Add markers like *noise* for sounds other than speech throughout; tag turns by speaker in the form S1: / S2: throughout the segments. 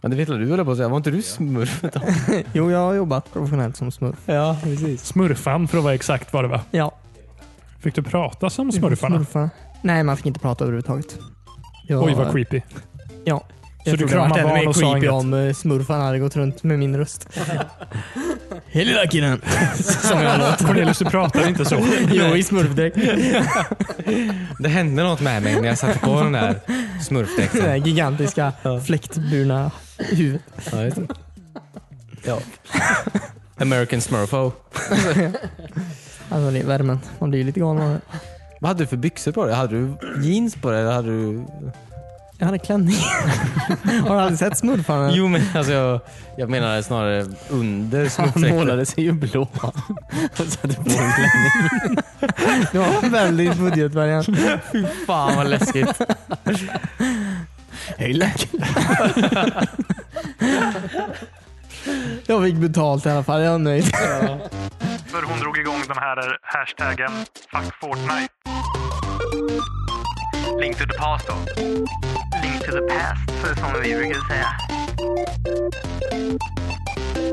S1: Ja, det vet väl du höll jag på att säga. Var inte du smurf ett tag?
S2: *laughs* Jo, jag har jobbat professionellt som smurf.
S1: Ja.
S2: Precis.
S3: Smurfan för att vara exakt var det va?
S2: Ja.
S3: Fick du prata som smurfarna?
S2: Smurfarna. Nej, man fick inte prata överhuvudtaget. Jag,
S3: Oj vad creepy.
S2: Ja.
S3: Så
S2: Jag
S3: du
S2: tror det varit ännu
S3: kramar barn
S2: mer
S3: och sa
S2: creepy
S3: inget?
S2: om eh, smurfarna hade gått runt med min
S3: *laughs*
S2: röst. Hej lilla killen! Som jag låter.
S3: Cornelius, du pratar inte så.
S2: Jo, i *laughs* smurfdräkt.
S1: Det hände något med mig när jag satte på den *laughs* där
S2: Det där
S1: smurfdräkten.
S2: gigantiska fläktburna huvudet.
S1: Ja, just *laughs* det. ja. American smurfo.
S2: Alltså det är värmen. Man blir ju lite galen av det.
S1: Vad hade du för byxor på dig? Hade du jeans på dig? Eller hade du...
S2: Jag hade klänning. *laughs* Har du aldrig sett smurfarna?
S1: Jo men alltså jag, jag menade snarare *laughs* under
S4: Han
S1: smurfdräkten.
S4: målade sig ju blå. Och satte på en klänning.
S2: Det var en väldigt budgetvariant.
S1: Fan vad läskigt.
S4: Hej läkare.
S2: Jag fick betalt i alla fall. Jag är nöjd.
S5: För hon drog igång den här eh, hashtaggen Fuck Fortnite. Link to the past då. Link to the past, som vi brukar säga.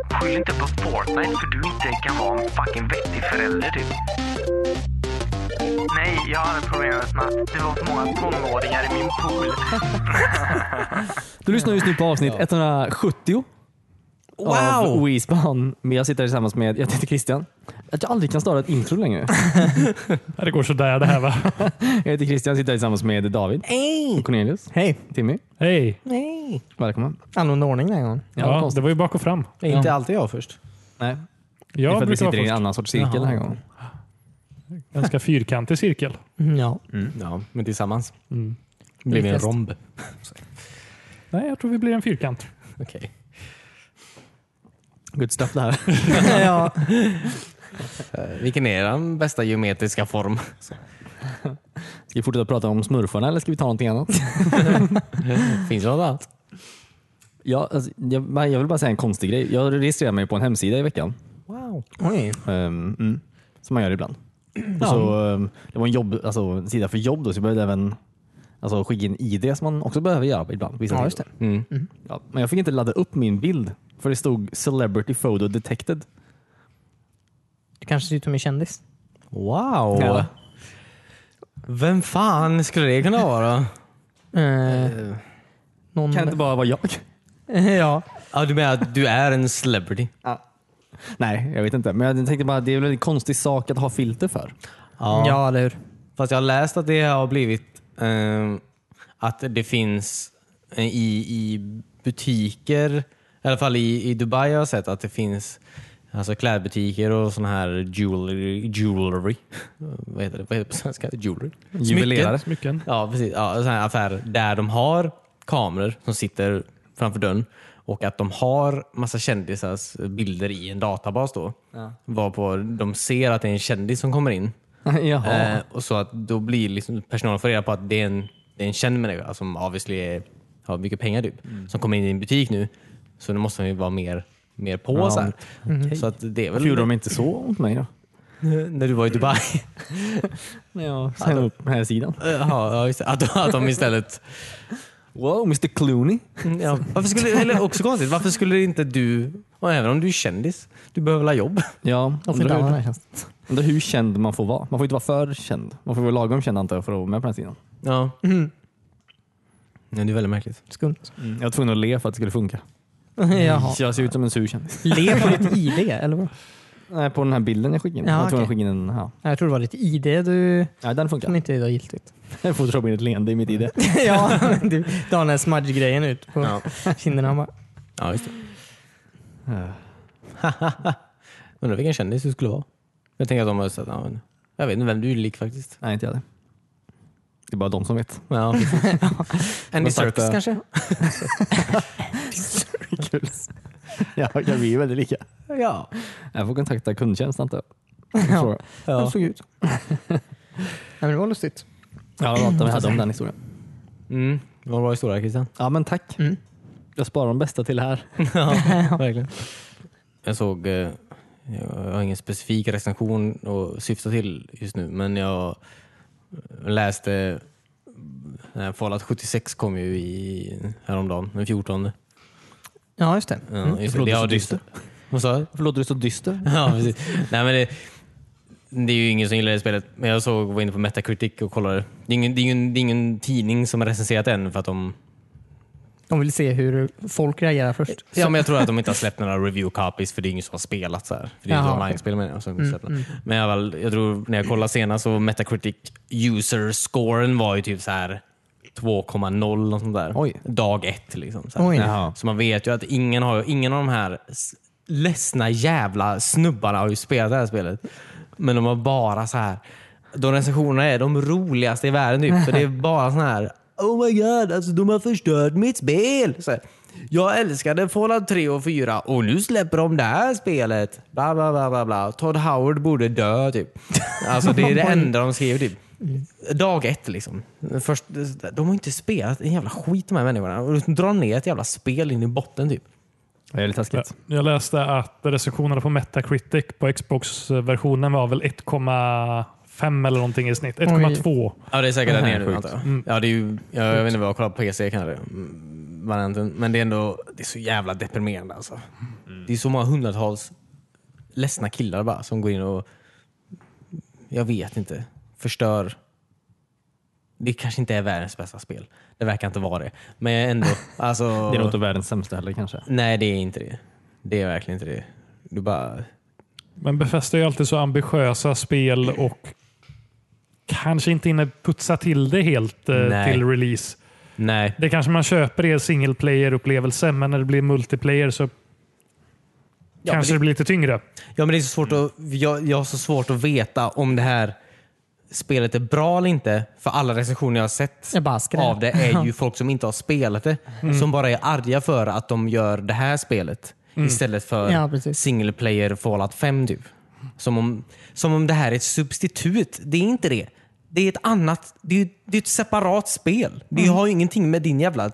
S5: Skyll inte på Fortnite för du inte kan vara en fucking vettig förälder typ. Nej, jag hade problemet med att det var för många tonåringar i min pool.
S4: Du lyssnar just nu på avsnitt 170 av
S1: Wow!
S4: WeSpan. Men jag sitter här tillsammans med, jag heter Christian. Att jag aldrig kan starta ett intro längre.
S3: Det går sådär det här va?
S4: Jag heter Christian, sitter här tillsammans med David, Cornelius,
S2: Hej!
S4: Timmy.
S3: Hej.
S4: Välkommen.
S2: Annorlunda ordning den här gången.
S4: vad
S3: Ja,
S4: konstigt.
S3: det var ju bak och fram.
S1: Inte alltid jag först.
S4: Nej, det är
S3: Jag
S4: för att vi
S3: brukar
S4: sitter i en
S3: vara först.
S4: annan sorts cirkel den här gången.
S3: Ganska fyrkantig cirkel.
S2: Mm, Ja.
S1: Ja, men tillsammans. Blir vi en
S2: Fest.
S1: romb.
S3: Nej, jag tror vi blir en fyrkant.
S1: Okej.
S4: Good stuff det här.
S2: *laughs* ja.
S1: Eh, Vilken är den bästa geometriska form?
S4: Ska vi fortsätta prata om smurfarna eller ska vi ta någonting annat?
S1: Finns det något annat?
S4: Ja, alltså, jag, men jag vill bara säga en konstig grej. Jag registrerade mig på en hemsida i veckan.
S2: Oj.
S4: Ehm, mm, som man gör *clears throat* ibland. Och så, ehm, det var en, jobb, alltså, en sida för jobb då, så jag behövde även alltså, skicka in ID som man också behöver göra ibland. Vissa
S2: Ja,
S4: tider.
S2: just det.
S1: Mm.
S4: Ja, men jag fick inte ladda upp min bild för det stod “Celebrity photo detected”.
S2: Du kanske ser ut som en kändis.
S1: Wow!
S4: Ja.
S1: Vem fan skulle det kunna vara?
S2: Eh, någon...
S4: Kan det inte bara vara jag?
S2: *laughs* ja.
S1: Ja, du menar att du är en celebrity?
S4: Nej, jag vet inte. Men jag tänkte bara det är väl en konstig sak att ha filter för.
S2: ja. eller hur.
S1: Fast jag har läst att det har blivit ehm, att det finns eh, i, i butiker, i alla fall i, i Dubai har jag sett att det finns alltså klädbutiker och sån här jewelry. jewelry. *laughs* Vad heter det, Vad heter det på svenska? Jewelry?
S4: Juvelerare.
S3: Smycken.
S1: Ja, precis. Ja, såna här affärer där de har kameror som sitter framför dörren och att de har massa kändisars bilder i en databas då. Varpå de ser att det är en kändis som kommer in.
S4: *laughs* Jaha.
S1: Eh, och så att då blir liksom personalen får reda på att det är en, det är en känd människa alltså som obviously är, har mycket pengar typ, som kommer in i en butik nu. Så nu måste de ju vara mer, mer på.
S4: Ja,
S1: så här. så att det är
S4: Varför Eh, gjorde
S1: väl
S4: de inte så mot mig då?
S1: när du var i Dubai.
S4: När jag signade upp den här sidan.
S1: *laughs* ja, ja, just det. att, att de istället
S4: Wow, Mr Clooney.
S1: Mm, Ja. Varför skulle, eller också konstigt, varför skulle inte du, och även om du är kändis, du behöver väl ha jobb?
S4: Ja,
S2: Varför inte
S4: undrar-
S2: använda den här tjänsten?
S4: Undrar hur känd man får vara. Man får inte vara för känd. Man får vara lagom känd antar jag för att vara med på den här sidan.
S1: Ja. Nej, det är väldigt märkligt.
S2: Skumt. *laughs*
S4: Jag var tvungen att le för att det skulle funka.
S2: Jaha.
S4: Jag ser ut som en sur kändis.
S2: Lev på ditt ID, eller vad?
S4: Nej, på den här bilden jag skickade in.
S2: Ja,
S4: jag var tvungen
S2: okej.
S4: att skicka in en... Ja.
S2: Jag tror det var ditt ID du...
S4: Nej, den
S2: som
S4: funkar.
S2: inte är giltigt.
S4: Jag får dra in ett leende i mitt ID.
S2: ja, men du, du har den här smudge-grejen ut på
S1: Ja.
S2: kinderna. Han bara,
S1: Ja, just det. *laughs* Undrar vilken kändis du skulle vara. Jag tänker att de har sagt, ja, men, jag vet inte vem du är lik faktiskt.
S4: Nej, inte jag det. Det är bara de som vet.
S1: Ja, *laughs* Andy
S4: Men sagt,
S1: Serkis
S4: eh,
S1: kanske?
S4: Kul. *laughs* Ja, ja, vi är väldigt lika.
S1: Ja.
S4: Jag får kontakta kundtjänst antar jag.
S2: Ja.
S4: Ja,
S2: "Hur såg ut. Nej, men det var lustigt.
S4: ja jag pratade hade om den historien.
S1: Mm. Det var en bra historia Christian. *laughs*
S4: Ja, men tack.
S2: Mm.
S4: Jag sparar de bästa till här.
S1: *laughs* Verkligen. Jag såg, eh, jag har ingen specifik recension att syfta till just nu, men jag läste eh, Fallout 76 kom ju i, häromdagen, den 14.
S2: Ja, just det.
S1: Ja, just det. Mm, Det
S4: Förlåt, du är
S1: har
S4: så
S1: du-
S4: dyster.
S1: Vad sa du?
S4: Varför låter du så dyster?
S1: *laughs* Ja, precis. Nej, men det, det är ju ingen som gillar det spelet, men jag såg var inne på Metacritic och kollade. Det är ingen, det är ingen, det är ingen tidning som har recenserat än för att de...
S2: De vill se hur folk reagerar först.
S1: Ja, men jag tror att de inte har släppt några review copies för det är ingen som har spelat så här. För det är ju
S2: Jaha,
S1: ett
S2: okej. Mm,
S1: online-spel menar jag. som släppt den. Men jag, väl, jag tror när jag kollade senast så Metacritic user-scoren var ju typ så här 2,0 och sånt där.
S4: Oj.
S1: Dag ett liksom. Så, här.
S2: Oj.
S4: Jaha.
S1: så man vet ju att ingen, har, ingen av de här s- ledsna jävla snubbarna har ju spelat det här spelet. Men de har bara så här. De recensionerna är de roligaste i världen typ. För det är bara sån här Oh my god, alltså de har förstört mitt spel. Så här, jag älskade Fallout 3 och 4 och nu släpper de det här spelet. Bla bla bla bla bla. Todd Howard borde dö typ. Alltså det är det enda de skriver typ. Dag ett liksom. Först, de har inte spelat en jävla skit de här människorna. Och de drar ner ett jävla spel in i botten typ.
S4: Det är lite taskigt.
S3: Ja, Jag läste att recensionerna på Metacritic på Xbox-versionen var väl 1,5 eller någonting i snitt. 1,2.
S1: Ja, det är säkert där
S4: Det här
S1: nere
S4: är alltså- Mm.
S1: nu
S4: sjukt.
S1: antar jag. Ja, det är ju, jag, jag vet inte vad jag kollar på PC kanske. Mm, varianten. Men det är ändå det är så jävla deprimerande alltså.
S4: Mm.
S1: Det är så många hundratals ledsna killar bara som går in och, jag vet inte, förstör. Det kanske inte är världens bästa spel. Det verkar inte vara det. Men
S4: *laughs*
S1: ändå. Alltså,
S4: Det är nog inte världens sämsta heller kanske.
S1: Nej, det är inte det. Det är verkligen inte det. Du bara...
S3: Men Befästa är ju alltid så ambitiösa spel och kanske inte hinner putsa till det helt eh,
S1: Nej.
S3: till release.
S1: Nej.
S3: Det kanske man köper i en single player-upplevelse, men när det blir multiplayer så
S1: men
S3: kanske
S1: det-
S3: det... blir lite tyngre.
S1: Ja, men det är så svårt att, jag, jag har så svårt att veta om det här spelet är bra eller inte. För alla recensioner jag har sett
S2: Det är bara Mm. skräp.
S1: av det
S2: *laughs*
S1: är ju folk som inte har spelat det. Som bara är arga för att de gör det här spelet istället för
S2: Mm. Ja, precis.
S1: single player Fallout 5. Typ. Som, om, som om det här är ett substitut. Det är inte det. Det är ett annat, det är, det är ett separat spel. Det
S2: Mm.
S1: har ju ingenting med din jävla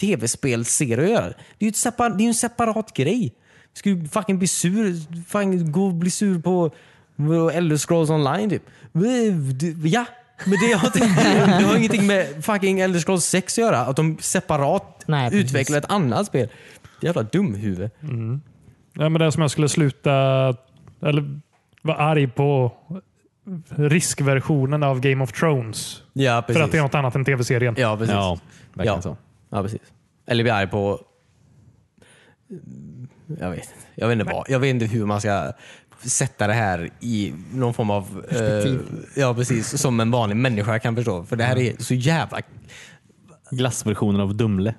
S1: tv-spelserie att göra. Det är ju ett separ- det är ju en separat grej. Ska du fucking bli sur? Fucking gå och bli sur på på Elder Scrolls online typ? Ja, men det har, inte- det har ingenting med fucking Elder Scrolls 6 att göra. Att de separat
S2: Nej, precis.
S1: utvecklar ett annat spel. Jävla dumhuvud.
S3: Ja, men det är som jag skulle sluta eller vara arg på riskversionen av Game of Thrones.
S1: Ja,
S3: För att det är något annat än tv-serien.
S1: Ja, precis.
S4: Ja, verkligen
S1: Ja.
S4: så.
S1: Ja, precis. Eller bli arg på... Jag vet inte. Jag vet inte, vad. Jag vet inte hur man ska sätta det här i någon form av... Eh, ja, precis. Som en vanlig människa kan förstå. För det här är så jävla...
S4: Glassversionen av *laughs* Dumle.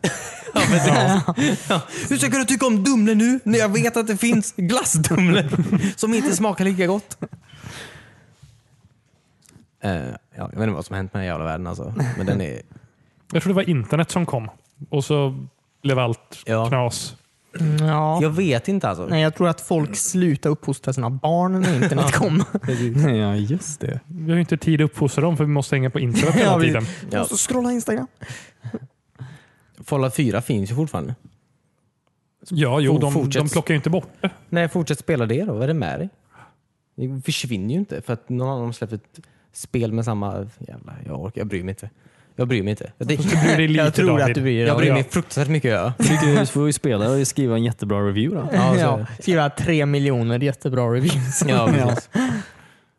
S1: Ja, precis. Ja. Hur ska du tycka om Dumle nu? När jag vet att det finns glassdumle som inte smakar lika gott. Eh, ja, jag vet inte vad som har hänt med den här jävla världen alltså. Men den är...
S3: Jag tror det var internet som kom och så blev allt
S1: Ja.
S3: knas.
S2: Mm, Ja.
S1: Jag vet inte alltså.
S2: Nej, jag tror att folk slutar uppfostra sina barn när internet kom.
S4: ja, just det.
S3: Vi har ju inte tid att uppfostra dem för vi måste hänga
S2: *laughs*
S3: på internet hela
S2: Ja, vi-
S3: tiden.
S1: Ja.
S2: Och så scrolla Instagram.
S1: Fallout 4 finns ju fortfarande.
S3: Ja, jo, de,
S1: Fortsätt.
S3: de plockar ju inte bort det.
S1: Nej, fortsätt spela det då. Vad är det med dig? Det försvinner ju inte för att någon av dem släpper ett spel med samma... Jävla, jag orkar, jag bryr mig inte. Jag bryr mig inte.
S2: *laughs*
S1: Det,
S3: bryr dig lite,
S2: jag tror
S3: David.
S2: att du blir
S1: jag bryr
S3: ja.
S1: mig fruktansvärt mycket. Ja.
S4: Du får ju spela och skriva en jättebra review då.
S1: Ja, så-
S2: Ja, skriva tre miljoner jättebra reviews.
S1: Ja,
S2: *laughs*
S1: precis.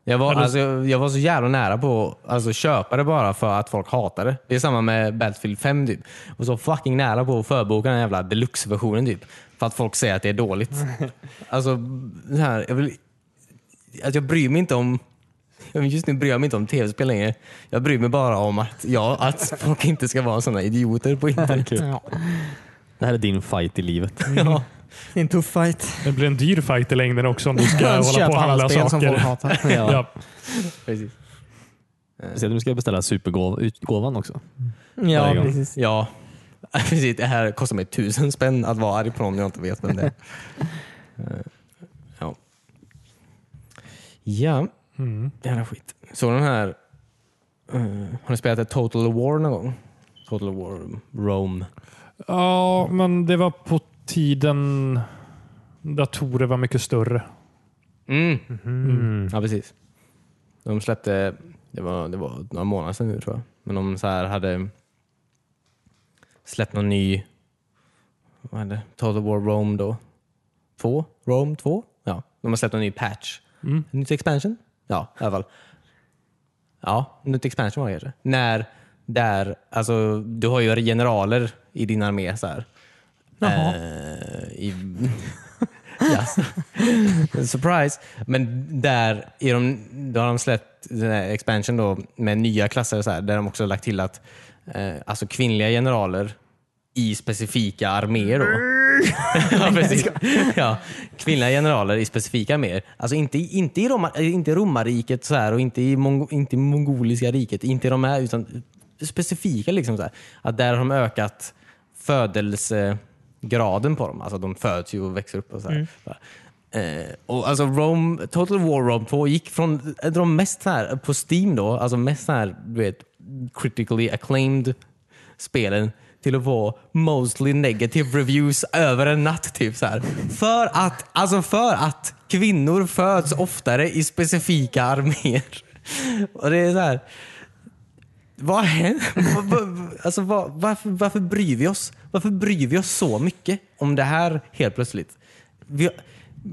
S1: Jag var,
S3: Men då-
S1: alltså, jag jag var så jävla nära på att alltså, köpa det bara för att folk hatade det. Det är samma med Battlefield 5 typ. Och så fucking nära på att förboka den jävla deluxe-versionen typ. För att folk säger att det är dåligt. Alltså, det här, jag, vill, att jag bryr mig inte om jag vill- Just nu bryr jag mig inte om tv-spel längre. Jag bryr mig bara om att, ja, att folk inte ska vara sådana idioter på
S4: *laughs*
S1: internet.
S2: Ja,
S4: Det här är din fight i livet.
S2: Eh.
S1: Ja.
S2: det är en tuff fight.
S3: Det blir en dyr fight i längden också om
S2: *laughs*
S3: du ska hålla
S2: Köpa
S3: på och handla
S2: spel som folk
S3: saker.
S2: hatar.
S3: Ja.
S1: Precis.
S4: Så att du ska beställa supergåvan också.
S2: Ja,
S4: Varje gång.
S2: precis.
S1: Ja. *laughs* Precis, det här kostar mig tusen spänn att vara arg på någon jag inte vet vem det är. Eh, Ja. Ja,
S3: Mm.
S1: jävla skit. Så den här... eh, har ni spelat ett Total War någon gång? Total War Rome.
S3: ja, men det var på tiden datorer var mycket större.
S1: Mm. Ja, precis. De släppte, det var, det var några månader sedan nu tror jag, men de så här hade släppt någon ny vad hände? Total War Rome då. 2? Rome 2? Ja, de har släppt en ny patch. Mm. Nytt expansion? Ja, i alla fall. Ja, nytt expansion var det kanske. När, där, alltså du har ju generaler i din armé så här.
S3: Jaha.
S1: Eh, i, *laughs* yes. *laughs* Surprise! Men där är de, då har de släppt den här expansion då med nya klasser och så här, där de också har lagt till att eh, alltså kvinnliga generaler i specifika arméer då. ja, precis. Ja, kvinnliga generaler i specifika arméer. Alltså inte, i- inte i Roma, eh, inte i romarriket så här, och inte i, Mongo, inte i mongoliska riket, inte i de här utan specifika. Liksom, så här. Att där har de ökat födelsegraden på dem. Alltså de föds ju och växer upp. och så här. Eh, och alltså Rome, Total War Rome 2 gick från eh, de mest så här, på Steam då, alltså mest så här, du vet, critically acclaimed spelen till att få mostly negative reviews över en natt. Typ, så här. För, att, alltså för att kvinnor föds oftare i specifika arméer. Och det är så här, vad händer? Alltså, vad, varför, varför bryr vi oss? Varför bryr vi oss så mycket om det här helt plötsligt? Vi,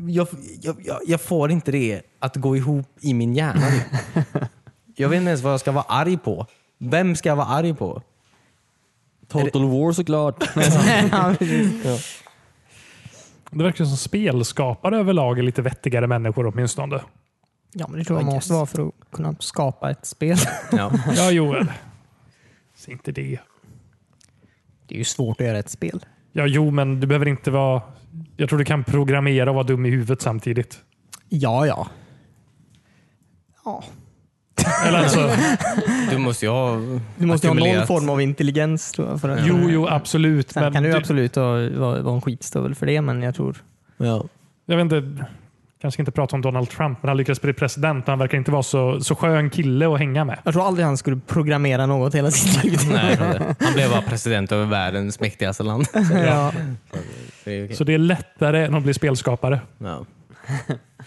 S1: jag, jag, jag, jag får inte det att gå ihop i min hjärna. nu. Jag vet inte ens vad jag ska vara arg på. Vem ska jag vara arg på?
S4: Total War såklart.
S2: ja, precis.
S3: Det verkar som spelskapare överlag är lite vettigare människor åtminstone.
S2: ja, men det tror jag man måste vara för att kunna skapa ett spel.
S1: Ja.
S3: Ja, Joel.
S2: *laughs*
S3: Säg inte det.
S2: Det är ju svårt att göra ett spel.
S3: Ja, jo, men du behöver inte vara... Jag tror du kan programmera och vara dum i huvudet samtidigt.
S2: Ja, ja. Ja.
S3: Eller alltså,
S1: Du måste ju ha
S2: Du måste ju ha någon
S1: ackumulerat-
S2: form av intelligens tror jag. För att,
S3: jo, jo, absolut.
S2: Sen
S3: Men
S2: kan du ju
S3: du-
S2: absolut ha- vara vara en skitstövel för det, men jag tror...
S1: Ja.
S3: jag vet inte, kanske inte prata om Donald Trump, men han lyckades bli president och han verkar inte vara så, så skön kille att hänga med.
S2: Jag tror aldrig han skulle programmera något hela sitt liv.
S1: Nej, jag tror inte. han blev bara president över världens
S2: *laughs*
S1: mäktigaste land.
S2: ja.
S1: Det är okej.
S3: Så det är lättare än att bli spelskapare.
S1: Ja. *laughs*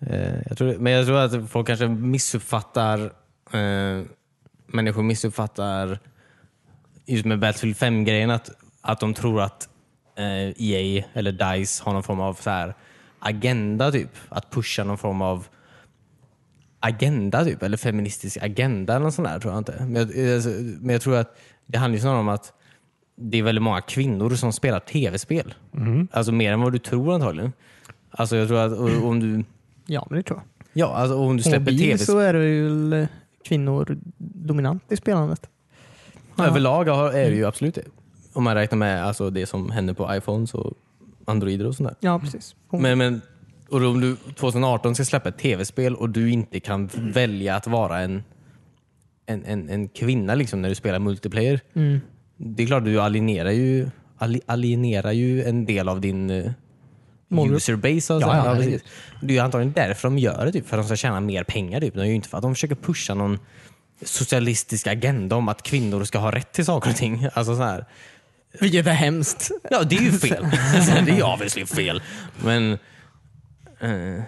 S1: Eh, jag tror, men jag tror att folk kanske missuppfattar eh, människor missuppfattar just med Battlefield 5-grejen att, att de tror att eh, EA eller DICE har någon form av så här agenda typ. Att pusha någon form av agenda typ, eller feministisk agenda eller något sånt där tror jag inte. Men jag, alltså, men jag tror att det handlar ju snarare om att det är väldigt många kvinnor som spelar tv-spel. Alltså mer än vad du tror antagligen. Alltså jag tror att och, om du,
S2: ja, men det tror jag.
S1: ja, alltså, om du släpper
S2: Mobil så
S1: tv-spel
S2: är det väl eh, kvinnor dominant i spelandet.
S1: överlag har- är det ju absolut det. Om man räknar med alltså, det som händer på iPhones och Androider och sånt där.
S2: Ja, precis. Hon,
S1: Men, men, och då om du 2018 ska släppa ett tv-spel och du inte kan välja att vara en, en, en, en kvinna liksom, när du spelar multiplayer.
S2: Mm.
S1: Det är klart, du alienerar ju, ali- alienerar ju en del av din eh,
S2: Målgrupp.
S1: userbase.
S2: Ja,
S1: Ja,
S2: ja,
S1: ja,
S2: herregud.
S1: precis. det är ju antagligen därför de gör det, typ, för att de ska tjäna mer pengar. Typ. Det är ju inte för att de försöker pusha någon socialistisk agenda om att kvinnor ska ha rätt till saker och ting. Alltså, så här.
S2: vilket är hemskt.
S1: Ja, det är ju *laughs* fel. Alltså, det är ju obviously fel. Men... eh,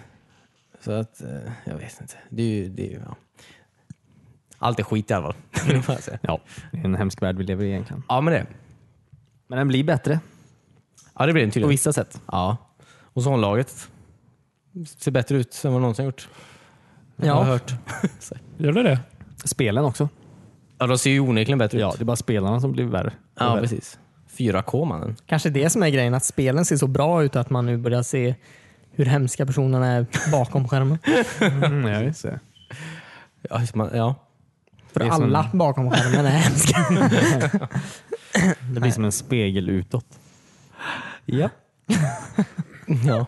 S1: så att, eh, jag vet inte. Det är ju... Det är ju ja. Allt är skit i alla fall. *laughs* vill jag säga.
S4: ja, det är en hemsk värld vi lever i egentligen.
S1: ja, men det.
S4: Men den blir bättre
S1: Ja, det blir det
S4: på
S1: tydligen.
S4: vissa sätt.
S1: Ja. Ozonlagret ser bättre ut än vad det någonsin gjort. Jag har
S2: Ja.
S1: hört.
S3: Gör det det?
S4: Spelen också.
S1: Ja, de ser ju onekligen bättre
S4: Ja,
S1: ut.
S4: det är bara spelarna som blir värre.
S1: Ja, precis. 4K mannen.
S2: Kanske det som är grejen, att spelen ser så bra ut att man nu börjar se hur hemska personerna är bakom skärmen.
S4: Mm, ja, just det.
S1: Ja, just man, ja.
S2: För
S1: Det är som-
S2: alla bakom skärmen är hemska.
S1: *laughs*
S4: det blir som en spegel utåt. Eh,
S1: Ja. ja.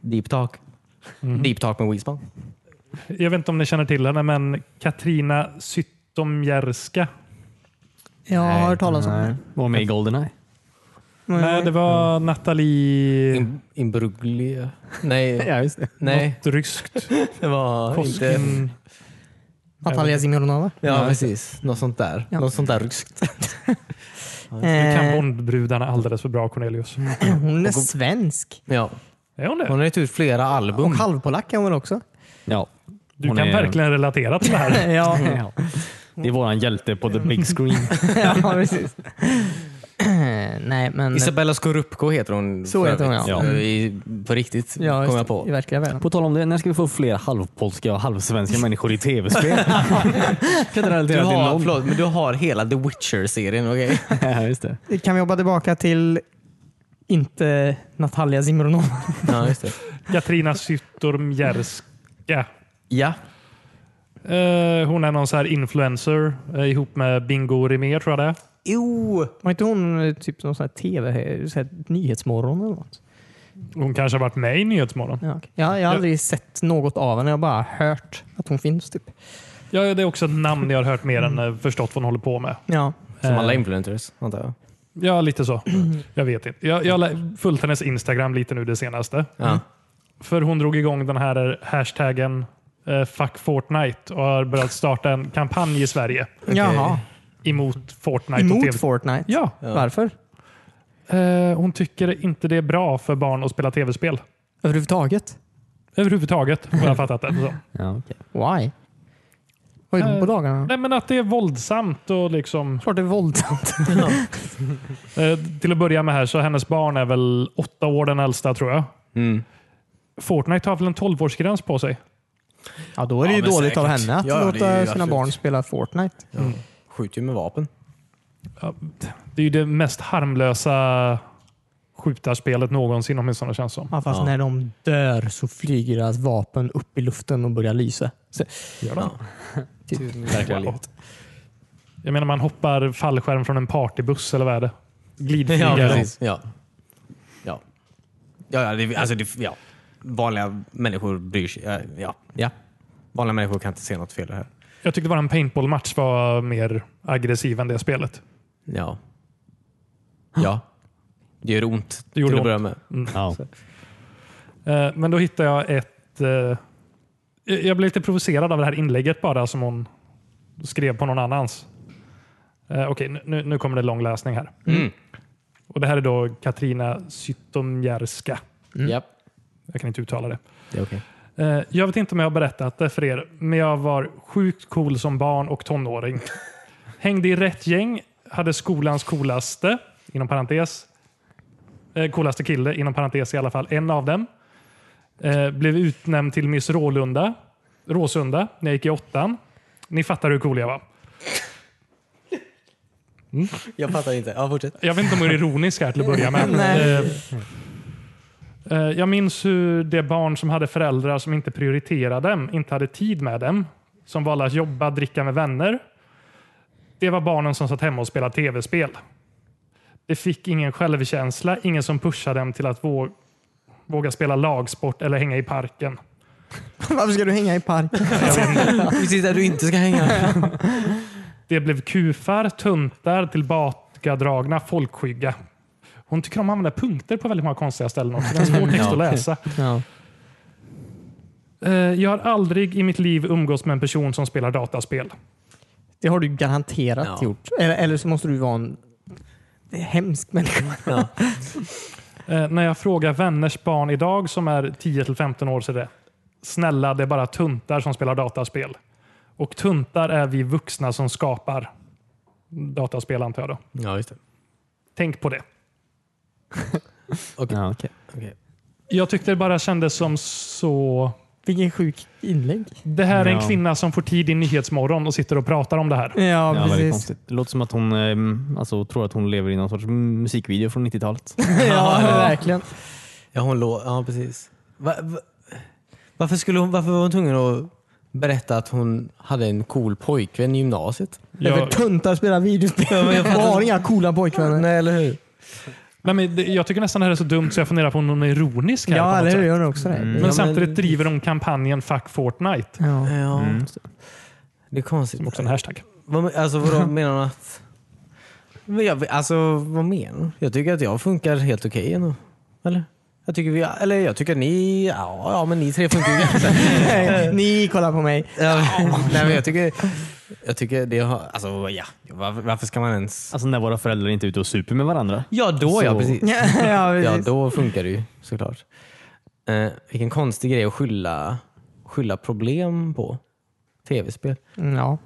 S1: Deep talk. Deep talk med Wiesman.
S3: Jag vet inte om ni känner till henne, men Katrina Zytomierska.
S2: Jag har hört talas om det.
S4: Var med i Goldeneye.
S3: Nej, det var Nathalie...
S1: In, Imbruglia? *laughs* Nej,
S4: Ja, just det.
S1: nej.
S3: Något ryskt.
S1: Det var inte...
S3: Koskin.
S2: Natalia Simionova.
S1: Ja, precis. Något sånt där.
S2: Ja.
S1: Något sånt där ryskt.
S3: Du kan
S2: Eh,
S3: Bondbrudarna alldeles för bra Cornelius.
S2: hon är svensk.
S1: Ja.
S3: Är hon
S1: Hon
S3: det?
S1: har gett ut flera
S2: Och
S1: album.
S2: halvpolack är hon väl också?
S4: Ja.
S3: Du
S4: Hon
S3: kan
S4: är-
S3: verkligen relatera till det
S2: *laughs*
S3: här.
S2: ja,
S3: *laughs*
S2: *laughs*
S4: Ja. Det är våran hjälte på the big screen.
S2: ja, precis. Eh, nej, men...
S1: Isabella Scorupco heter hon.
S2: Så
S1: för
S2: heter hon,
S1: övrigt.
S2: ja.
S1: I, på riktigt,
S2: ja,
S1: kom
S2: just
S1: jag
S2: det,
S1: på.
S2: I verkliga världen.
S4: På tal om det, när ska vi få fler halvpolska och halvsvenska människor i tv-spel? kan inte
S1: Du
S4: relatera till
S1: har,
S4: någon.
S1: förlåt, men du har hela The Witcher-serien, okej?
S4: *laughs* Ja, just det.
S2: Kan vi hoppa tillbaka till inte Natalia Zimronova?
S1: *laughs* ja, just det.
S3: Katrina Zytomierska.
S1: Ja,
S3: Eh, hon är någon så här influencer eh, ihop med Bingo Rimér tror jag det är.
S2: Jo! Var inte hon eh, typ någon sån här TV, så här Nyhetsmorgon eller något?
S3: Hon kanske har varit med i Nyhetsmorgon.
S2: Ja, okej. ja, jag har aldrig sett något av henne. Jag har bara hört att hon finns. Typ.
S3: Ja, det är också ett namn jag har hört mer än eh, förstått vad hon håller på med.
S2: Ja.
S1: som
S3: Eh,
S1: alla influencers, antar jag.
S3: Ja, lite så.
S2: Mm-hmm.
S3: Jag vet inte. Jag, jag har lä- följt hennes Instagram lite nu det senaste.
S1: Ja.
S3: För hon drog igång den här hashtaggen eh, Fuck Fortnite och har börjat starta en kampanj i Sverige
S2: Jaha.
S3: emot Fortnite. och
S2: Emot
S3: TV.
S2: Fortnite?
S3: Ja.
S2: Varför?
S3: Eh, hon tycker inte det är bra för barn att spela tv-spel.
S2: Överhuvudtaget?
S3: Överhuvudtaget har jag fattat det så.
S4: Ja, okej.
S2: Why? Vad är de på
S3: Eh,
S2: dagarna?
S3: Nej, men att det är våldsamt och liksom...
S2: Klart det är våldsamt.
S3: Eh, till att börja med här så hennes barn är väl åtta år den äldsta tror jag.
S1: Mm.
S3: Fortnite har väl en 12-årsgräns på sig?
S2: *laughs* Ja, då är det
S1: Ja,
S2: ju
S1: men
S2: dåligt av
S1: säkert.
S2: henne att
S1: Ja, ja, det är
S2: låta
S1: ju
S2: sina
S1: absolut.
S2: barn spela Fortnite.
S1: Ja. Skjuter ju med vapen.
S3: Ja, det är ju det mest harmlösa skjutarspelet någonsin åtminstone känns som.
S2: Ja, fast
S1: Ja.
S2: när de dör så flyger deras vapen upp i luften och börjar lysa. Så,
S1: Gör de?
S2: typ.
S1: Verkligen.
S3: Wow. Jag menar man hoppar fallskärm från en partybuss eller vad är det?
S1: Ja,
S3: Glidflygare.
S1: precis. Ja. Ja. Ja, ja, det, alltså, det, ja. Vanliga människor bryr sig. Ja, Ja. ja. Vanliga människor kan inte se något fel här.
S3: jag tyckte bara en paintballmatch var mer aggressiv än det spelet.
S1: Ja. Ja. Det gör ont
S3: Det gjorde
S1: till
S3: ont.
S1: att börja med.
S4: Ja.
S3: Eh, Men då hittade jag ett... eh, Jag blev lite provocerad av det här inlägget bara som hon skrev på någon annans. Eh, Okej, nu- nu, nu kommer det lång läsning här.
S1: Mm.
S3: Och Det här är då Katrina Zytomierska.
S1: Japp.
S3: Jag kan inte uttala det.
S1: Mm. Det är okej.
S3: Eh, Jag vet inte om jag har berättat det för er, men jag var sjukt cool som barn och
S1: *laughs*
S3: tonåring. Hängde i rätt gäng, hade skolans coolaste, inom parentes, eh, coolaste kille, inom parentes i alla fall, en av dem. Eh, Blev utnämnd till Miss Rålunda, Råsunda när jag gick i åttan. Ni fattar hur cool jag var. Mm.
S1: Jag fattar inte. Ja, fortsätt.
S3: Jag vet inte om jag är ironisk här till att börja med.
S2: Nej.
S3: Eh, eh, Jag minns hur det barn som hade föräldrar som inte prioriterade dem, inte hade tid med dem, som valde att jobba, dricka med vänner. Det var barnen som satt hemma och spelade tv-spel. Det fick ingen självkänsla, ingen som pushade dem till att vå- våga spela lagsport eller hänga i parken.
S2: *laughs* Varför ska du hänga i parken?
S1: Mm. Precis där du inte ska hänga.
S3: Det blev kufar, tuntar, tillbakadragna, folkskygga. Hon tycker om att använda punkter på väldigt många konstiga ställen också. Det är en svår text att läsa.
S2: Ja.
S3: Eh, Jag har aldrig i mitt liv umgås med en person som spelar dataspel.
S2: Det har du garanterat
S1: Ja.
S2: gjort. Eller, eller så måste du vara en hemsk människa. *laughs*
S3: Eh, När jag frågar vänners barn idag som är 10-15 år så är det snälla, det är bara tuntar som spelar dataspel. Och tuntar är vi vuxna som skapar dataspel antar jag då.
S1: Ja, just det.
S3: Tänk på det.
S4: Ja, okej.
S1: Okej.
S3: Jag tyckte det bara kändes som så...
S2: Vilken sjuk inlägg.
S3: Det här är en
S4: Ja.
S3: kvinna som får tid i Nyhetsmorgon och sitter och pratar om det här.
S2: Ja,
S4: Ja, väldigt
S2: precis.
S4: konstigt. Det låter som att hon ehm, alltså, tror att hon lever i någon sorts musikvideo från 90-talet.
S2: *laughs* ja, verkligen.
S1: Ja, hon lå... Ja, precis. Va, va, varför, skulle hon, varför var hon tvungen att berätta att hon hade en cool pojkvän i gymnasiet?
S2: För
S3: Jag,
S2: tuntar spelar videospel och har inga coola pojkvänner.
S1: Nej, eller hur?
S3: nej, men det- jag tycker nästan det här är så dumt så jag funderar på om hon är ironisk här. på
S2: Ja,
S3: något
S2: eller hur?
S3: sätt.
S2: Gör det också det?
S1: Mm.
S3: Men
S1: Ja, men-
S3: samtidigt driver de kampanjen Fuck Fortnite.
S2: Ja.
S1: Ja,
S4: Mm.
S1: det är konstigt.
S3: Som också är en hashtag.
S1: Vad, men- alltså
S4: *laughs*
S1: vadå, menar hon att... Men jag, alltså vad menar hon? Jag tycker att jag funkar helt okej ändå. Eller? Jag tycker vi, eller jag tycker ni, ja, ja men ni tre funkar ju ganska
S2: Nej, Ni kollar på mig.
S1: *laughs* Ja, men- Nej men jag tycker, jag tycker det har, alltså ja, varför, varför ska man ens?
S4: Alltså när våra föräldrar inte är ute och super med varandra.
S1: Ja då ja,
S4: Så-
S1: precis.
S2: Ja,
S1: Ja
S2: precis.
S1: då funkar det ju såklart. Eh, vilken konstig grej att skylla, skylla problem på tv-spel.
S2: Mm, Ja.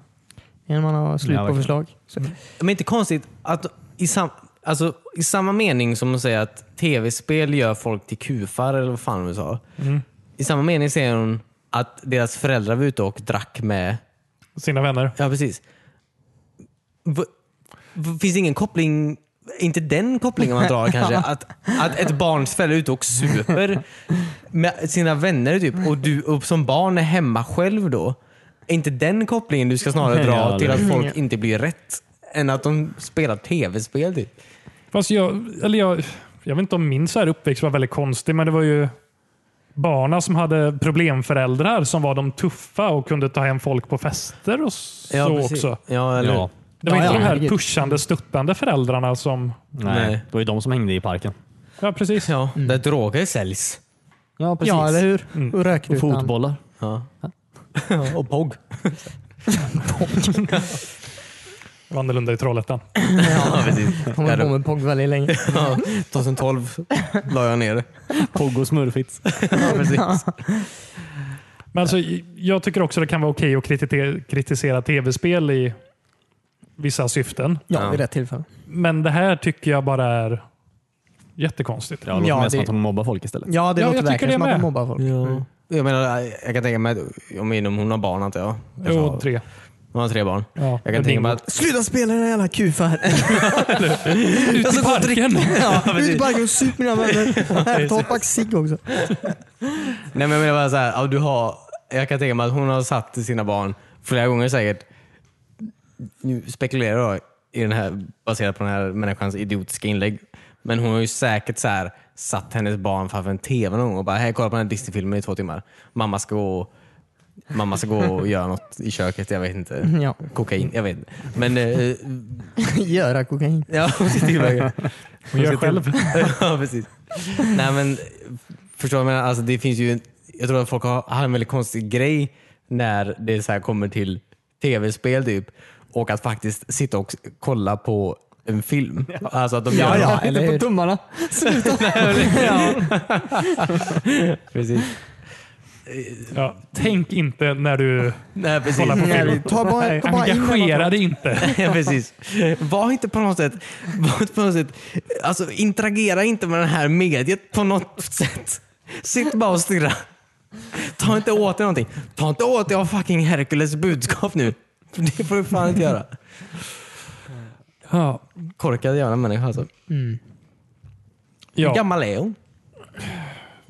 S2: Innan man har slut
S4: Ja,
S2: på
S4: verkligen.
S2: förslag. Så.
S1: Men inte konstigt att i sam, alltså, i samma mening som att säga att tv-spel gör folk till kufar eller vad fan du sa. I samma mening säger hon att deras föräldrar var ute och drack med
S3: Sina vänner.
S1: Ja, precis. V- v- finns det ingen koppling, inte den kopplingen man drar kanske? Att, att ett barns föräldrar är ute och super med sina vänner typ, och du och som barn är hemma själv då. Är inte den kopplingen du ska snarare dra
S4: Ja,
S1: till
S4: det-
S1: att folk inte blir rätt? Än att de spelar tv-spel typ.
S3: Fast jag, eller jag, jag vet inte om min så här uppväxt var väldigt konstig, men det var ju barna som hade problemföräldrar som var de tuffa och kunde ta hem folk på fester och så också.
S1: Ja, eller
S4: Ja.
S3: Det var
S4: Ja,
S3: inte
S4: ja,
S3: de här
S4: herregud.
S3: pushande, stöttande föräldrarna som...
S4: Nej,
S1: Nej.
S4: det var ju de som hängde i parken.
S3: Ja, precis.
S1: Ja, där droger säljs.
S4: Ja,
S2: Ja, eller hur? Och rökrutan.
S4: Fotbollar.
S1: Ja. och POG.
S3: Vandelunda i Trollhättan.
S1: *laughs* Ja, precis.
S2: Har hållit på med Pogba väldigt länge.
S1: Ja, 2012 la jag ner det.
S4: Pogg och smurfits.
S1: Ja, precis.
S3: Men alltså, jag tycker också det kan vara okej att kritisera, kritisera tv-spel i vissa syften.
S2: Ja,
S1: Ja.
S2: vid rätt tillfälle.
S3: Men det här tycker jag bara är jättekonstigt.
S4: Ja, det låter
S2: Ja,
S4: mest som
S2: det-
S4: att hon mobbar folk istället.
S2: Ja, det
S3: Ja,
S2: låter
S3: jag tycker
S2: verkligen
S3: det
S2: som att
S3: med.
S2: de mobbar folk.
S1: Ja. Jag menar, jag kan tänka mig att om inom hon har barn antar jag. Kanske
S3: Jo,
S1: har-
S3: tre.
S1: Hon har tre barn.
S3: Ja.
S1: Jag kan tänka mig att
S2: Sluta spela den här jävla
S1: *laughs*
S2: kufar.
S3: Ut i parken!
S2: ja, ut i parken och sup mina vänner. Här, ta ett pack cigg också.
S1: Nej men jag menar bara så här, ja, du har, jag kan tänka mig att hon har satt sina barn flera gånger säkert. Nu spekulerar jag i den här, baserat på den här människans idiotiska inlägg. Men hon har ju säkert så här, satt hennes barn framför en TV någon gång och bara, här kolla på den här Disney-filmen i två timmar. Mamma ska gå och, mamma ska gå och göra något i köket, jag vet inte.
S2: Mm, Ja.
S1: Kokain, jag vet inte. Men eh,
S2: *laughs* Göra kokain.
S1: ja,
S3: *laughs*
S1: hon ska tillverka. *laughs*
S3: Hon gör själv.
S1: ja, precis. Nej, men förstår du vad jag menar? Alltså, det finns ju, jag tror att folk har, har en väldigt konstig grej när det så här kommer till tv-spel typ och att faktiskt sitta och kolla på en film. Alltså att de gör något. *laughs*
S2: eller på tummarna. *laughs*
S1: Precis.
S3: Ja, tänk inte när du
S1: Nej, precis.
S3: kollar på film.
S2: Ta bara, ta bara in den.
S3: Engagera dig inte.
S1: *laughs* Ja, precis. Var inte på något sätt, var inte på något sätt alltså, interagera inte med det här mediet på något sätt. Sitt bara och stirra. Ta inte åt dig någonting. Ta inte åt dig av fucking Hercules budskap nu. Det får du fan inte göra.
S3: Ja.
S1: Korkad jävla människa alltså. Hur
S3: Ja,
S1: gammal är hon?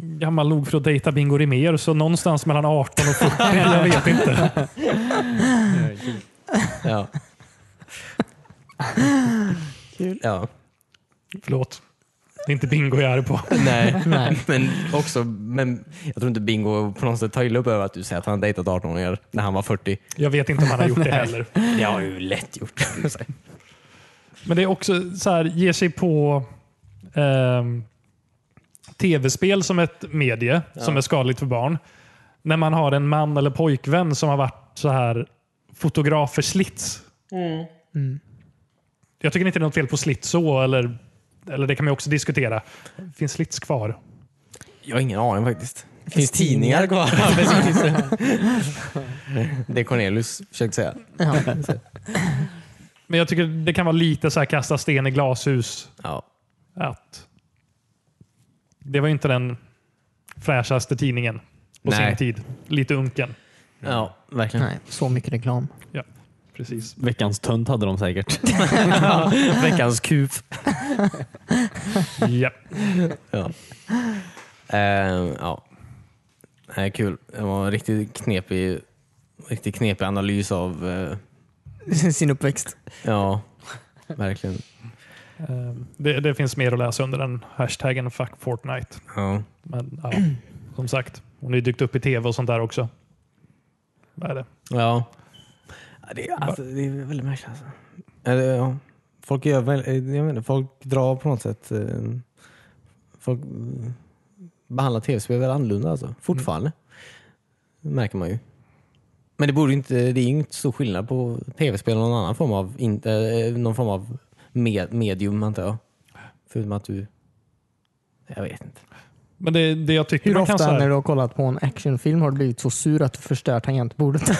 S3: gammal nog för att dejta Bingo Rimér, så någonstans mellan 18 och 40. jag vet inte.
S1: *laughs* Ja.
S2: Kul.
S1: Ja.
S3: Förlåt. Det är inte Bingo jag är arg på.
S1: Nej. men också, men jag tror inte Bingo på något sätt tar illa upp över att du säger att han har dejtat 18-åringar när han var 40.
S3: Jag vet inte om han har gjort det heller.
S1: Det har ju lätt *laughs* gjort.
S3: Men det är också så här, ge sig på ehm, tv-spel som ett medie som är skadligt för barn. När man har en man eller pojkvän som har varit så här fotograf för slits. Jag tycker inte det är något fel på slits så, eller, eller det kan man ju också diskutera. Finns slits kvar?
S1: Jag har ingen aning faktiskt. Det finns tidningar kvar. *laughs* Ja, precis. det är Cornelius försökte säga.
S3: Men jag tycker det kan vara lite så här kasta sten i glashus.
S1: Ja.
S3: Att det var ju inte den fräschaste tidningen på sin
S1: Nej.
S3: tid. Lite unken.
S1: ja, verkligen.
S2: Nej, så mycket reklam.
S3: Ja, precis.
S4: Veckans tönt hade de säkert.
S1: *laughs* Veckans kuf.
S3: ja.
S1: Ja. Ehm, ja. Nej, kul. Det var en riktigt knepig, riktigt knepig analys av... eh,
S2: Sin uppväxt.
S1: ja, verkligen.
S3: Eh,
S1: Ehm.
S3: Det, det finns mer att läsa under den hashtaggen Fuck Fortnite.
S1: Ja.
S3: Men
S1: *clears throat*
S3: ja, som sagt, hon har ju dykt upp i tv och sånt där också. Vad är det?
S1: ja. Ja, Det, är- alltså, det är väldigt märkligt alltså. Eller, ja. Folk gör väl, eh, jag menar, folk drar på något sätt. eh, Folk eh, behandlar tv-spel väldigt annorlunda alltså. Fortfarande. Det märker man ju. Men det, borde ju inte, det är ju inte stor skillnad på tv-spel och någon annan form av, in, eh, någon form av med, medium antar jag. Förutom att du... Jag vet inte. *laughs*
S3: Men det, det jag tycker
S2: Hur
S3: man kan så
S2: ofta när
S3: här,
S2: du har kollat på en actionfilm har du blivit så sur att du förstör tangentbordet?
S1: Ja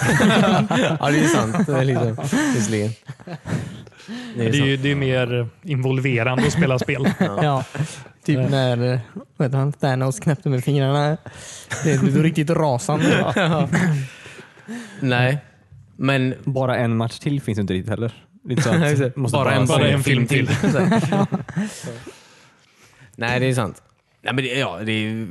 S1: det är sant. eh, liksom, Visserligen. Det
S3: Det
S1: är
S3: är, ju,
S1: sant.
S3: det är ju mer involverande att spela
S1: *laughs*
S3: spel.
S2: Ja, typ
S3: Ja.
S2: när eh, vad heter han, Thanos knäppte med fingrarna. Det blev riktigt rasande.
S1: Nej, men
S4: Bara en match till finns ju inte riktigt heller. Det är inte så att-
S1: Exakt.
S4: måste
S1: bara, en,
S4: se-
S1: bara en
S3: film
S1: film till. *laughs* Så här. Nej, det är sant. Nej, men det, ja, det är ju...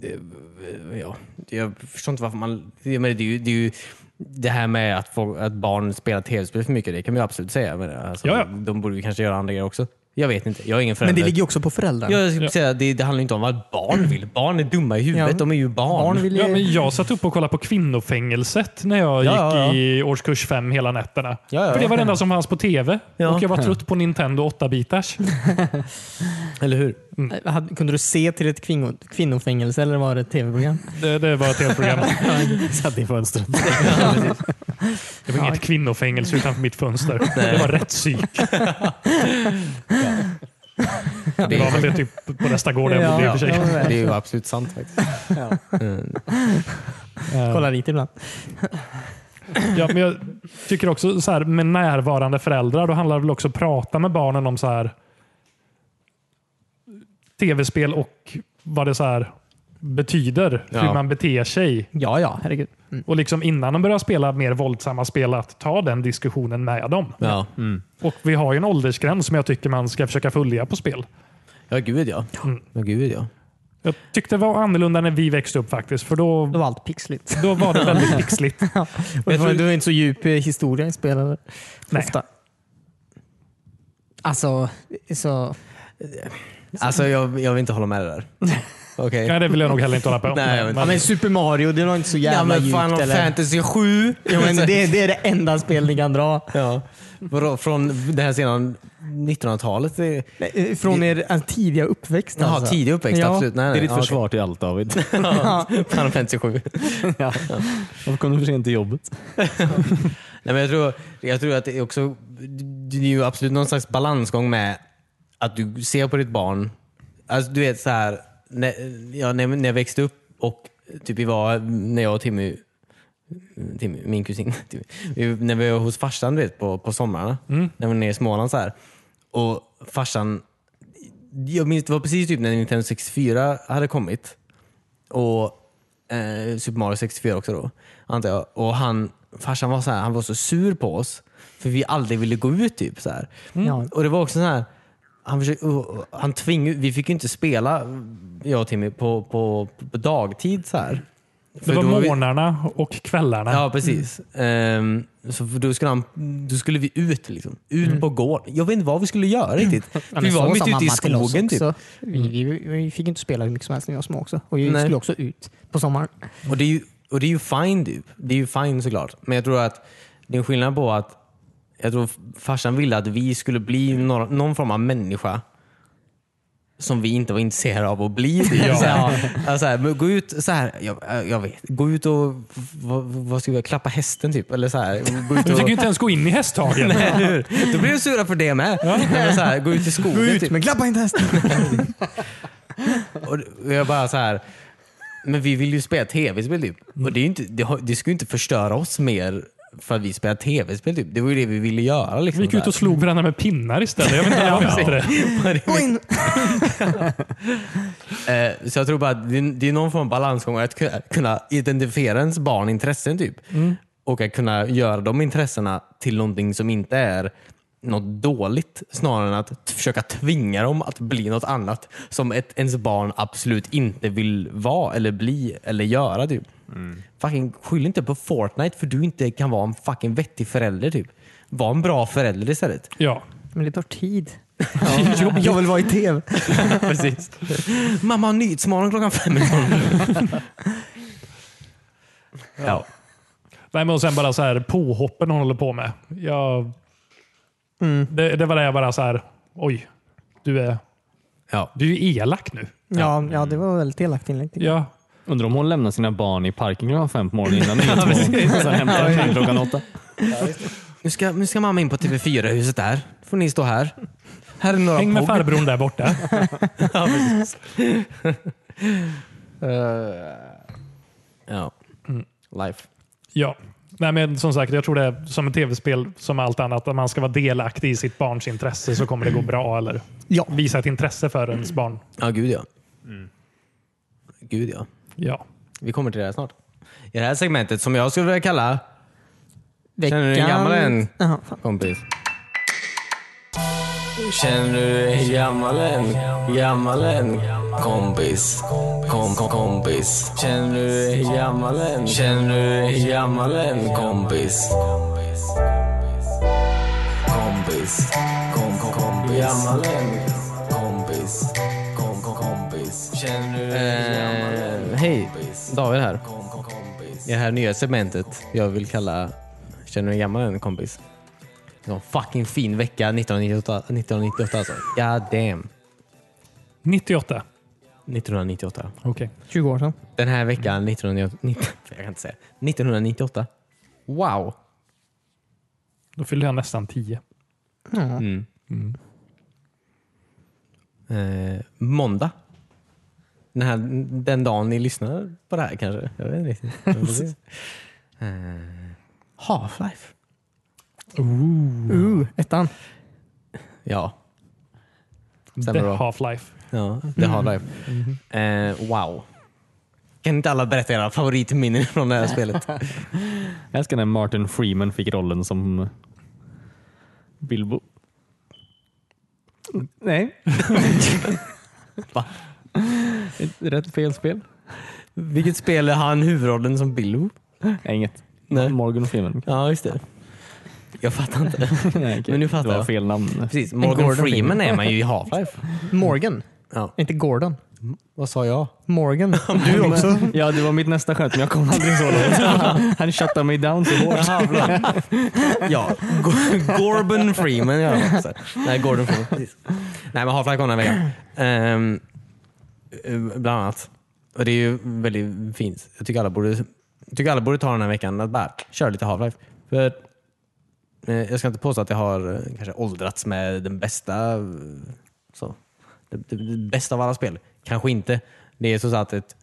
S1: det- Ja, jag förstår inte varför man... Men det, är ju, det, är ju, det här med att, folk, att barn spelar tv-spel för mycket, det kan man ju absolut säga. Men alltså,
S3: Ja, ja.
S1: De borde ju kanske göra andra grejer också. Jag vet inte. Jag är ingen
S2: Men
S1: förälder.
S2: det ligger ju också på föräldrarna.
S1: Ja, jag skulle säga, det, det handlar ju inte om vad barn vill. Barn är dumma i huvudet.
S2: Ja.
S1: De är ju barn.
S2: Barn vill ju...
S3: Ja, men jag satt upp och kollade på Kvinnofängelset när jag
S1: Ja,
S3: gick
S1: ja, ja.
S3: i årskurs fem hela nätterna.
S1: Ja, ja,
S3: För det
S1: ja.
S3: var det enda som fanns på tv.
S1: Ja.
S3: Och jag var trött på Nintendo 8-bitars.
S1: Eller hur? Mm.
S2: Eh, Hade- Kunde du se till ett kvinno, kvinnofängelse eller var det ett tv-program?
S3: Det, det var ett
S1: *laughs*
S3: tv-program.
S4: Satt i fönstret.
S3: Det var inget kvinnofängelse utanför mitt fönster. Det var rättspsyk. Det var väl det typ på nästa gård jag bodde i och för sig.
S1: Det är
S2: ja,
S1: ju absolut sant faktiskt. Mm.
S2: Kolla dit ibland.
S3: Eh, Ja, men jag tycker också så här, med närvarande föräldrar, då handlar det väl också om att prata med barnen om så här tv-spel och vad det så här betyder,
S1: Ja. Mm.
S3: hur man beter sig.
S2: Ja, ja, herregud.
S3: Och liksom innan de börjar spela mer våldsamma spel, att ta den diskussionen med dem.
S1: Ja.
S3: Och Vi har ju en åldersgräns som jag tycker man ska försöka följa på spel.
S1: ja, gud ja. Ja, gud ja.
S3: Jag tyckte det var annorlunda när vi växte upp faktiskt, för då,
S2: Då var allt pixligt.
S3: då var det
S1: *laughs*
S3: väldigt pixligt.
S2: Och det, var, det var inte så djup eh, historia i spelen.
S3: Nej.
S2: Ofta. Alltså, så,
S1: Alltså jag, jag vill inte hålla med det där. Okej.
S3: Nej, det vill jag nog heller inte hålla på om.
S1: Nej, jag vet
S2: ja,
S3: Men-
S2: men Super Mario, det var inte så
S1: Ja
S2: jävla
S1: men
S2: djupt.
S1: Final
S2: eller?
S1: Fantasy 7!
S2: Ja, men det, det är det enda spel ni kan dra.
S1: ja. Vadå, Från det här sedan 1900-talet? Det...
S2: Nej, eh, Från er eh, tidiga uppväxt
S1: Jaha,
S2: alltså.
S1: tidig uppväxt?
S2: Ja.
S1: Absolut. Nej,
S4: Det
S1: nej.
S4: är ditt
S1: Ja, okej.
S4: försvar till allt David.
S1: *laughs*
S2: *laughs*
S1: Final Fantasy 7.
S4: Varför kom du för sent till jobbet?
S1: Nej, men jag, tror, jag tror att det är också det är ju absolut någon slags balansgång med att du ser på ditt barn. Alltså, du vet så här, när, ja, när, när jag växte upp och typ vi var, när jag och Timmy, Timmy min kusin, *laughs* Timmy, vi, när vi var hos farsan du vet, på, på somrarna,
S3: Mm.
S1: när vi var nere i Småland så här. Och farsan, jag minns det var precis typ när Nintendo 64 hade kommit och eh, Super Mario 64 också då, antar jag. Och han, farsan var så här, han var så sur på oss för vi aldrig ville gå ut. typ så här.
S3: Mm.
S2: Ja.
S1: Och det var också så här, han försökte, och- och han tvingade, vi fick ju inte spela, jag och Timmy, på, på, på dagtid. så här.
S3: Det
S1: För
S3: var
S1: då vi-
S3: morgnarna och kvällarna.
S1: Ja, precis. Ehm, så för då, skulle han, då skulle vi ut. Liksom. Ut på gården. Jag vet inte vad vi skulle göra riktigt.
S2: Ja,
S1: vi
S2: men
S1: var
S2: så
S1: mitt
S2: sa
S1: ute i
S2: mamma till oss
S1: skogen. Typ.
S2: också. Vi, vi, vi fick inte spela hur mycket som helst när jag var små också. Och vi
S1: Nej.
S2: skulle också ut på sommaren.
S1: typ. Och det är ju, och det är ju fine typ. Det är ju fine såklart. Men jag tror att det är en skillnad på att jag tror farsan ville att vi skulle bli några, någon form av människa som vi inte var intresserade av att bli. typ.
S3: Ja.
S1: Så här, alltså här, men gå ut så här, jag, jag vet, gå ut och vad, vad ska vi göra, klappa hästen typ? Eller så här,
S3: *laughs*
S1: gå ut
S3: Du fick
S1: och,
S3: ju inte ens gå in i hästhagen.
S1: *laughs* Nej, eller hur? Då blir de sura för det med. Nej, men så här, gå ut i skogen. typ.
S2: men klappa inte hästen!
S1: Och och jag bara så här. Men vi vill ju spela tv-spel typ.
S3: Mm.
S1: Och det, är ju inte, det, har- det skulle ju inte förstöra oss mer för att vi spelar tv-spel typ. Det var ju det vi ville göra.
S3: Vi
S1: Liksom,
S3: gick ut och slog varandra med pinnar istället. Jag vet inte vad jag det.
S1: *laughs*
S2: Gå in!
S1: Eh, Så jag tror bara att det, det är någon form av balansgång att ku- kunna identifiera ens barn intressen typ. Och att kunna göra de intressena till någonting som inte är något dåligt snarare än att t- försöka tvinga dem att bli något annat som ett, ens barn absolut inte vill vara eller bli eller göra. Typ. Fucking skyll inte på Fortnite för du inte kan vara en fucking vettig förälder. Typ. Var en bra förälder istället.
S3: Ja.
S2: Men det tar tid. Jag- Jag vill vara i tv.
S1: *laughs* Precis. Mamma har Nyhetsmorgon klockan fem imorgon. *laughs* ja.
S3: Nej, men och sen bara så här påhoppen hon håller på med. Jag,
S1: Mm.
S3: det, det var det jag bara så här, oj, du är,
S1: Ja.
S3: du är ju elak nu.
S2: Ja, ja det var väldigt elakt inlägg.
S3: Ja.
S4: Undrar om hon lämnar sina barn i parken klockan fem på morgonen innan nyhetsmorgon. Sen hämtar hon dem klockan åtta.
S1: Nu, ska, nu ska mamma in på TV4-huset där. får ni stå här. Här är några
S3: Häng med
S1: pog.
S3: farbrorn där
S1: *laughs*
S3: borta.
S1: Ja, precis. Eh, ja. Life.
S3: Ja. Nej, men som sagt, jag tror det är som ett tv-spel som allt annat. Att man ska vara delaktig i sitt barns intresse så kommer det gå bra. Eller
S2: Ja.
S3: visa ett intresse för ens barn.
S1: Ja, gud ja. Mm. Gud ja.
S3: Ja.
S1: Vi kommer till det här snart. I det här segmentet som jag skulle vilja kalla Känner du dig
S2: Veckans-
S1: gammal än?
S2: Jaha, fan.
S1: kompis. Känner du dig gammal än? Gammal än? Kompis. Kom, kom, kompis. Känner du dig gammal än? Känner du dig gammal än? Kompis. Kompis. Kom, kom, kompis. Gammal än? Kompis. Kom, kom, kompis. Känner du dig gammal än? Eh, Hej, David här. I det här nya segmentet jag vill kalla Känner du dig gammal än kompis? Det var en fucking fin vecka 1998, 1998 alltså. God damn.
S3: 98.
S1: 1998.
S3: Okej.
S2: 20 år sedan.
S1: Den här veckan 1998. *laughs* Jag kan inte säga. 1998. Wow.
S3: Då fyllde jag nästan 10.
S1: Mm. Eh, måndag. Den, här, den dagen ni lyssnar på det här kanske. Jag vet inte riktigt. Jag får se. eh, Half-Life.
S2: Ooh, ettan.
S1: Ja.
S3: The
S1: Stämmer bra.
S3: Half-Life.
S1: Ja, det har det. Eh, wow. Kan inte alla berätta era favoritminnen från det här spelet?
S4: Jag älskar när Martin Freeman fick rollen som Bilbo. N- *laughs* Nej.
S1: Va?
S4: Ett Rätt fel spel.
S1: *laughs* Vilket spel har han huvudrollen som Bilbo?
S4: Nej, inget.
S1: Nej.
S4: Morgan Freeman.
S1: Ja, just det. Jag fattar *laughs* inte.
S4: *laughs* Nej, okej.
S1: Men nu fattar
S4: Det var
S1: jag.
S4: fel namn.
S1: Precis,
S2: En
S1: Morgan
S2: Gordon
S1: Freeman
S2: Freeman.
S1: är man ju i Half-Life.
S2: Morgan,
S1: Ja.
S2: inte Gordon.
S1: Vad sa jag?
S2: Morgan. *laughs* Du också.
S4: Ja, det var mitt nästa skämt, men jag kom aldrig så *laughs* långt. Han shuttade mig down så hårt.
S1: Ja, Go- Gordon Freeman gör han också. Nej, Gordon Freeman. Precis. Nej, men Half-Life kom den här veckan. Ehm, eh, bland annat. Och det är ju väldigt fint. Jag tycker alla borde, jag tycker alla borde ta den här veckan att bara köra lite Half-Life. För eh, jag ska inte påstå att jag har eh, kanske åldrats med den bästa eh, så. Det, det, det bästa av alla spel. Kanske inte. Det är så sagt ett,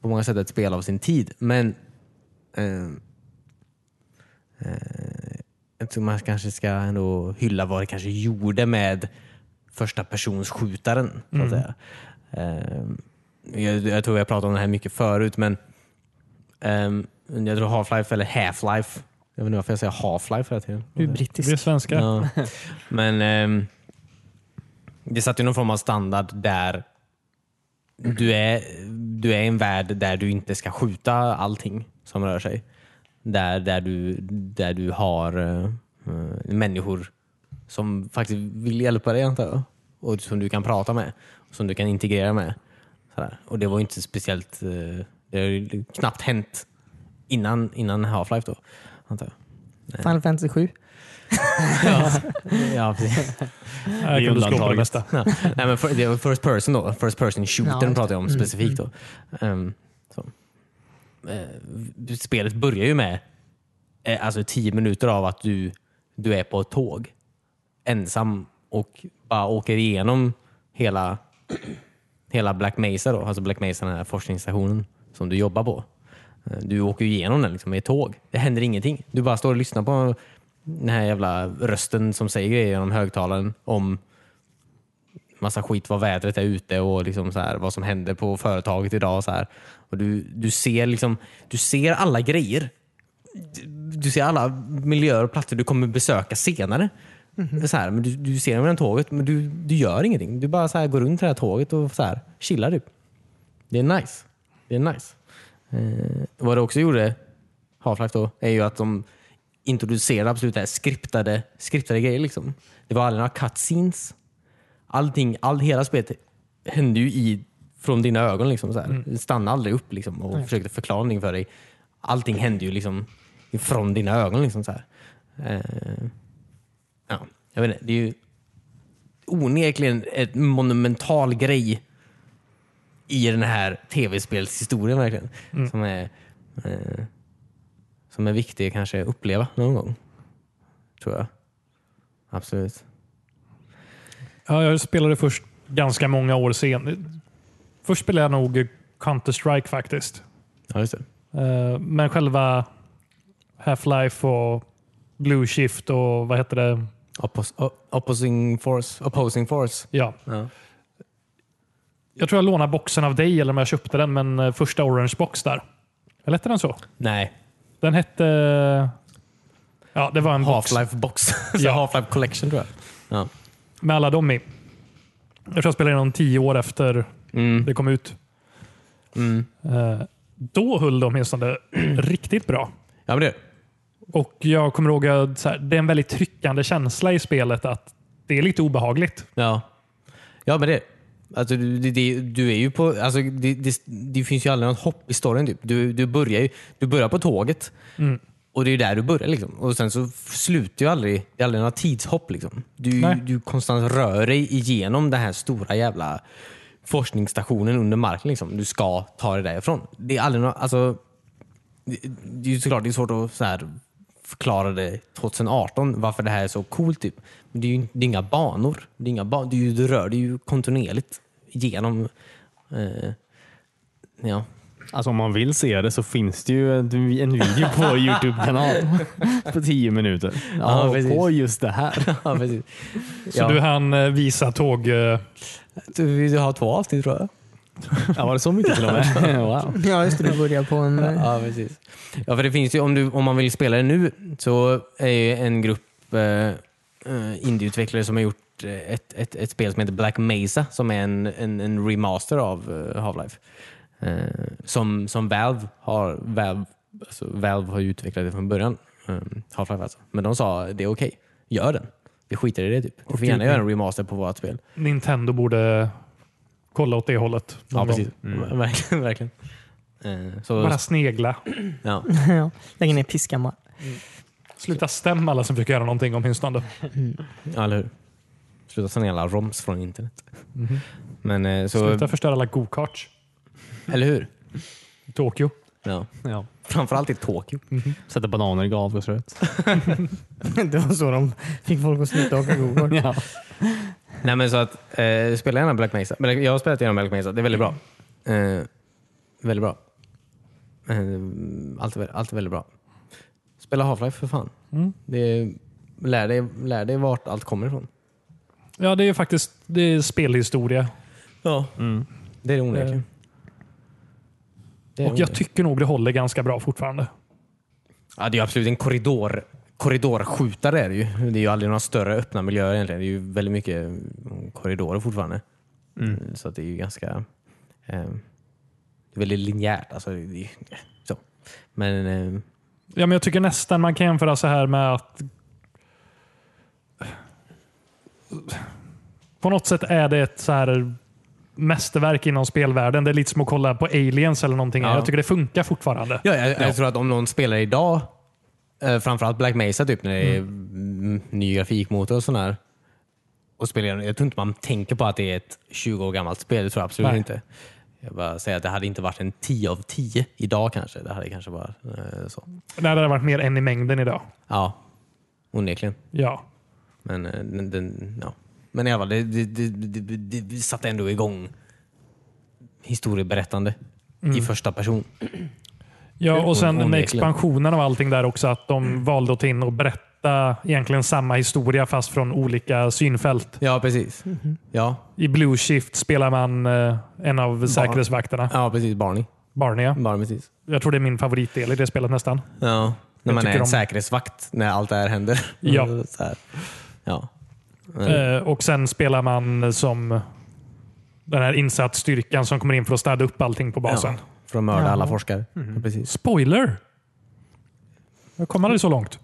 S1: på många sätt ett spel av sin tid. Men ehm, eh, jag tror man kanske ska ändå hylla vad det kanske gjorde med första persons skjutaren. Så att säga. Ehm, jag, jag tror jag pratat om det här mycket förut, men ehm, jag tror Half-Life eller Half-Life. Jag vet inte varför jag säger Half-Life hela tiden.
S2: Du är
S3: Vi är
S2: brittisk.
S3: svenska.
S1: *laughs* Ja. Men ehm, det satte ju någon form av standard där du är, du är i en värld där du inte ska skjuta allting som rör sig. Där, där, du, där du har eh, eh, människor som faktiskt vill hjälpa dig antar jag. Och som du kan prata med. Som du kan integrera med. Sådär. Och det var ju inte speciellt... eh, det har ju knappt hänt innan, innan Half-Life då. Antar jag.
S2: Final Fantasy 7.
S1: Ja, precis.
S3: Här kan du slå på det
S4: undantaget.
S3: bästa.
S1: *laughs* Ja. Nej, men för, det var first person då. First person
S2: Ja,
S1: shooter
S2: just det.
S1: pratar jag om specifikt. Då. Ehm, så. Eh, spelet börjar ju med eh, alltså tio minuter av att du, du är på ett tåg ensam och bara åker igenom hela, hela Black Mesa, då, alltså Black Mesa, den här forskningsstationen som du jobbar på. Eh, Du åker ju igenom den liksom, i ett tåg. Det händer ingenting. Du bara står och lyssnar på den här jävla rösten som säger grejer genom högtalaren om massa skit vad vädret är ute och liksom så här, vad som händer på företaget idag. Och så här. Och du, du, ser liksom, du ser alla grejer. Du- Du ser alla miljöer och platser du kommer besöka senare. Så här, men du, du ser dem genom tåget men du, du gör ingenting. Du bara så här, går runt det här tåget och så här, chillar. Typ. Det är nice. Det är nice. Eh, vad det också gjorde, Half-Life då, är ju att de introducerade absolut det här skriptade, skriptade grejer. Liksom. Det var aldrig några cutscenes allting, all, hela spelet hände ju i, från dina ögon. Liksom, så här. Det stannade aldrig upp liksom, och försökte förklara någonting för dig. Allting hände ju liksom från dina ögon. Liksom, så här. Eh, ja, jag vet inte, det är ju onekligen ett monumental grej i den här tv-spelshistorien verkligen. Som, är, eh, som är viktig att kanske uppleva någon gång. Tror jag. Absolut.
S3: Ja, jag spelade först ganska många år senare. Först spelade jag nog Counter-Strike faktiskt.
S1: Ja, just det.
S3: Eh, Men själva Half-Life och Blue Shift och vad heter det?
S1: Oppos- o- opposing force. Opposing force.
S3: Ja.
S1: Ja.
S3: Jag tror jag lånade boxen av dig eller om jag köpte den, men eh, första Orange Box där. Eller hette den så?
S1: Nej,
S3: Den hette... Ja, det var en box
S1: Half-Life box. *laughs* Så
S3: Ja.
S1: Half-Life collection tror jag. Ja.
S3: med alla dem i. Jag tror jag spelade in dem tio år efter
S1: Mm.
S3: det kom ut.
S1: Mm.
S3: Eh, Då höll de åtminstone *clears throat* riktigt bra.
S1: Ja, men det.
S3: Och Jag kommer ihåg att så här, det är en väldigt tryckande känsla i spelet att det är lite obehagligt.
S1: Ja, ja men det. Alltså, du, det- det, du är ju på, alltså, det, det, det finns ju aldrig något hopp i storyn. Typ. Du, du, börjar ju, du börjar på tåget och det är där du börjar. Liksom. Och Sen så slutar ju aldrig, det är aldrig några tidshopp. Liksom. Du,
S3: Nej.
S1: du konstant rör dig igenom den här stora jävla forskningsstationen under marken. Liksom. Du ska ta dig därifrån. Det är aldrig några, alltså, det- det är ju såklart det är svårt att så här förklara det 2018 varför det här är så coolt. Typ. Men det är ju det är inga banor. Det är inga ban det är ju, du rör dig ju kontinuerligt genom... Eh, ja. *laughs*
S4: Alltså om man vill se det så finns det ju en, en video på *laughs* Youtube-kanal på 10 minuter.
S1: Ja,
S4: Ja,
S1: precis.
S4: på just det här.
S1: ja, precis.
S3: Så du hann eh, visa tåg... eh,
S1: du, du har två avsnitt tror jag.
S4: Ja, var det så mycket till och med? *laughs* Wow.
S2: Ja, just det. Du börjar på en... eh,
S1: *laughs* Ja, precis. Ja, för det finns ju, om, du, om man vill spela det nu så är ju en grupp eh, eh, indieutvecklare som har gjort eh, ett, ett, ett spel som heter Black Mesa som är en, en, en remaster av eh, Half-Life. Eh, som, som Valve har Valve, alltså Valve har ju utvecklat det från början. Eh, Half-Life alltså. Men de sa det är okej, gör den. Vi skiter i det typ. Du får gärna göra en remaster på vårt spel.
S3: Nintendo borde kolla åt det hållet. någon
S1: Ja, *laughs* precis. Mm.
S3: gång.
S1: Ver- Verkligen. verkligen. Eh, så,
S3: Bara snegla.
S1: ja.
S2: ja. Lägger ner piskan
S3: Sluta stäm alla som försöker göra någonting åtminstone.
S1: Ja, eller hur? Sluta sända alla roms från internet. Men eh, så...
S3: Sluta förstöra alla go-karts
S1: Eller hur?
S3: i Tokyo.
S1: Ja.
S4: Ja.
S1: Framförallt i Tokyo.
S4: Sätta bananer i avgasröret.
S2: *laughs* Det var så de fick folk att sluta åka gokart.
S4: Ja.
S1: Nej, men så att, eh, spela gärna Black Mesa. Men Jag har spelat igenom Black Mesa. Det är väldigt bra. Eh, väldigt bra. Eh, allt, är, vä- allt är väldigt bra. Spela Half-Life för fan. Det är, lär, dig, lär dig vart allt kommer ifrån.
S3: Ja, det är ju faktiskt det är spelhistoria.
S1: Ja. Det är det onekligen. Det är
S3: Och jag
S1: onekligen.
S3: tycker nog det håller ganska bra fortfarande.
S1: Ja, det är ju absolut en korridor, korridorskjutare. Är det, ju. det är ju aldrig några större öppna miljöer egentligen. Det är ju väldigt mycket mm, korridorer fortfarande. Mm, Så att det är ju ganska... Eh, det är väldigt linjärt. Alltså, det, det, så. Men eh,
S3: Ja, men jag tycker nästan man kan jämföra så här med att... På något sätt är det ett så här mästerverk inom spelvärlden. Det är lite som att kolla på aliens eller någonting.
S1: Ja.
S3: Jag tycker det funkar fortfarande.
S1: ja, jag, jag tror att om någon spelar idag, eh, framförallt Black Mesa typ, när det är mm. ny grafikmotor och sån här. Och spelar, jag tror inte man tänker på att det är ett 20 år gammalt spel. Det tror jag absolut
S3: Nej.
S1: inte. Jag bara säger att det hade inte varit en 10 av 10 idag kanske. Det hade kanske varit eh, så.
S3: Det hade varit mer en i mängden idag.
S1: Ja, onekligen.
S3: Ja.
S1: Men, eh, den, den, ja. Men i alla fall, det, det, det, det, det, det satte ändå igång historieberättande i första person.
S3: Ja, och sen med
S1: Onekligen. Mm.
S3: expansionen av allting där också, att de valde att ta in och berätta egentligen samma historia fast från olika synfält.
S1: Ja, precis. Ja.
S3: I Blue Shift spelar man eh, en av säkerhetsvakterna,
S1: ja, precis. Barney.
S3: Barney. ja.
S1: Barney precis.
S3: Jag tror det är min favoritdel i det spelet nästan.
S1: Ja. När man är
S3: tycker
S1: en
S3: om-
S1: säkerhetsvakt när allt det här händer.
S3: Ja.
S1: *laughs* Så här. ja.
S3: Eh, och sen spelar man som den här insatsstyrkan som kommer in för att städa upp allting på basen. Mhm.
S1: ja. För att mörda alla forskare. Ja, precis.
S3: Spoiler! Jag kommer aldrig så långt.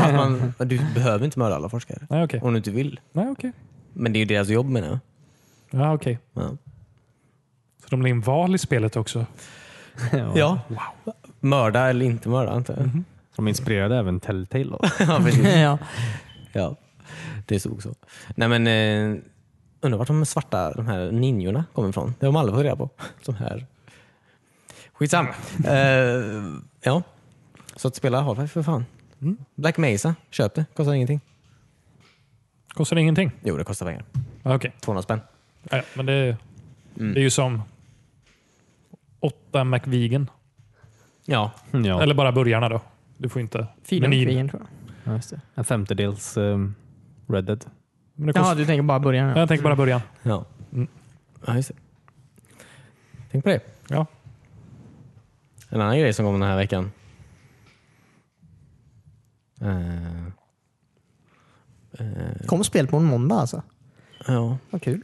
S1: Att man, du behöver inte mörda alla forskare.
S3: Nej, okej.
S1: Om du inte vill.
S3: Nej, okej.
S1: Men det är ju deras jobb menar jag.
S3: Ja, okej.
S1: Ja.
S3: Så de la in val i spelet också.
S4: *laughs*
S1: ja. Mörda eller inte mörda antar jag.
S3: Mhm.
S4: De inspirerade även Telltale. *laughs* Då.
S1: *laughs* Ja, precis.
S2: *laughs* Ja.
S1: Ja, det såg så. Nej men, eh, undrar vart de svarta de här ninjorna kommer ifrån? Det har de aldrig fått reda på. *laughs* De här. Skitsam. Eh, ja. Så att spela Half-Life för fan. Black Mesa, köp det. Kostar ingenting.
S3: Kostar det ingenting?
S1: Jo, det kostar pengar.
S3: Ja, Okej.
S1: 200 spänn.
S3: Ja, ja, men det, det är ju som åtta McVigan.
S1: Ja,
S4: Ja.
S3: Eller bara burgarna då. Du får inte.
S2: Filen,
S3: Menyn.
S2: krigen, tror jag.
S4: Ja, just det. En femtedels um, Red Dead.
S3: Men det
S2: Jaha,
S3: kostar,
S2: du tänker bara början?
S3: Jag tänker bara början.
S1: Ja.
S3: Mm.
S1: ja, just det. Tänk på det.
S3: Ja.
S1: En annan grej som kom den här veckan. Eh, eh,
S2: Kom spel på en måndag alltså?
S1: ja.
S2: Vad kul.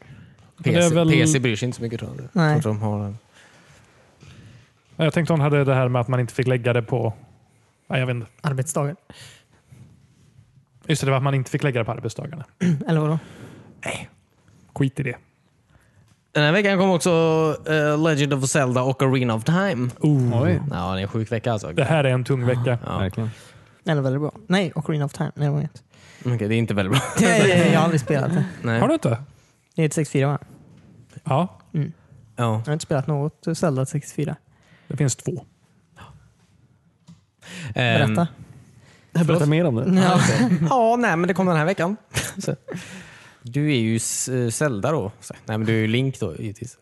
S3: Men det är
S1: PC,
S3: väl-
S1: PC bryr sig inte så mycket tror jag.
S2: Nej.
S1: Jag tror de har den.
S3: Ja, Jag tänkte hon hade det här med att man inte fick lägga det på... Nej, jag vet inte.
S2: Arbetsdagar.
S3: Just det, det var att man inte fick lägga det på arbetsdagarna.
S2: *clears throat* Eller vadå?
S3: Skit i det.
S1: Den här veckan kom också eh, Legend of Zelda och Arena of Time.
S4: Oj.
S1: Ja, det är en sjuk vecka alltså.
S3: Det här är en tung vecka.
S1: Ja.
S4: Verkligen.
S2: Eller väldigt bra. Nej, Ocarina of Time. Nej, det var *laughs* inget.
S1: Okej, det är inte väldigt bra.
S2: Nej, jag har aldrig spelat det.
S1: *laughs* Nej.
S3: Har du inte?
S2: Det är ett 64 va?
S3: Ja,
S1: Ja.
S2: Jag har inte spelat något eh, Zelda 64.
S3: det finns två.
S1: Ehm,
S2: Berätta.
S4: Berätta mer om det.
S2: Ja.
S1: Ja, nej, men det kom den här *laughs* veckan. Så. Du är ju S- eh, Zelda då. Så. Nej, men du är ju Link då givetvis.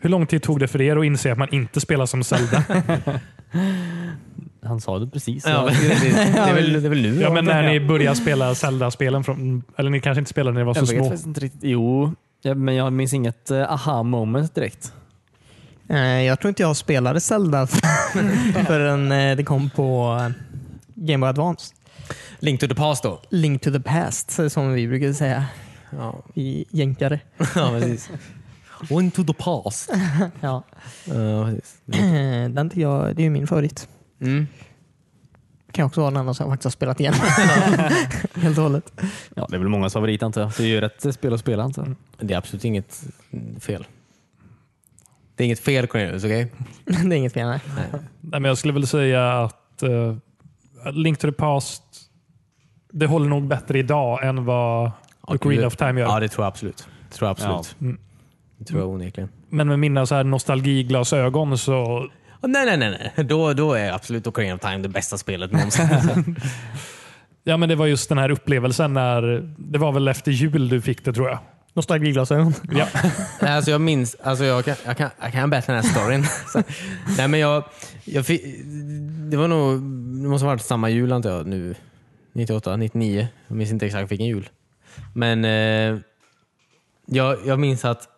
S3: Hur lång tid tog det för er att inse att man inte spelar som Zelda?
S1: *laughs*
S4: Han sa det precis.
S1: Ja, men det, det, det, är väl, det är väl nu?
S3: Ja,
S1: då?
S3: men när ni började spela Zelda-spelen, från, eller ni kanske inte spelade när ni var så
S4: jag vet
S3: små.
S4: faktiskt inte riktigt. Jo, ja, men jag minns inget eh, aha moment direkt.
S2: Eh, Jag tror inte jag spelade Zelda *laughs* förrän eh, det kom på eh, Game Boy Advance.
S1: Link to the past då.
S2: Link to the past, eh, som vi brukar säga.
S1: Ja, *laughs*
S2: Vi jänkare.
S1: ja precis. Och into the past.
S2: Ja.
S1: Ja, precis.
S2: Eh, Den tycker jag, det är ju min favorit.
S1: Mm.
S2: Kan också vara den enda som jag faktiskt har spelat *laughs* igen. Helt och hållet.
S4: Ja, det är väl många favorit antar jag. Så det är ju rätt eh, spel att spela antar jag.
S1: Det är absolut inget fel. Det är inget fel Cornelius, okej?
S2: Det är inget fel. nej.
S3: Nej, men jag skulle väl säga att eh, Link to the Past, det håller nog bättre idag än vad
S1: Ja,
S3: Ocarina
S1: du-
S3: of Time gör.
S1: Ja, det tror jag absolut. Det tror jag absolut.
S3: Ja. Mm.
S1: Det tror jag onekligen.
S3: Men med mina så här nostalgiglasögon så...
S1: Ja, Nej, nej, nej. nej. Då, då är absolut Ocarina of Time det bästa spelet *laughs* någonsin.
S3: Ja, men det var just den här upplevelsen när... Det var väl efter jul du fick det tror jag.
S2: Nostalgiglasögon.
S3: Ja.
S1: Nej, alltså jag minns, alltså jag kan, jag kan, jag kan bättre den här *laughs* storyn. Så, nej, men jag, jag fick, det var nog, det måste ha varit samma jul antar jag nu. 98, 99. Jag minns inte exakt vilken jul. Men eh, jag, jag minns att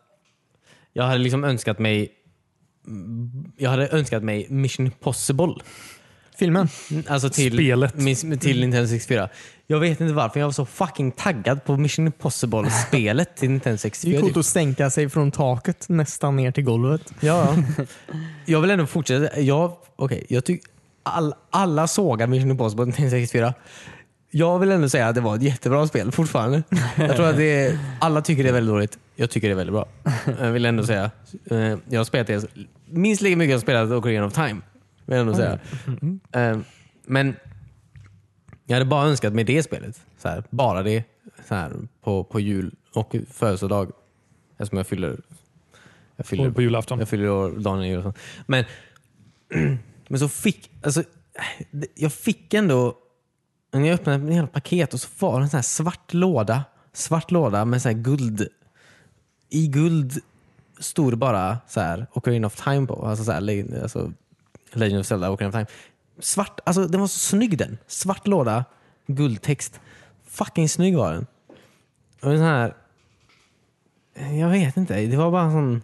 S1: jag hade liksom önskat mig jag hade önskat mig Mission Impossible.
S2: Filmen.
S1: Alltså till,
S3: Spelet.
S1: Min, till Nintendo 64. Jag vet inte varför, jag var så fucking taggad på Mission Impossible-spelet till Nintendo
S2: Det är
S1: 64.
S2: ju
S1: typ.
S2: coolt att sänka sig från taket nästan ner till golvet.
S1: Ja. Jag vill ändå fortsätta. Jag, okay, jag tyck, all, alla sågar Mission Impossible 1964. Jag vill ändå säga att det var ett jättebra spel fortfarande. Jag tror att det är, alla tycker det är väldigt dåligt. Jag tycker det är väldigt bra. Jag vill ändå säga. eh, Jag har spelat det minst lika mycket som jag har spelat Ocarina of Time. Vill jag ändå säga. Eh, Men jag hade bara önskat mig det spelet. Så här, bara det. Så här, på, på jul och födelsedag. Eftersom jag fyller... Jag fyller
S3: På, på julafton.
S1: jag fyller år dagen innan julafton. Men, *clears throat* men så fick... Alltså, det- jag fick ändå... När jag öppnade en hel paket och så var det en sån här svart låda. Svart låda med så här guld... I guld stod det bara så här Ocarina of Time på. Alltså, så här, Le- alltså Legend of Zelda Ocarina of Time. Svart, alltså den var så snygg den. Svart låda, guldtext. Fucking snygg var den. Och en sån här... Jag vet inte. Det var bara en sån...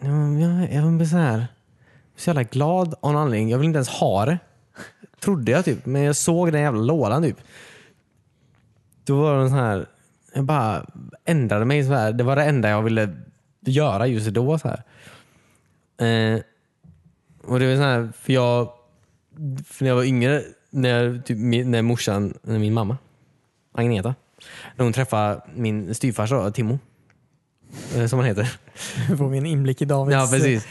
S1: Ja, men Jag, jag blir så här så jävla glad av någon anledning. Jag vill inte ens ha det. *laughs* Trodde jag typ. Men jag såg den jävla lådan typ. Då var den så här. Jag bara ändrade mig så här. Det var det enda jag ville göra just då. Så här. Eh, och det var så här, för jag, för när jag var yngre, när, jag, typ, min- när morsan, när min mamma, Agneta, när hon träffade min styvfarsa då, Timo, eh, som han heter.
S2: Nu får vi en inblick i Davids
S1: *laughs* Ja, precis.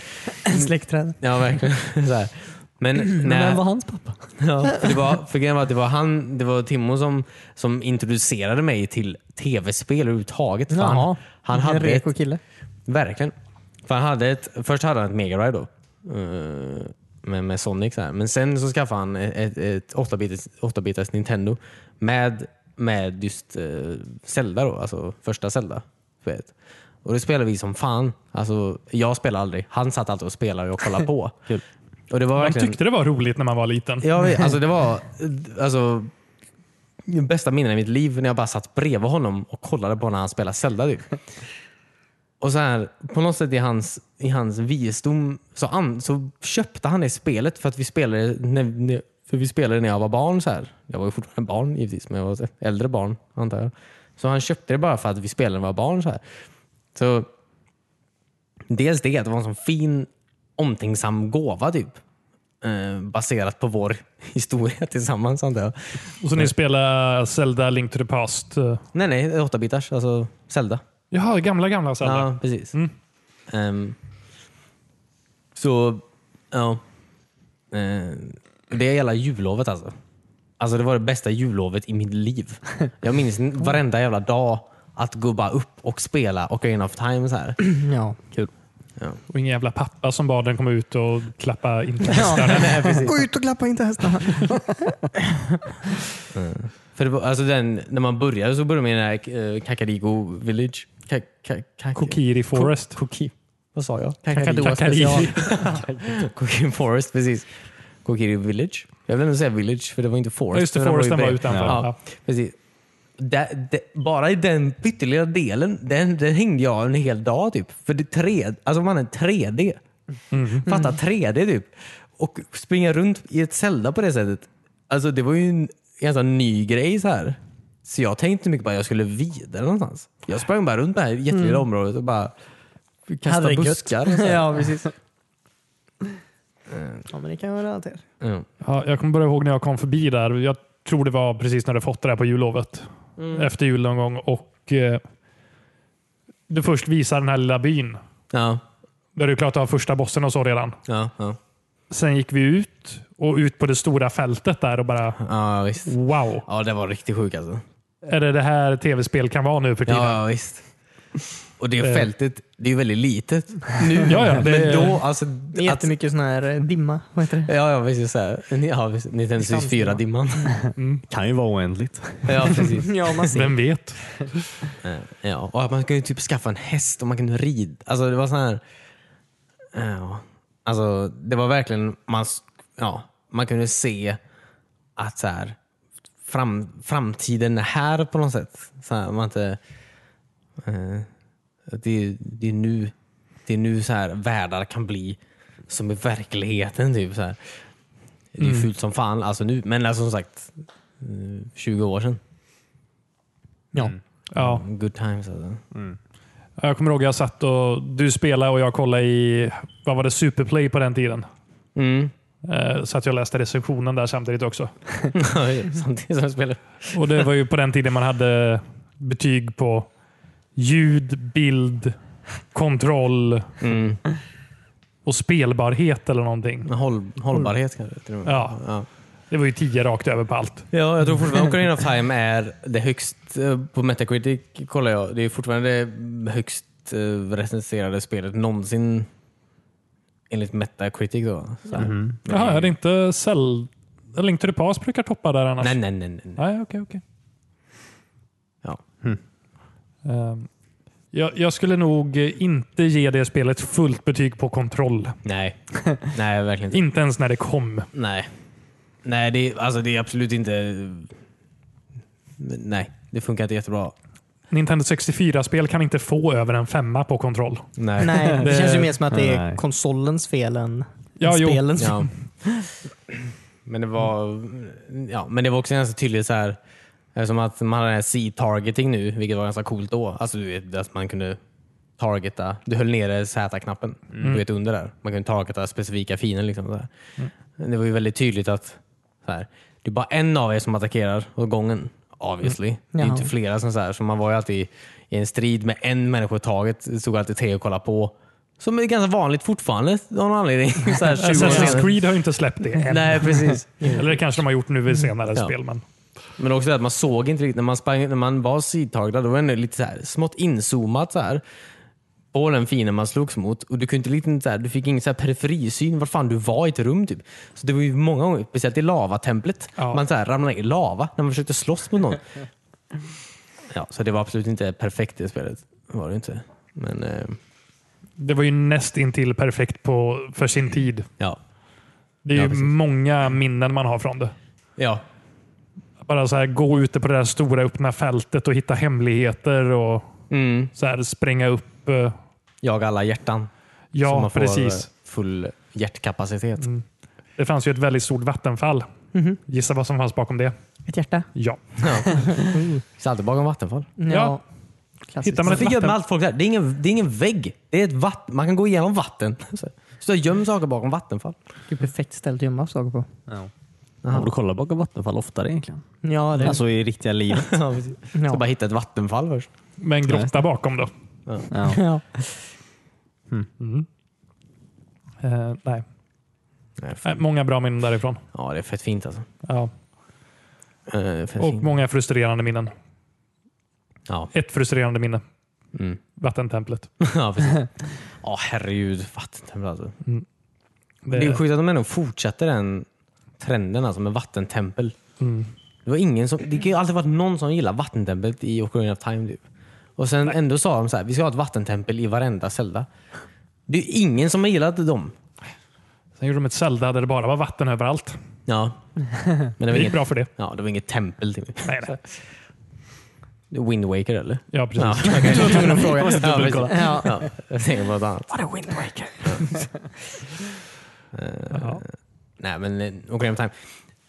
S2: eh, släktträd.
S1: Ja, verkligen. Så här. Men när,
S4: Vem var hans pappa?
S1: ja, för det var, för grejen var att det var, han, det var Timo som, som introducerade mig till tv-spel överhuvudtaget. För Han,
S2: Jaha.
S1: han
S2: en
S1: hade ett,
S2: reko kille.
S1: verkligen. För han hade ett, först hade han ett Mega Drive då. eh, Med, med Sonic. Så här. Men sen så skaffade han ett, ett 8-bitars 8-bitars Nintendo med, med just uh, Zelda då, alltså första Zelda. Vet. Och det spelade vi som fan. Alltså, jag spelade aldrig. Han satt alltid och spelade och jag kollade på.
S4: Kul.
S1: Och det var
S3: Man
S1: verkligen...
S3: tyckte det var roligt när man var liten.
S1: Ja, vi- alltså det var alltså, de bästa minnen i mitt liv när jag bara satt bredvid honom och kollade på när han spelade Zelda. Typ. Och så här, på något sätt i hans, i hans visdom så, an, så köpte han det spelet för att vi spelade när, när- för vi spelade när jag var barn. Så här. Jag var ju fortfarande barn givetvis, men jag var ett äldre barn antar jag. Så han köpte det bara för att vi spelade när vi var barn. Så här. Så Dels det, att det var en sån fin omtänksam gåva typ. Eh, baserat på vår *laughs* historia tillsammans antar jag.
S3: Och så ni spelar Zelda Link to the Past. eh,
S1: Nej, nej, 8-bitars. Alltså Zelda.
S3: Jaha, gamla gamla Zelda.
S1: Ja, precis.
S3: Mm.
S1: Ehm, så, ja. Eh, det är hela jullovet alltså. Alltså det var det bästa jullovet i mitt liv. Jag minns varenda jävla dag att gå bara upp och spela Ocarina of Time så här.
S2: Ja.
S1: Kul.
S3: Och ingen jävla pappa som bad den komma ut och klappa
S1: *laughs*
S3: in
S2: *laughs*
S3: på
S1: Ja,
S3: hästarna.
S1: nej, precis.
S2: Gå ut och klappa inte *laughs* hästarna.
S1: För det var, alltså den, när man började så började man i den här eh, Kakadigo Village. Ka, ka, ka,
S3: Kokiri Forest.
S1: Koki. Vad
S2: *laughs*
S1: sa jag?
S3: Kakadu Kakadu.
S1: Kokiri Forest, precis. Kokiri Village. Jag vill ändå säga Village, för det var inte Forest.
S3: Ja, just det,
S1: för den
S3: Forest
S1: ju
S3: den var
S1: bred.
S3: utanför.
S1: Ja,
S3: Ja.
S1: precis. Där- det- bara i den pyttelilla delen, den, den hängde jag en hel dag typ. För det är tre, alltså man är 3D.
S3: Mhm.
S1: Fatta 3D typ. Och springa runt i ett Zelda på det sättet. Alltså det var ju en ganska ny grej så här. Så jag tänkte mycket på att jag skulle vidare någonstans. Jag sprang bara runt det här jättelilla
S3: Mm.
S1: området och bara kastade
S2: Herregud.
S1: buskar. Och
S3: *laughs*
S1: så här.
S2: ja, precis. Ja, men det kan jag relatera.
S1: Ja.
S3: Ja, jag kommer bara ihåg när jag kom förbi där. Jag tror det var precis när du fått det där på jullovet.
S1: Mm.
S3: Efter jul någon gång. Och, eh, du först visar den här lilla byn.
S1: Ja,
S3: Där du är klart av första bossen och så redan.
S1: ja, ja.
S3: Sen gick vi ut och ut på det stora fältet där och bara
S1: ja visst.
S3: wow.
S1: Ja, det var riktigt sjukt alltså.
S3: Är det det här tv-spel kan vara nu för tiden?
S1: Ja, ja visst. Och det
S3: Eh.
S1: fältet, det är ju väldigt litet nu.
S3: Ja, ja, det-
S1: Men då, alltså...
S2: Det är
S1: att-
S2: jättemycket sån här eh, dimma. Vad heter det?
S1: Ja, ja visst. Så här. Ja, visst. Nintendo 64-dimman.
S4: *laughs* Kan ju vara oändligt.
S1: Ja, precis.
S2: Ja, man ser.
S3: Vem vet?
S1: Eh, ja. Och att man kunde ju typ skaffa en häst och man kunde rida. Alltså det var så här... Ja. Alltså det var verkligen... Man, s- ja, man kunde se att så här, fram, framtiden är här på något sätt. Så här, man inte... Eh, det, är- det är nu, det är nu så här världar kan bli som i verkligheten. Typ, så här. Det är ju fult som fan alltså nu, men alltså, som sagt, eh, 20 år sedan.
S2: Ja.
S1: Mm.
S3: Ja.
S1: Good times alltså.
S3: Jag kommer ihåg jag satt och du spelade och jag kollade i, vad var det, Superplay på den tiden.
S1: Mm.
S3: Eh, Så att jag läste recensionen där samtidigt också.
S1: Samtidigt som jag spelar.
S3: Och Det var ju på den tiden man hade betyg på ljud, bild, kontroll
S1: Mm.
S3: och spelbarhet eller någonting.
S1: Håll, hållbarhet kanske till och med.
S3: Ja.
S1: Ja.
S3: Det var ju tio rakt över på allt.
S1: ja, jag tror fortfarande Ocarina of Time är det högst eh, på Metacritic. kollar jag. Det är fortfarande det högst eh, recenserade spelet någonsin enligt Metacritic. Då. Så.
S4: Mm. Mm-hmm.
S3: Jaha, är det inte Cell... Link to the Past brukar toppa där annars?
S1: Nej, nej, nej. nej. nej.
S3: Nej, okej, okej.
S1: Ja. hm.
S3: Ehm, jag, jag skulle nog eh, inte ge det spelet fullt betyg på kontroll.
S1: Nej. nej, verkligen inte.
S3: Inte ens när det kom.
S1: Nej. Nej, det, är- alltså, det är absolut inte... Nej, det funkar inte jättebra.
S3: Nintendo 64-spel kan inte få över en femma på kontroll.
S2: Nej, det
S3: Det-
S2: känns ju mer som att det är
S4: Nej.
S2: konsolens fel än
S3: Ja, jo.
S2: spelens fel.
S1: Ja. Men det var ja, men det var också ganska tydligt så här som att man har den här C-targeting nu, vilket var ganska coolt då. Alltså du vet att man kunde targeta, du höll nere Z-knappen,
S3: Mm.
S1: du vet under där. Man kunde targeta specifika fiender. Liksom, så här.
S3: Mm.
S1: Det var ju väldigt tydligt att så här, det är bara en av er som attackerar åt gången, obviously.
S3: Mm.
S1: Det är
S2: Jaha.
S1: inte flera som så här, så man var ju alltid i en strid med en människa i taget, Det stod alltid tre och kollade på. Som är ganska vanligt fortfarande av någon anledning. *laughs* Äh, Så här, 20 år senare.
S3: Assassin's Creed har ju inte släppt det än.
S1: Nej, Mm. precis.
S3: Eller det kanske de har gjort nu i senare
S1: Ja.
S3: spel. Men
S1: Men också att man såg inte riktigt, när man, sprang, när man var sidtaglad, då var det ändå lite så här, smått inzoomat så här, på den fienden man slogs mot. Och du, kunde inte riktigt, så här, du fick ingen så här periferisyn vart fan du var i ett rum. Typ. Så det var ju många gånger, speciellt i lavatemplet,
S3: Ja.
S1: man så här, ramlade ner i lava när man försökte
S3: *laughs*
S1: slåss mot någon. ja, så det var absolut inte perfekt det spelet. Var det inte. Men eh,
S3: det var ju nästintill perfekt på, för sin tid.
S1: ja.
S3: Det är
S1: Ja,
S3: ju
S1: precis.
S3: många minnen man har från det.
S1: Ja,
S3: Bara så här, gå ute på det där stora öppna fältet och hitta hemligheter och
S1: mm.
S3: så här, spränga upp. eh,
S1: jag alla hjärtan. så
S3: Ja,
S1: man får
S3: precis. Mm.
S1: eh, full hjärtkapacitet.
S3: Det fanns ju ett väldigt stort vattenfall. Gissa vad som fanns bakom det?
S2: Ett hjärta?
S3: Ja.
S1: Så alltid bakom Vattenfall.
S3: Ja.
S2: Klassiskt.
S3: Hittar man ett
S1: Varför gömmer
S3: vatten...
S1: allt folk där? Det är ingen, det är ingen vägg. Det är ett vatten. Man kan gå igenom vatten. *laughs* Så- Så jag gömmer saker
S3: *laughs*
S1: bakom Vattenfall.
S2: Det är perfekt ställe att gömma saker på.
S4: Man borde kolla bakom Vattenfall oftare egentligen.
S2: Ja, det
S4: Alltså i riktiga livet.
S1: Ja, precis.
S2: ja.
S1: Så bara hitta ett vattenfall först.
S3: Med en grotta bakom då.
S4: *laughs* Ja.
S2: ja.
S3: Eh, nej.
S1: Nej,
S3: Eh, Många bra minnen därifrån.
S1: Ja, det är fett fint alltså.
S3: Ja.
S1: Eh, fett
S3: Och
S1: fint.
S3: många frustrerande minnen.
S1: Ja. *laughs*
S3: Ett frustrerande minne.
S1: Mm.
S3: Vattentemplet.
S1: ja, precis. Ja, herregud. Vattentempel alltså.
S3: Det,
S1: Det är sjukt att de ändå fortsätter den trenden alltså med vattentempel.
S3: Mm.
S1: Det, var ingen som, det kan ju alltid varit någon som gillar vattentemplet i Ocarina of Time. Typ. Och sen ändå sa de så här, vi ska ha ett vattentempel i varenda Zelda. Det är ju ingen som har gillat dem.
S3: Sen gjorde de ett Zelda där det bara var vatten överallt.
S1: Ja. Men det
S3: Det
S1: var
S3: gick
S1: inget,
S3: bra *laughs* för det.
S1: ja, det var inget tempel. Till mig.
S3: Nej, nej.
S1: Det är Wind Waker eller?
S3: Ja, *laughs*
S1: Ja,
S3: precis.
S1: okay. Du var tvungen att fråga. Ja, precis.
S2: Ja.
S1: ja, jag tänker på något annat.
S5: What a Wind Waker.
S3: Ja.
S1: Nej, men eh, Ocarina of Time.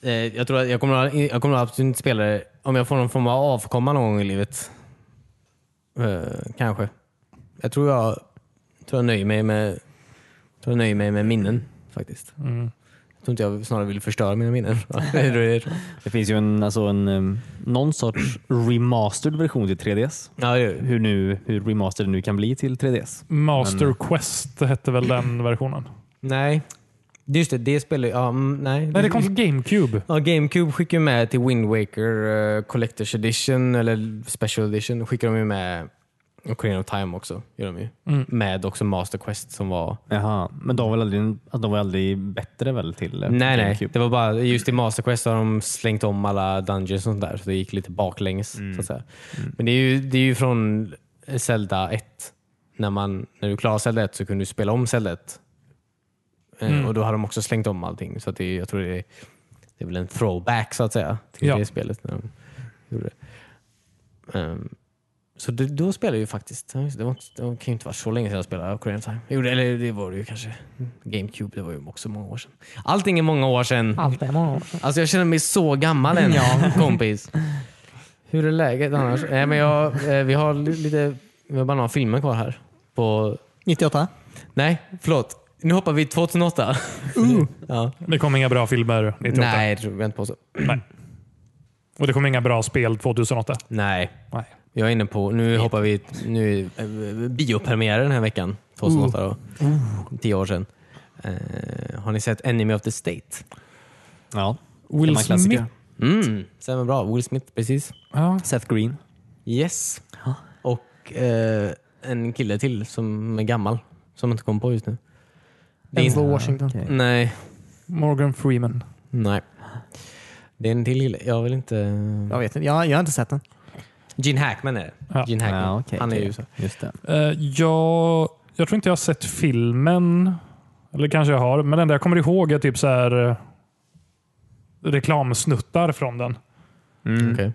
S1: Eh, Jag, tror att jag, kommer, att- jag kommer att absolut inte spela det om jag får någon form av avkomma någon gång i livet. Eh, kanske. Jag tror jag, tror jag nöjer mig med tror jag nöjer mig med minnen faktiskt.
S3: Mm.
S1: Jag tror inte jag snarare vill förstöra mina minnen. *laughs* Det är- det är-
S4: Det finns ju en, alltså en, um, någon sorts remastered version till 3DS.
S1: ja, det är-
S4: Hur, nu, hur remastered nu kan bli till 3DS.
S3: Master Quest hette väl
S1: *clears throat*
S3: den versionen?
S1: nej, just det. Det spelar ja, mm, nej.
S3: Nej, det kom till GameCube.
S1: Ja, GameCube skickar ju med till Wind Waker eh, Collector's Edition eller Special Edition. skickar de ju med Ocarina of Time också. Gör de ju.
S3: Mm.
S1: Med också Master Quest som var...
S4: Jaha, men de var väl aldrig, alltså, de var aldrig bättre väl till eh,
S1: nej, nej.
S4: GameCube?
S1: Det var bara, just i Master Quest har de slängt om alla dungeons och sånt där. Så det gick lite baklänges. Så att säga. Men det är, ju, det är ju från Zelda 1. När, man, när du klarade Zelda 1 så kunde du spela om Zelda 1. Eh,
S3: Mm.
S1: Och då har de också slängt om allting. Så att det, är- jag tror det är, det är väl en throwback så att säga till
S3: Ja.
S1: det spelet. När de gjorde det. Ehm, så det, då spelade jag ju faktiskt, ja, just det, det, var inte, det kan ju inte vara så länge sedan jag spelade Ocarina of Time. Jag gjorde, eller det var det ju kanske. GameCube, det var ju också många år sedan. Allting är många år sedan.
S2: Allt är många år.
S1: Alltså jag känner mig så gammal *laughs* än, kompis. Hur är läget annars? Nej, men jag, eh, vi har li- lite, vi har bara några filmer kvar här. På,
S2: 98?
S1: nej, förlåt. Nu hoppar vi 2008. Ja.
S3: Det kom inga bra filmer 98.
S1: Nej, det tror jag inte på. Så.
S3: Och det kom inga bra spel 2008.
S1: Nej,
S3: Nej.
S1: jag är inne på, nu hoppar vi, nu är det, eh, biopremiärer den här veckan. 2008 då. Tio år sedan. Eh, har ni sett Enemy of the State?
S4: Ja,
S3: Will
S4: gammal klassiker.
S3: Smith.
S1: Mm, stämmer bra. Will Smith, precis.
S3: Ja.
S4: Seth Green.
S1: Yes. Och eh, en kille till som är gammal, som jag inte kom på just nu. Det är inte-
S2: Denzel Washington.
S1: Nej.
S3: Morgan Freeman.
S1: Nej. Det är en till kille. Jag vill inte...
S2: Jag vet inte. Jag, jag har inte sett den.
S1: Gene Hackman är det.
S3: Ja.
S1: Gene Hackman.
S4: Ja, okej,
S1: Han är
S4: okej.
S1: ju så.
S4: Just det. *laughs*
S3: Eh, jag, jag tror inte jag har sett filmen. Eller kanske jag har. Men den där jag kommer ihåg är typ så här eh, reklamsnuttar från den.
S4: Mm.
S1: Okej.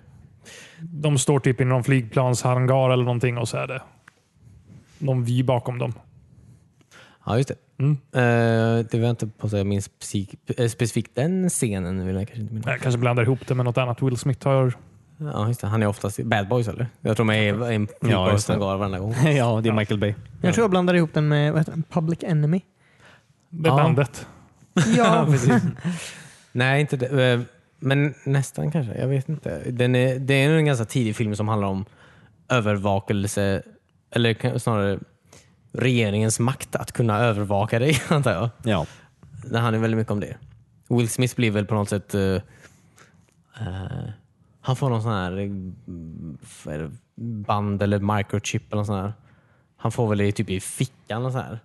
S3: De står typ i någon flygplanshangar eller någonting och så är det någon vy bakom dem.
S1: Ja, just det.
S3: Mm.
S1: Eh, det var jag inte på att säga. Jag minns psyk- eh, specifikt den scenen. Vill jag kanske inte minnas.
S3: Jag kanske blandar ihop det med något annat. Will Smith har...
S1: Ja, just det. Han är oftast i Bad Boys, eller? Jag tror man är i en
S4: just det.
S1: fotbollshangar varenda gång.
S4: ja, det är Michael Bay.
S2: Jag tror jag blandar ihop den med vad heter den? Public Enemy.
S3: Det
S1: Ja.
S3: bandet. *laughs*
S2: Ja,
S1: Nej, inte det. Eh, Men nästan kanske. Jag vet inte. Den är, det är nog en ganska tidig film som handlar om övervakelse, eller kan- snarare regeringens makt att kunna övervaka dig, *laughs* antar jag.
S4: Ja.
S1: Det handlar väldigt mycket om det. Will Smith blir väl på något sätt... eh, eh, han får någon sån här eh, vad är det, band eller microchip eller något sånt här. Han får väl det typ i fickan och så här.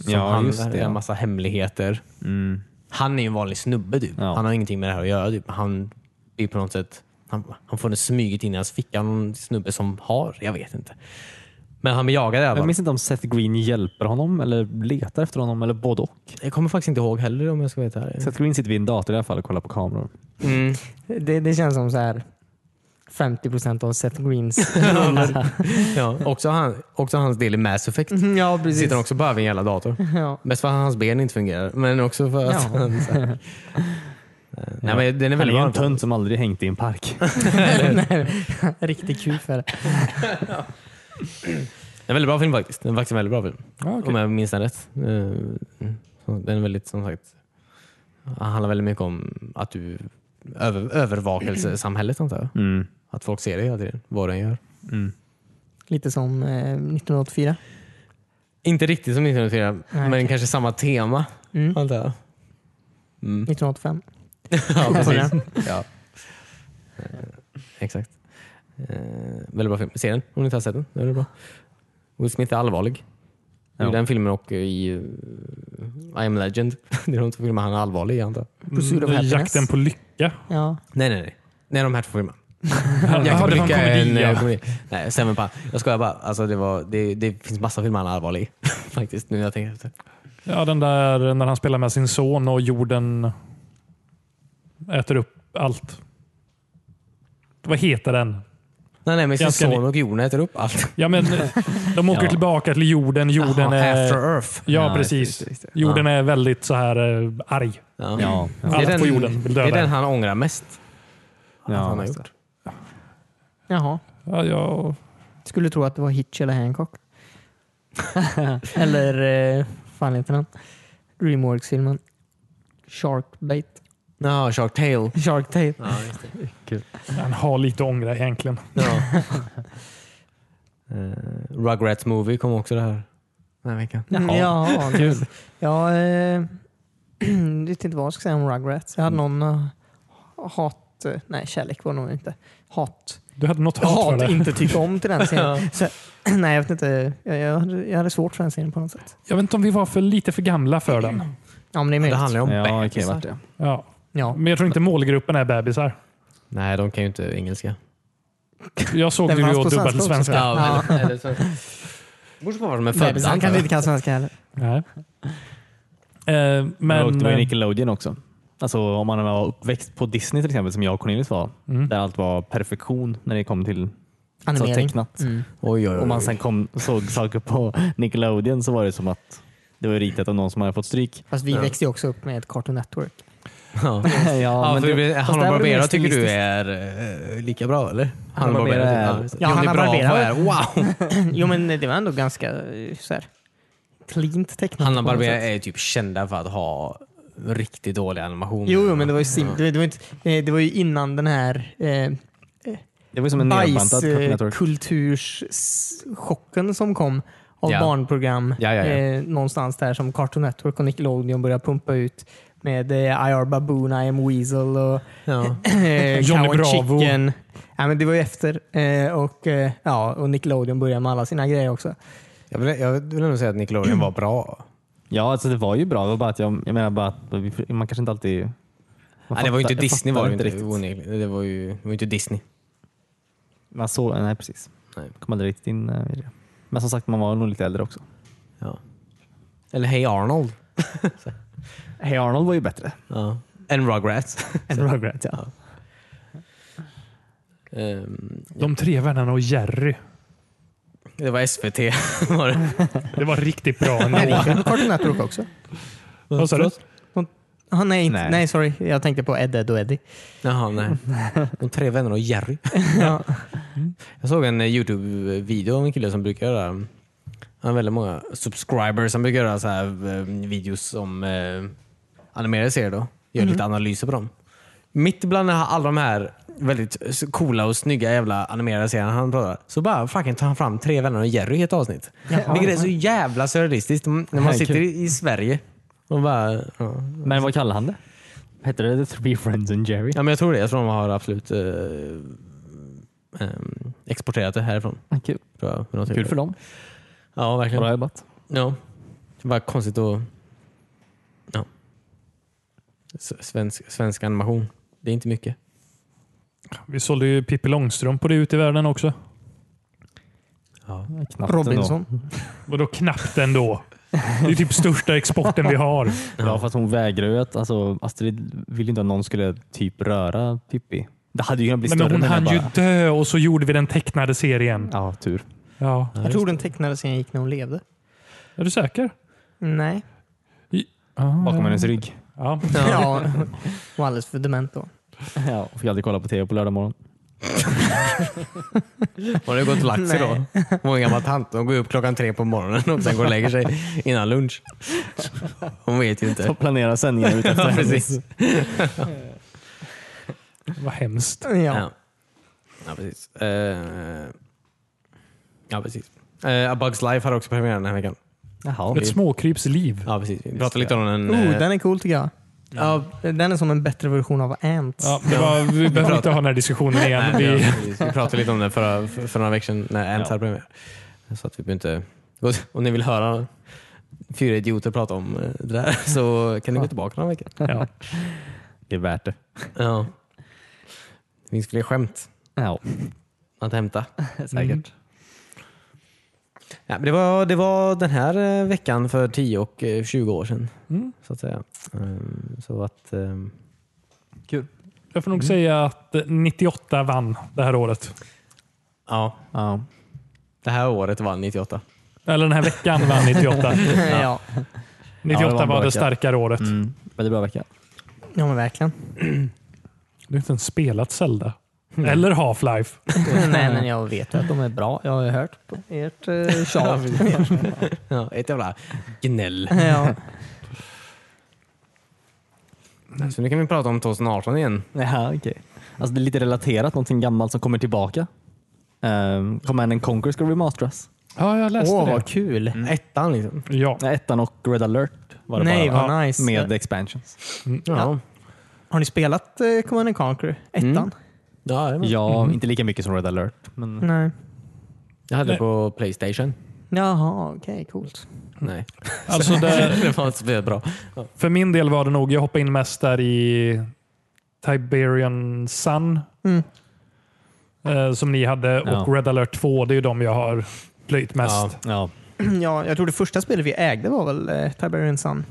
S1: Som
S4: Ja,
S1: han,
S4: just det,
S1: En
S4: ja.
S1: massa hemligheter.
S4: Mm.
S1: Han är ju en vanlig snubbe typ.
S4: Ja.
S1: Han har ingenting med det här att göra. Typ. Han blir på något sätt... Han, han får det smyget in i hans ficka. Någon snubbe som har, jag vet inte. Men han blir jagad i alla
S4: Jag
S1: fall.
S4: minns inte om Seth Green hjälper honom eller letar efter honom eller både och.
S1: Jag kommer faktiskt inte ihåg heller om jag ska vara helt ärlig.
S4: Seth Green sitter vid en dator i alla fall och kollar på kameror.
S1: Mm.
S2: Det, det känns som så här 50 av Seth Greens
S1: *laughs* Ja, också, han, också hans del i Mass Effect.
S2: Ja, Mm. precis.
S1: Sitter han också bara vid en jävla dator.
S2: Ja.
S1: Mest för att hans ben inte fungerar, men också för att
S2: Ja.
S1: han... Så här, Nej, men den är
S4: Han är
S1: väldigt
S4: ju
S1: bra.
S4: en tönt som aldrig hängt i
S1: *laughs*
S4: en park.
S2: *laughs* Nej, Riktigt kul för det.
S1: Det är en väldigt bra film faktiskt. Den är faktiskt en väldigt bra film.
S3: Ja, okej.
S1: Om jag minns den rätt. Eh, mm. Så Den är väldigt, som sagt, han handlar väldigt mycket om att du över, övervakelsesamhället antar jag.
S4: Mm.
S1: Att folk ser dig hela tiden, vad den gör.
S4: Mm.
S2: Lite som eh, 1984.
S1: Inte riktigt som 1984,
S2: Nej,
S1: men
S2: okej.
S1: kanske samma tema
S2: Mm.
S1: antar jag. Mm.
S2: 1985.
S1: Ja,
S2: precis.
S1: ja. Eh, Exakt. Eh, väldigt bra film. Se den om ni inte har sett den. Den är bra. Will Smith är allvarlig. I
S4: Ja.
S1: den filmen och i eh, I am legend. *laughs* Det är de två filmer han är allvarlig i antar jag.
S2: Pursuit of
S3: Mm,
S2: Happiness.
S3: Jakten på lycka.
S2: Ja.
S1: Nej, nej, nej. Nej, de här två filmerna.
S3: Ja,
S1: Jakten på
S3: det var
S1: lycka
S3: en komedi,
S1: är en
S3: ja.
S1: eh, komedi. Nej, Seven Pound. Jag skojar bara. Alltså, det, var, det, det finns massa filmer han är allvarlig i. *laughs* Faktiskt, nu när jag tänker efter.
S3: Ja, den där när han spelar med sin son och jorden äter upp allt. Vad heter den?
S1: Nej, nej, men sin
S3: Ganska ny-
S1: son och jorden äter upp allt.
S3: Ja, men de åker
S4: Ja.
S3: tillbaka till jorden.
S1: *laughs*
S3: Jorden
S1: Jaha,
S3: är...
S1: After Earth.
S3: Ja,
S4: Ja,
S3: precis.
S4: just det, just det.
S3: Jorden är väldigt så här eh, arg.
S1: Ja.
S4: Ja.
S1: Det,
S3: Allt
S1: är den,
S3: på jorden vill
S1: det
S3: döda
S1: är den
S3: en.
S1: han ångrar mest. Att han
S4: Ja.
S1: har gjort.
S2: Jaha.
S3: Ja, ja.
S2: Skulle tro att det var Hitch eller *laughs* Hancock. eller, eh, fan heter den? Dreamworks-filmen. Sharkbait.
S1: Ja, Shark Tale.
S2: Shark Tale.
S1: Ja, just det.
S3: Han har lite att ångra egentligen.
S1: Eh, Rugrats Movie kom också det här den här veckan.
S2: Jaha. Mm, Ja,
S4: Kul.
S2: jag eh, *clears throat* vet inte vad jag ska säga om Rugrats. Jag hade någon eh, hat... eh, Nej, kärlek var det nog inte. Hat.
S3: Du hade något
S2: Jag
S3: hat för
S2: hat
S3: det.
S2: inte tycka om till den serien. Så, *clears throat* nej, jag vet inte. Jag, jag, hade, jag hade svårt för den serien på något sätt.
S3: Jag vet inte om vi var för lite för gamla för den.
S2: Ja, men det är
S1: Det
S2: möjligt.
S1: handlar ju om
S4: Ja, okej,
S1: bebisar.
S4: vart det?
S3: Ja.
S2: Ja.
S3: Men jag tror inte målgruppen är bebisar.
S1: Nej, de kan ju inte engelska.
S3: Jag såg
S2: Den
S3: ju
S2: fanns
S3: och
S2: på
S3: dubbade till
S2: svenska också,
S3: svenska.
S2: Ja.
S1: Eller, eller så. Mors och pappa som är födda.
S2: Bebisar
S1: antar
S2: kanske
S1: jag.
S2: inte kan svenska heller.
S3: Nej. Eh,
S4: Men, och
S3: men
S4: det var ju
S3: eh,
S4: Nickelodeon också. Alltså om man var uppväxt på Disney till exempel, som jag och Cornelius var,
S3: Mm.
S4: där allt var perfektion när det kom till så
S2: Animering.
S4: tecknat.
S2: Mm.
S1: Oj, oj, oj.
S4: Om man sen kom, såg saker på *laughs* Nickelodeon så var det som att det var ritat av någon som hade fått stryk.
S2: Fast vi
S1: Ja.
S2: växte ju också upp med ett Cartoon Network. *clears throat*
S1: Ja.
S4: ja,
S1: Ja, för
S4: det- fast
S1: Hanna
S4: där var det mer
S1: Barbera tycker du
S4: stilistiskt.
S1: är eh, lika bra eller?
S4: Hanna Barbera är-
S1: tycker-
S2: Ja,
S1: Johnny
S2: Hanna
S1: Bravo
S2: Barbera.
S1: är wow!
S2: Jo, men det var ändå ganska eh, så här, cleant tecknat.
S1: Hanna
S2: på något
S1: Barbera
S2: sätt.
S1: är ju typ kända för att ha riktigt dålig animation.
S2: Jo, jo, men det var ju, sim- det, det var inte, eh, det var ju innan den här eh,
S4: Det var ju som en nedbantad Cartoon Network.
S2: bajskulturschocken eh, som kom av
S1: Ja.
S2: barnprogram
S1: Ja, ja, ja.
S2: Eh, någonstans där som Cartoon Network och Nickelodeon började pumpa ut med eh, I are Baboon, I am Weasel och *laughs*
S1: Ja.
S2: eh, Cow
S3: Johnny
S2: and
S3: Bravo.
S2: Chicken. Ja, men det var ju efter. Eh, och, eh, ja, och Nickelodeon började med alla sina grejer också.
S1: Jag vill, jag vill ändå säga att Nickelodeon var bra.
S4: Ja, alltså det var ju bra. Det var bara att jag, jag menar bara att vi- man kanske inte alltid... man
S1: Nej, det var ju inte
S4: fattar- jag
S1: Disney
S4: fattar
S1: var det inte.
S4: riktigt.
S1: onekligen. Det var ju det var ju inte Disney.
S4: Man såg, nej, precis.
S1: Nej.
S4: Kom aldrig riktigt in eh, i det. Men som sagt, man var nog lite äldre också.
S1: Ja. Eller Hey Arnold.
S4: Hey Arnold var ju bättre
S1: Ja. And Rugrats.
S4: än Rugrats. Ja.
S1: Ehm,
S3: De tre vännerna och Jerry.
S1: det var SVT. *laughs* var det.
S3: Det var riktigt bra
S2: Nej,
S3: ändå.
S2: det är Cartoon Network också.
S3: Vad sa du?
S2: Ah, nej, inte, nej.
S4: Nej.
S2: sorry. Jag tänkte på Ed, Edd och Eddie.
S1: Jaha, nej. De tre vännerna och Jerry.
S2: ja.
S1: *laughs* Jag såg en eh, Youtube-video om en kille som brukar göra han har väldigt många subscribers som brukar göra så här eh, videos om eh, animerade serier. Då. Gör lite analyser på dem. Mitt bland alla de här väldigt s- coola och snygga jävla animerade serierna han pratar så bara fucking tar han fram Tre vänner och Jerry i ett avsnitt. Vilket är så jävla surrealistiskt mm, när man
S4: Nej,
S1: sitter
S4: kul.
S1: i, i Sverige och bara... Ja.
S4: Men vad kallade han det? Hette det The Three Friends and Jerry?
S1: ja men jag tror det. Jag tror de har absolut eh, ehm, exporterat det härifrån.
S4: Kul.
S1: Tror jag, Med någon typ
S4: Kul
S1: av-
S4: för dem.
S1: Ja, verkligen.
S4: Bra jobbat.
S1: Ja. Vad konstigt att... Ja. S- Svensk, svensk animation. Det är inte mycket.
S3: Vi sålde ju Pippi Långstrump på det ute i världen också.
S1: Ja.
S4: Knappt
S2: Robinson.
S3: Vadå knappt ändå? Det är typ största exporten vi har.
S4: Ändå. Ja, för att hon vägrar ju att, alltså, Astrid ville inte att någon skulle typ röra Pippi. Det hade ju kunnat bli
S3: Nej, men
S4: större.
S3: hon
S4: jag
S3: hann ju
S4: bara-
S3: dö och så gjorde vi den tecknade serien.
S4: Ja, tur.
S3: Ja.
S2: Jag tror den tecknade serien gick när hon levde.
S3: Är du säker?
S2: Nej.
S3: Ah.
S4: Bakom
S3: ja.
S4: hennes rygg.
S3: Ja.
S2: *laughs* Ja, var alldeles för dement då.
S4: Ja, och fick aldrig kolla på tv på lördag morgon.
S1: Hon har ju gått och lagt sig då.
S2: Nej.
S1: Hon är en gammal tant. Hon går upp klockan tre på morgonen och sen går och lägger sig innan lunch. Hon vet ju inte.
S4: Så planera sändningar ut efter
S1: Ja,
S4: hennes.
S1: precis.
S3: Vad hemskt.
S2: Ja.
S1: Ja. Ja, precis. Eh, ja, precis. Eh, A Bugs Life hade också premiär den här veckan.
S4: Jaha,
S3: Ett småkryps liv.
S1: Ja, precis. Vi pratade lite om den.
S2: Oh,
S1: eh,
S2: den är cool tycker jag. Ja, den är som en bättre version av Ants.
S3: Ja, det var, vi behöver inte ha den här diskussionen igen.
S1: nej, vi,
S3: Vi,
S1: precis. vi pratade lite om den förra, för, för några veckor sedan när Ants
S4: Ja.
S1: hade premiär. Så att vi behöver inte... och Om ni vill höra fyra idioter prata om eh, det där så kan ni gå tillbaka några veckor.
S3: ja.
S4: det är värt det.
S1: Ja. Det finns fler skämt
S4: Ja,
S1: att hämta. Mm.
S4: säkert.
S1: Ja, men det, var, det var den här eh, veckan för 10 och eh, 20 år sedan.
S3: Mm.
S1: Så att säga. Ehm, Så att, ehm,
S3: Jag får nog säga att 98 vann det här året.
S1: ja,
S4: Ja.
S1: det här året vann 98.
S3: Eller den här veckan vann 98.
S2: *laughs* ja.
S3: 98
S4: Ja, det var en
S3: var
S4: bra
S3: det
S4: vecka.
S3: starkare året.
S4: Mm. Väldigt bra vecka.
S2: ja, men
S4: *laughs*
S2: verkligen.
S3: Du har inte ens spelat Zelda. Eller Half-Life.
S2: Nej, men jag vet ju att de är bra. Jag har ju hört på ert eh, tjat.
S1: Ja, ett jävla gnäll.
S2: *laughs* ja.
S1: Så nu kan vi prata om 2018 igen.
S4: Ja, okej. Alltså det är lite relaterat, någonting gammalt som kommer tillbaka. Um, Command and Conquer ska remasteras.
S3: Ja, jag läste
S1: Åh,
S3: det.
S1: vad kul! Ettan liksom.
S3: Ja.
S4: Nej, Ettan och Red alert var det
S2: Nej,
S4: bara.
S2: vad nice.
S4: Med expansions.
S1: Ja,
S2: Har ni spelat eh, Command and Conquer? Ettan?
S1: Mm. ja det var-
S4: Ja, inte lika mycket som Red alert. Men
S2: Nej.
S1: Jag hade det på Playstation.
S2: Jaha, okej, coolt. *clears throat*
S1: Nej,
S3: Alltså det,
S1: *laughs* det var inte så bra.
S3: för min del var det nog, jag hoppade in mest där i Tiberian Sun.
S2: Mm.
S3: eh, Som ni hade och
S4: Ja.
S3: Red Alert 2, det är ju de jag har plöjt mest.
S1: Ja.
S4: ja,
S2: Ja, jag tror det första spelet vi ägde var väl eh, Tiberian Sun.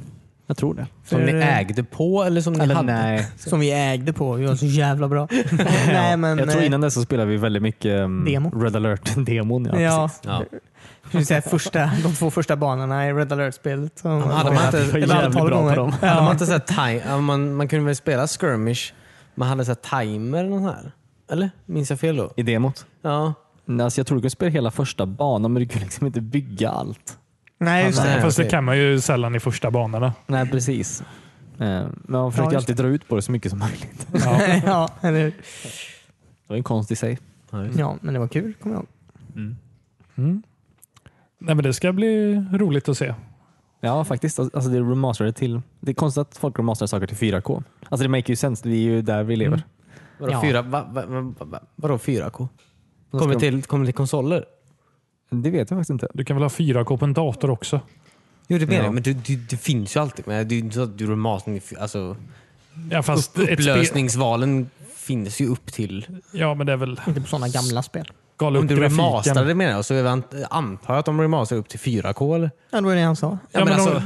S4: jag tror det.
S1: Som
S2: För,
S1: ni
S2: eh,
S1: ägde på eller som ni
S4: Eller
S1: hade?
S4: nej.
S2: Som vi ägde på. Vi var så jävla
S4: *laughs*
S2: bra. *laughs* Nej, men,
S4: jag tror
S2: eh,
S4: innan dess så spelade vi väldigt mycket ehm,
S2: Demo.
S4: Red *laughs* alert-demon. Ja,
S2: Ja,
S4: precis.
S1: Ja.
S2: det vill säga första, de två första banorna i Red Alert-spelet. som-
S1: *laughs* Hade man inte-
S2: Ett
S4: var jävligt
S2: antal
S4: bra på
S2: gånger.
S4: dem.
S1: Hade man, inte så här ti- ja, man, man kunde väl spela skirmish, man hade så här timer eller något här. Eller? Minns jag fel då?
S4: I demot.
S1: Ja.
S4: Nej, Alltså jag tror du kunde spela hela första banan men du kunde liksom inte bygga allt.
S2: Nej, just det.
S1: Nej,
S3: Fast det
S1: okej.
S3: kan man ju sällan i första banorna.
S4: Nej, precis. Eh, Men man försökte
S2: just
S4: alltid dra ut på det så mycket som *laughs* möjligt.
S3: Ja.
S2: *laughs* ja, eller, hur?
S4: Det var en konst i sig.
S2: ja, men det var kul, kommer jag ihåg.
S3: Nej, men det ska bli roligt att se.
S4: Ja, faktiskt. Alltså alltså, det är remasterade till... Det är konstigt att folk remasterar saker till 4K. Alltså det make ju sense. Vi är ju där vi lever.
S1: Vadå,
S2: Ja.
S1: Fyra, va, va, va, va, vadå 4K?
S4: Då
S1: Kommer
S4: ska-
S1: till, kommer till konsoler? Mm.
S4: Det vet jag faktiskt inte.
S3: Du kan väl ha 4K på en dator också?
S1: Jo det menar
S4: Ja.
S1: jag, men det, det, det finns ju alltid. Men det är ju inte så att du remaster, alltså,
S3: Ja, fast ett spe-
S1: upplösningsvalen finns ju upp till...
S3: ja men det är väl...
S2: Inte på sådana gamla spel.
S3: Gala
S1: Om
S3: upp
S1: du remasterar
S3: grafiken.
S1: det menar jag, så är jag ant- antar jag att de remasterar upp till 4K eller?
S2: Ja, det var det han sa.
S1: Ja,
S3: Ja,
S1: men
S3: men
S1: alltså,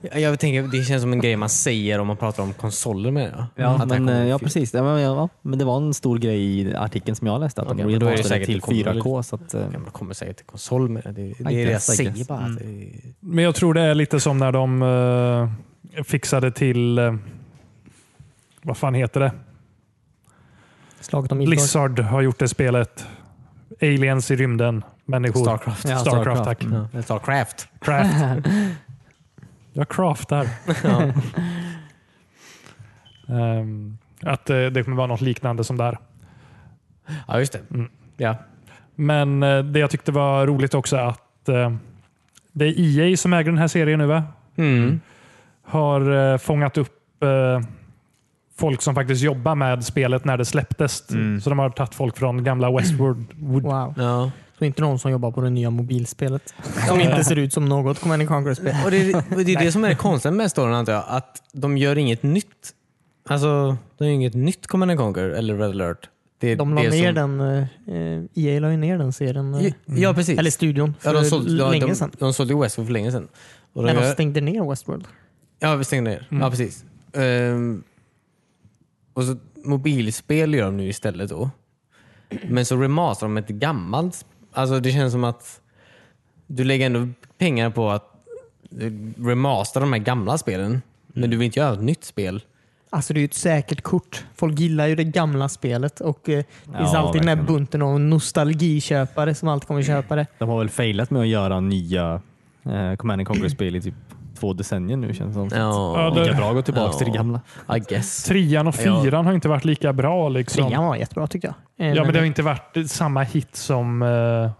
S1: jag- jag tänker, det känns som en grej man säger om man pratar om konsoler menar jag.
S4: Ja,
S1: Att det här
S4: men,
S1: kommer
S4: eh, ja
S1: till-
S4: precis. Ja, men, ja, men det var en stor grej i artikeln som jag läste. Att
S1: Okej,
S4: de
S1: men då är det
S4: remasterade
S1: säkert
S4: till
S1: det kommer
S4: 4K. Så att, eh,
S1: Ja, men det kommer säkert till konsol med det. Det, det är
S4: guess,
S1: det
S4: I
S1: jag säger
S4: guess. Mm.
S1: bara.
S2: Mm.
S1: att det-
S3: Men jag tror det är lite som när de eh, fixade till... eh, vad fan heter det?
S2: Slaget om Midgård.
S3: Blizzard har gjort det spelet. Aliens i rymden. Människor.
S1: Starcraft.
S3: Ja,
S4: Ja,
S3: Starcraft,
S4: Starcraft.
S3: tack.
S1: Ja. Eller Starcraft.
S3: Craft. *laughs* Jag craftar. *laughs* Ehm, att eh, det kommer vara något liknande som där.
S1: Ja, just det. Ja.
S3: Men eh, det jag tyckte var roligt också att eh, det är EA som äger den här serien nu va?
S1: Mm.
S3: Har eh, fångat upp eh, folk som faktiskt jobbar med spelet när det släpptes.
S1: Mm.
S3: Så de har tagit folk från gamla Westwood. Wood.
S2: Wow.
S1: Ja.
S2: Så inte någon som jobbar på det nya mobilspelet. Som inte ser ut som något Command Conquer-spel.
S1: Och det, är- det är det som är det konstiga med storyn antar jag. Att de gör inget nytt. Alltså, de gör inget nytt Command Conquer eller Red alert. Det,
S2: De la
S1: det
S2: ner
S1: som-
S2: den, eh, EA la ju ner den serien. eh,
S1: Ja, precis.
S2: Eller studion för
S1: ja, de sålde, de,
S2: länge
S1: de,
S2: sedan.
S1: de sålde ju Westwood för länge sedan. Och
S2: när
S1: gör-
S2: de stängde ner Westworld.
S1: Ja, vi stängde ner.
S3: Mm.
S1: Ja, precis. Ehm, och så mobilspel gör de nu istället då. Men så remasterar de ett gammalt. sp- Alltså det känns som att du lägger ändå pengar på att remastera de här gamla spelen. Men du vill inte göra ett nytt spel.
S2: Alltså det är ju ett säkert kort. Folk gillar ju det gamla spelet och eh, det finns
S4: Ja,
S2: alltid den här
S4: verkligen.
S2: bunten av nostalgiköpare som alltid kommer köpa det.
S4: De har väl failat med att göra nya eh, Command and Conquer-spel i typ två decennier nu känns det som.
S1: Ja,
S3: Ja,
S4: Det
S3: det-
S4: är bra att gå tillbaka
S1: Ja.
S4: till det gamla.
S1: I guess.
S3: Trean och
S1: Ja.
S3: fyran har inte varit lika bra. Liksom.
S2: Trean var jättebra tyckte jag. Eh,
S3: Ja, men det har inte varit samma hit som eh,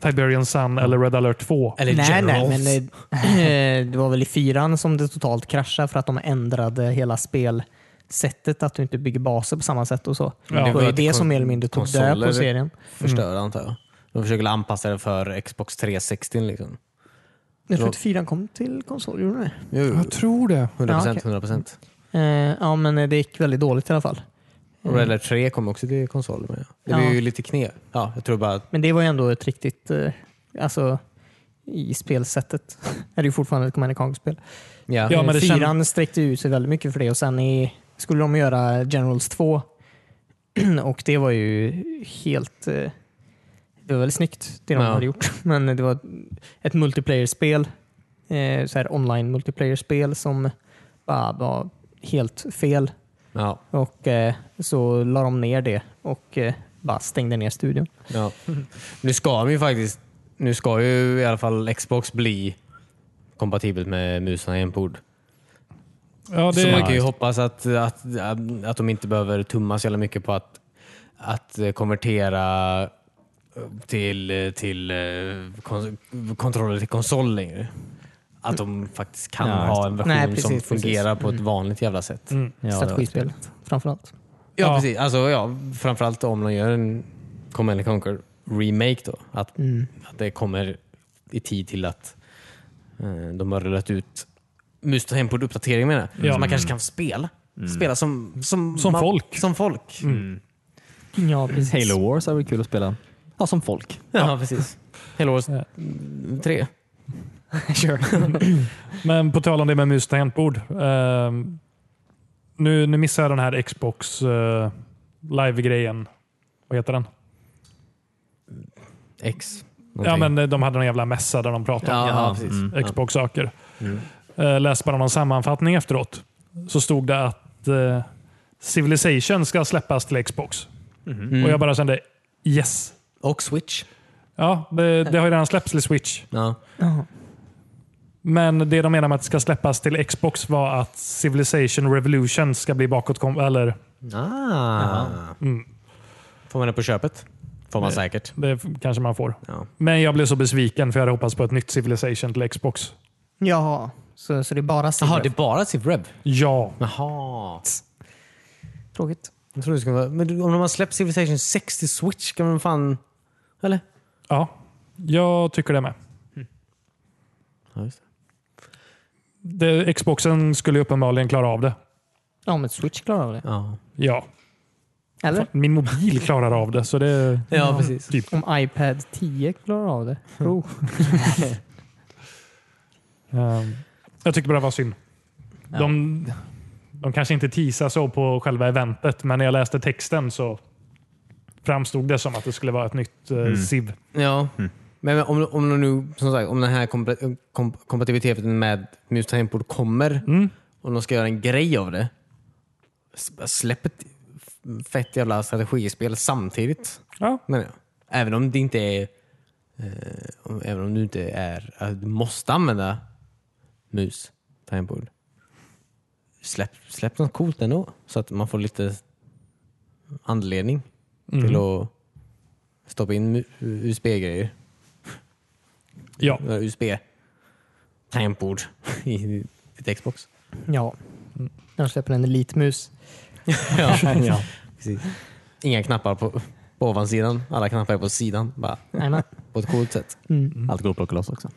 S3: Tiberian Sun eller Red Alert 2.
S1: Eller
S2: nej, nej,
S1: Generals.
S2: men eh, eh, det var väl i fyran som det totalt kraschade för att de ändrade hela spelsättet. Att du inte bygger baser på samma sätt och så.
S3: Men det
S2: det
S1: var
S2: var ju
S1: inte
S2: det som
S1: kon-
S2: mer eller mindre tog död
S1: konsoler.
S2: på serien.
S1: Förstör antar jag. De försöker anpassa det för Xbox 360 liksom.
S2: Jag tror inte fyran kom till konsol, gjorde den det?
S1: Jo, 100%.
S3: tror det.
S1: 100%.
S2: Eh, ja, men eh, det gick väldigt dåligt i alla fall. Eh,
S1: Och Red Alert 3 kom också till konsoler med. Det
S2: Mm. Ja.
S1: blir ju lite knep. Ja, jag tror bara att
S2: Men det var ju ändå ett riktigt, eh, alltså i spelsättet *laughs* är det ju fortfarande ett Command Conquer-spel.
S1: Ja.
S3: Ja, men det
S2: Eh, Fyran
S3: känd-
S2: sträckte ut sig väldigt mycket för det och sen i, skulle de göra Generals 2 *clears throat* och det var ju helt... eh, Det var väldigt snyggt det de
S1: Ja.
S2: hade gjort. *laughs* Men det var ett multiplayer-spel, eh, så här online multiplayer-spel som bara var helt fel.
S1: Ja,
S2: Och eh, så la de ner det och eh, bara stängde ner studion.
S1: ja. Nu ska de ju faktiskt, nu ska ju i alla fall Xbox bli kompatibelt med musen och ord.
S3: Ja,
S1: Så man kan
S3: det,
S1: ju hoppas att, att, att de inte behöver tumma så jävla mycket på att, att konvertera till, till eh, kon, kontroller till konsol längre. Att de faktiskt kan
S4: Ja,
S1: ha en version
S2: Nej, precis,
S1: som
S2: precis.
S1: fungerar på ett vanligt jävla sätt.
S3: mm.
S4: Ja, det var
S2: Strategispel framförallt.
S1: Ja,
S3: Ja.
S1: precis. Alltså, ja, framförallt om de gör en Command Conquer remake då. Att
S2: Mm.
S1: att det kommer i tid till att eh, de har rullat ut Must hem på en uppdatering menar jag.
S3: Ja.
S1: Så man kanske kan spela. Spela som, som,
S3: Mm. Som
S1: man,
S3: folk.
S1: Som folk.
S2: Ja, precis.
S4: Mm. Halo Wars är väl kul att spela? Ja, som folk.
S1: Ja, precis. Halo Wars
S3: Ja. *laughs*
S1: 3.
S2: Sure.
S3: Men på tal om det med mus och tangentbord. ehm, nu, nu missar jag den här Xbox eh, live-grejen. Vad heter den?
S1: X.
S3: Ja,
S1: någonting.
S3: men eh, de hade någon jävla mässa där de pratade om
S1: ja, ja,
S4: Jaha.
S1: precis. *laughs*
S4: Mm. *laughs*
S3: Xbox-saker.
S1: Mm.
S3: Eh, läste bara någon sammanfattning efteråt. Så stod det att eh, Civilization ska släppas till Xbox.
S1: Mm.
S3: Och jag bara kände yes.
S1: Och Switch.
S3: Ja, det, det har ju redan släppts till Switch.
S1: Ja.
S3: Men det de menar med att det ska släppas till Xbox var att Civilization Revolution ska bli bakåtkom... Eller,
S1: Ah.
S3: mm,
S1: Får man det på köpet? Får man säkert.
S3: det f- kanske man får.
S1: Ja.
S3: Men jag blev så besviken för jag hade hoppats på ett nytt Civilization till Xbox.
S2: Jaha, så, så det är bara
S1: Jaha,
S2: silver.
S1: det är bara Civ-Rev?
S3: Ja.
S1: Jaha.
S2: Tråkigt.
S1: Jag trodde det skulle vara... Men du, om de har släppt Civilization 6 till Switch kan man fan... Eller?
S3: ja. Jag tycker det med.
S1: Ja, just
S3: Det, Xboxen skulle ju uppenbarligen klara av det.
S2: Ja, men Switch klarar av det.
S1: det. Ja.
S3: Ja.
S2: Eller?
S3: Fan, Min mobil klarar av det, så det...
S1: Ja, precis.
S3: Typ.
S2: Om iPad 10 klarar av det. Pro.
S3: Ehm, jag tycker bara det var synd. De, de kanske inte teasar så på själva eventet, men när jag läste texten så framstod det som att det skulle vara ett nytt eh, SIV.
S1: Ja, men om, om, de nu, som sagt, om den här komple- kom, kompatibiliteten med mus tangentbord kommer,
S3: Mm.
S1: om de ska göra en grej av det, s- släpp ett fett jävla strategispel samtidigt.
S3: Ja.
S1: Menar jag. Även om det inte är... Eh, om, även om du inte är... Att du måste använda mus tangentbord. Släpp, släpp något coolt ändå, så att man får lite anledning
S3: Mm.
S1: till att stoppa in mu- USB-grejer.
S3: ja.
S1: Några USB tangentbord *laughs* i ett Xbox.
S2: Ja. När de släpper en elitmus.
S4: ja.
S1: Precis. Inga knappar på, på ovansidan. Alla knappar är på sidan. Bara
S2: *laughs* Jajamän.
S1: på ett coolt sätt.
S2: Mm.
S4: Allt går att plocka loss också.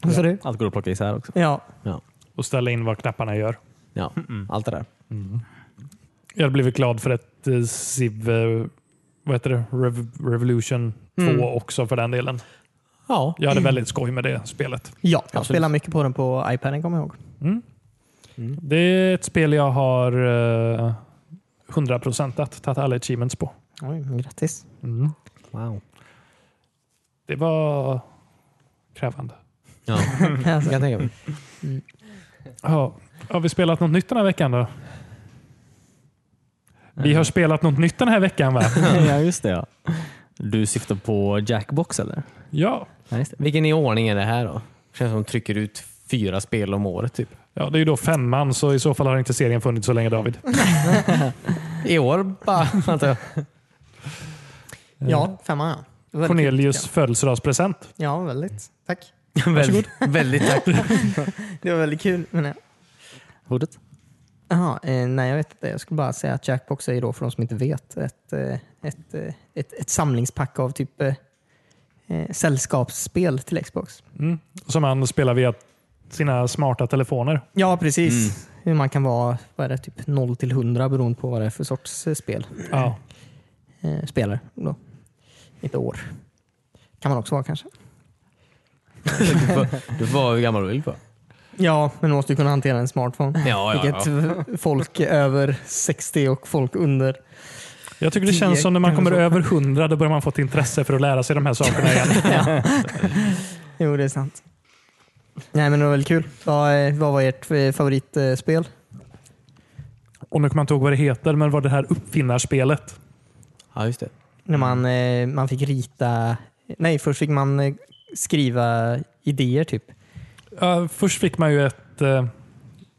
S2: Vad sa du?
S4: Allt går att plocka isär också.
S2: Ja.
S1: Ja. Mm.
S3: Och ställa in vad knapparna gör.
S1: Ja. Allt det där.
S3: Jag hade blivit glad för ett eh, Civ eh, vad heter det? Rev- Revolution 2 också för den delen.
S2: Ja,
S3: Jag hade väldigt skoj med det spelet.
S2: ja jag spelar mycket på den på iPaden kommer jag ihåg.
S3: Det är ett spel jag har eh, 100% tagit alla achievements på. Mm.
S2: Oj, grattis.
S1: Wow.
S3: Det var krävande.
S1: Ja,
S2: Alltså,
S1: kan jag tänka mig.
S3: Ja. Har vi spelat något nytt den här veckan då? Vi har spelat något nytt den här veckan va?
S4: *laughs* ja, just det. Ja. Du syftar på Jackbox eller?
S3: *laughs* Ja.
S4: Ja, just det.
S1: Vilken i ordning är det här då? Känns som de trycker ut fyra spel om året typ.
S3: ja, det är ju då femman så i så fall har inte serien funnits så länge David.
S1: I år bara, *laughs* antar jag.
S2: ja, femma ja. Väldigt
S3: Cornelius
S2: kul,
S3: födelsedagspresent.
S2: Ja. ja, väldigt. Tack.
S1: Väldigt, väldigt tack.
S2: Det var väldigt kul. Men, ja.
S4: Ordet?
S2: Jaha, eh, nej jag vet inte. Jag skulle bara säga att Jackbox är ju då för de som inte vet ett, eh, ett, eh, ett, ett samlingspack av typ eh, eh, sällskapsspel till Xbox.
S3: Mm. Som han spelar via sina smarta telefoner.
S2: Ja,
S1: Mm.
S2: precis. Hur man kan vara vad är det, typ 0 till 100 beroende på vad det är för sorts eh, spel.
S3: Ja.
S2: Eh, spelare då. Inte år. Kan man också vara kanske.
S1: *laughs* Du får, du får vara hur gammal du vill på.
S2: Ja, men du måste ju kunna hantera en smartphone.
S1: Ja, ja,
S2: Vilket
S1: ja.
S2: eh,
S1: *laughs*
S2: folk över 60 och folk under.
S3: Jag tycker det
S2: Tio
S3: känns som när man
S2: kanske
S3: kommer
S2: så.
S3: över 100 då börjar man få ett intresse för att lära sig de här
S2: *laughs*
S3: sakerna igen.
S2: Jo, det är sant. Nej, men det var väldigt kul. Vad, eh, vad var ert eh, favoritspel?
S3: Och nu kommer jag inte ihåg vad det heter, men var det här uppfinnarspelet?
S1: ja, just det.
S2: När man,
S1: Mm.
S2: eh, man fick rita... Nej, först fick man eh, skriva idéer typ.
S3: Ja, först fick man ju ett, eh,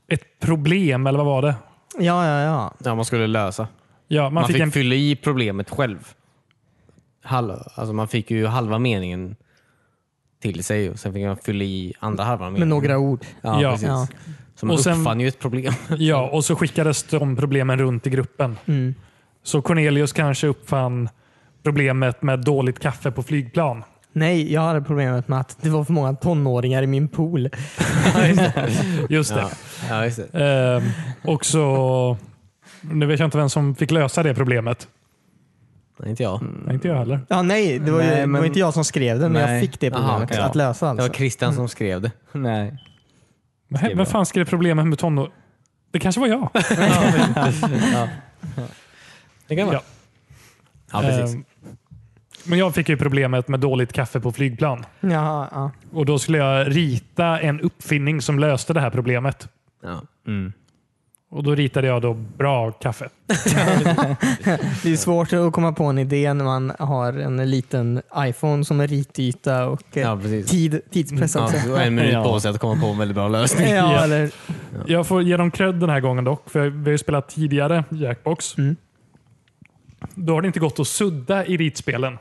S3: ett problem, eller vad var det?
S2: Ja, ja, ja.
S1: Ja, man skulle lösa.
S3: Ja, man,
S1: Man,
S3: fick,
S1: fick,
S3: en,
S1: fylla i problemet själv. Halva, alltså man fick ju halva meningen till sig och sen fick man fylla i andra halvan.
S2: Med
S1: meningen.
S2: några ord.
S1: Ja,
S3: Ja.
S1: precis.
S2: Ja.
S1: Så man
S3: Och sen-
S1: uppfann ju ett problem.
S3: ja, och så skickades de problemen runt i gruppen.
S2: Mm.
S3: Så Cornelius kanske uppfann problemet med dåligt kaffe på flygplan.
S2: Nej, jag hade problemet med att det var för många tonåringar i min pool.
S3: *laughs* Just det.
S1: Ja, *laughs* ja, just det.
S3: Ehm, och så... Nu vet jag inte vem som fick lösa det problemet.
S1: Nej, inte jag.
S3: Nej, inte jag heller.
S2: Ja, nej, det var, ju,
S4: Nej,
S2: det var
S4: men-
S2: inte jag som skrev det, men jag
S4: Nej.
S2: fick det
S1: Aha,
S2: problemet
S1: okej, ja.
S2: att lösa.
S1: Det
S2: Alltså.
S1: var Christian som skrev det.
S4: Nej.
S3: Men, vem fan skrev problemet med tonår? Det kanske var
S1: *laughs*
S3: jag.
S1: Det kan vara.
S3: Ja.
S1: Ja, precis.
S3: Ehm, men jag fick ju problemet med dåligt kaffe på flygplan.
S2: Jaha, ja.
S3: Och Då skulle jag rita en uppfinning som löste det här problemet.
S1: Ja. Mm.
S3: Och Då ritade jag då bra kaffe.
S2: Det är svårt att komma på en idé när man har en liten iPhone som är rityta och eh,
S1: Ja, precis.
S2: tid, tidspress
S1: Ja,
S2: också.
S1: du har en minut
S4: Ja.
S1: på sig att komma på en väldigt bra lösning.
S2: Ja, eller,
S3: Jag får ge dem cred den här gången dock, för vi har ju spelat tidigare Jackbox.
S2: Mm.
S3: Då har det inte gått att sudda i ritspelen.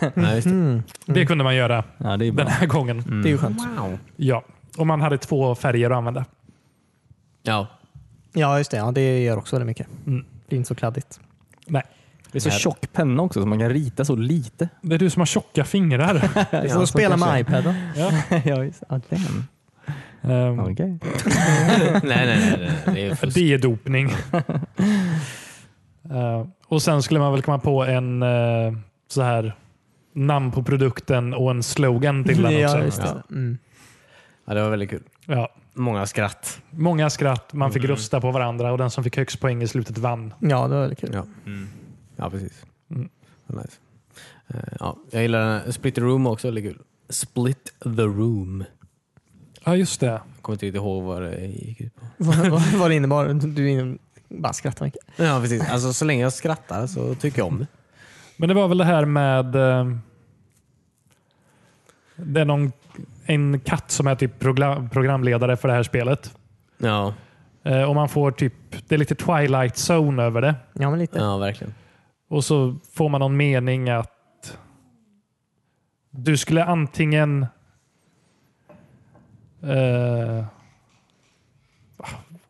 S1: Ja, just det.
S2: Mm.
S3: Det kunde man göra
S4: Ja, det är
S3: den
S4: bra.
S3: här gången.
S2: det är ju skönt.
S1: Wow.
S3: Ja. Och man hade två färger att använda.
S1: Ja.
S2: Ja, just det. Ja, det gör också väldigt mycket.
S3: Mm.
S2: Det är inte så kladdigt.
S3: Nej,
S4: Det är så tjock penna också så man kan rita
S1: *laughs*
S4: så lite.
S3: det är du som har
S2: *laughs*
S3: tjocka fingrar.
S2: Det är som att spela med iPaden.
S4: ja, just det. Damn.
S3: Ehm,
S4: Okej.
S1: nej, nej, nej, nej, nej. Det är fusk.
S3: Det är dopning. Eh, och sen skulle man väl komma på en eh, så här namn på produkten och en slogan till
S2: *laughs*
S3: den
S2: Ja,
S3: också.
S2: just det. Mm.
S1: Ja, det var väldigt kul.
S3: Ja.
S1: Många skratt.
S3: Många skratt, man fick rösta på varandra och den som fick högst poäng i slutet vann.
S2: Ja, det var väldigt kul.
S1: Ja, ja precis. Vad Nice. Eh, Ja, jag gillar den här. Split the room också. Väldigt kul. Split the room.
S3: Ja, just det.
S1: Jag kommer inte riktigt ihåg vad det gick ut på.
S2: *laughs* vad, vad, vad det innebar. Du in, bara skrattar mycket.
S1: Ja, precis. Alltså, så länge jag skrattar så tycker jag om det.
S3: Men det var väl det här med... eh, det är någon, en katt som är typ progla- programledare för det här spelet.
S1: Ja,
S3: Eh, och man får typ... Det är lite Twilight Zone över det.
S2: Ja, men lite.
S1: ja verkligen.
S3: Och så får man någon mening att du skulle antingen... Eh,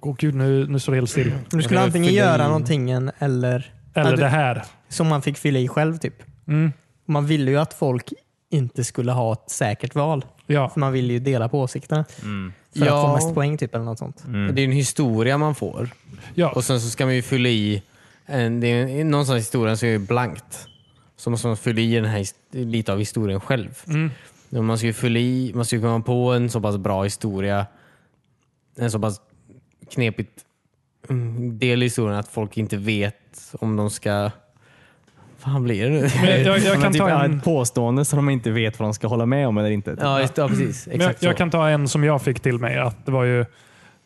S3: åh gud, nu, nu står det helt still.
S2: Du skulle
S1: Jag
S2: antingen
S1: fyller i-
S2: göra någonting eller
S3: Eller
S2: Ja, du-
S3: det här.
S2: som man fick fylla i själv. typ.
S3: Mm,
S2: Man ville ju att folk inte skulle ha ett säkert val.
S3: ja.
S2: För man vill ju dela på åsikterna. För
S1: Ja. Mm.
S2: att få mest poäng typ, eller något sånt.
S1: Det är ju en historia man får.
S3: Ja,
S1: Och sen så ska man ju fylla i, en, det är, någonstans i historien så är det blankt. Så måste man fylla i den här, his- lite av historien själv. Men Man ska ju fylla i, man ska ju komma på en så pass bra historia, en så pass knepigt mm, del i historien att folk inte vet om de ska... Fan blir det nu?
S3: Men jag, jag,
S4: Men
S3: kan
S4: typ,
S3: ta
S4: ja,
S3: en,
S4: Ett påstående som de inte vet vad de ska hålla med om eller inte.
S1: ja, just, ja, precis.
S3: men jag,
S1: Exakt
S3: jag
S1: så.
S3: kan ta en som jag fick till mig. Att det var ju,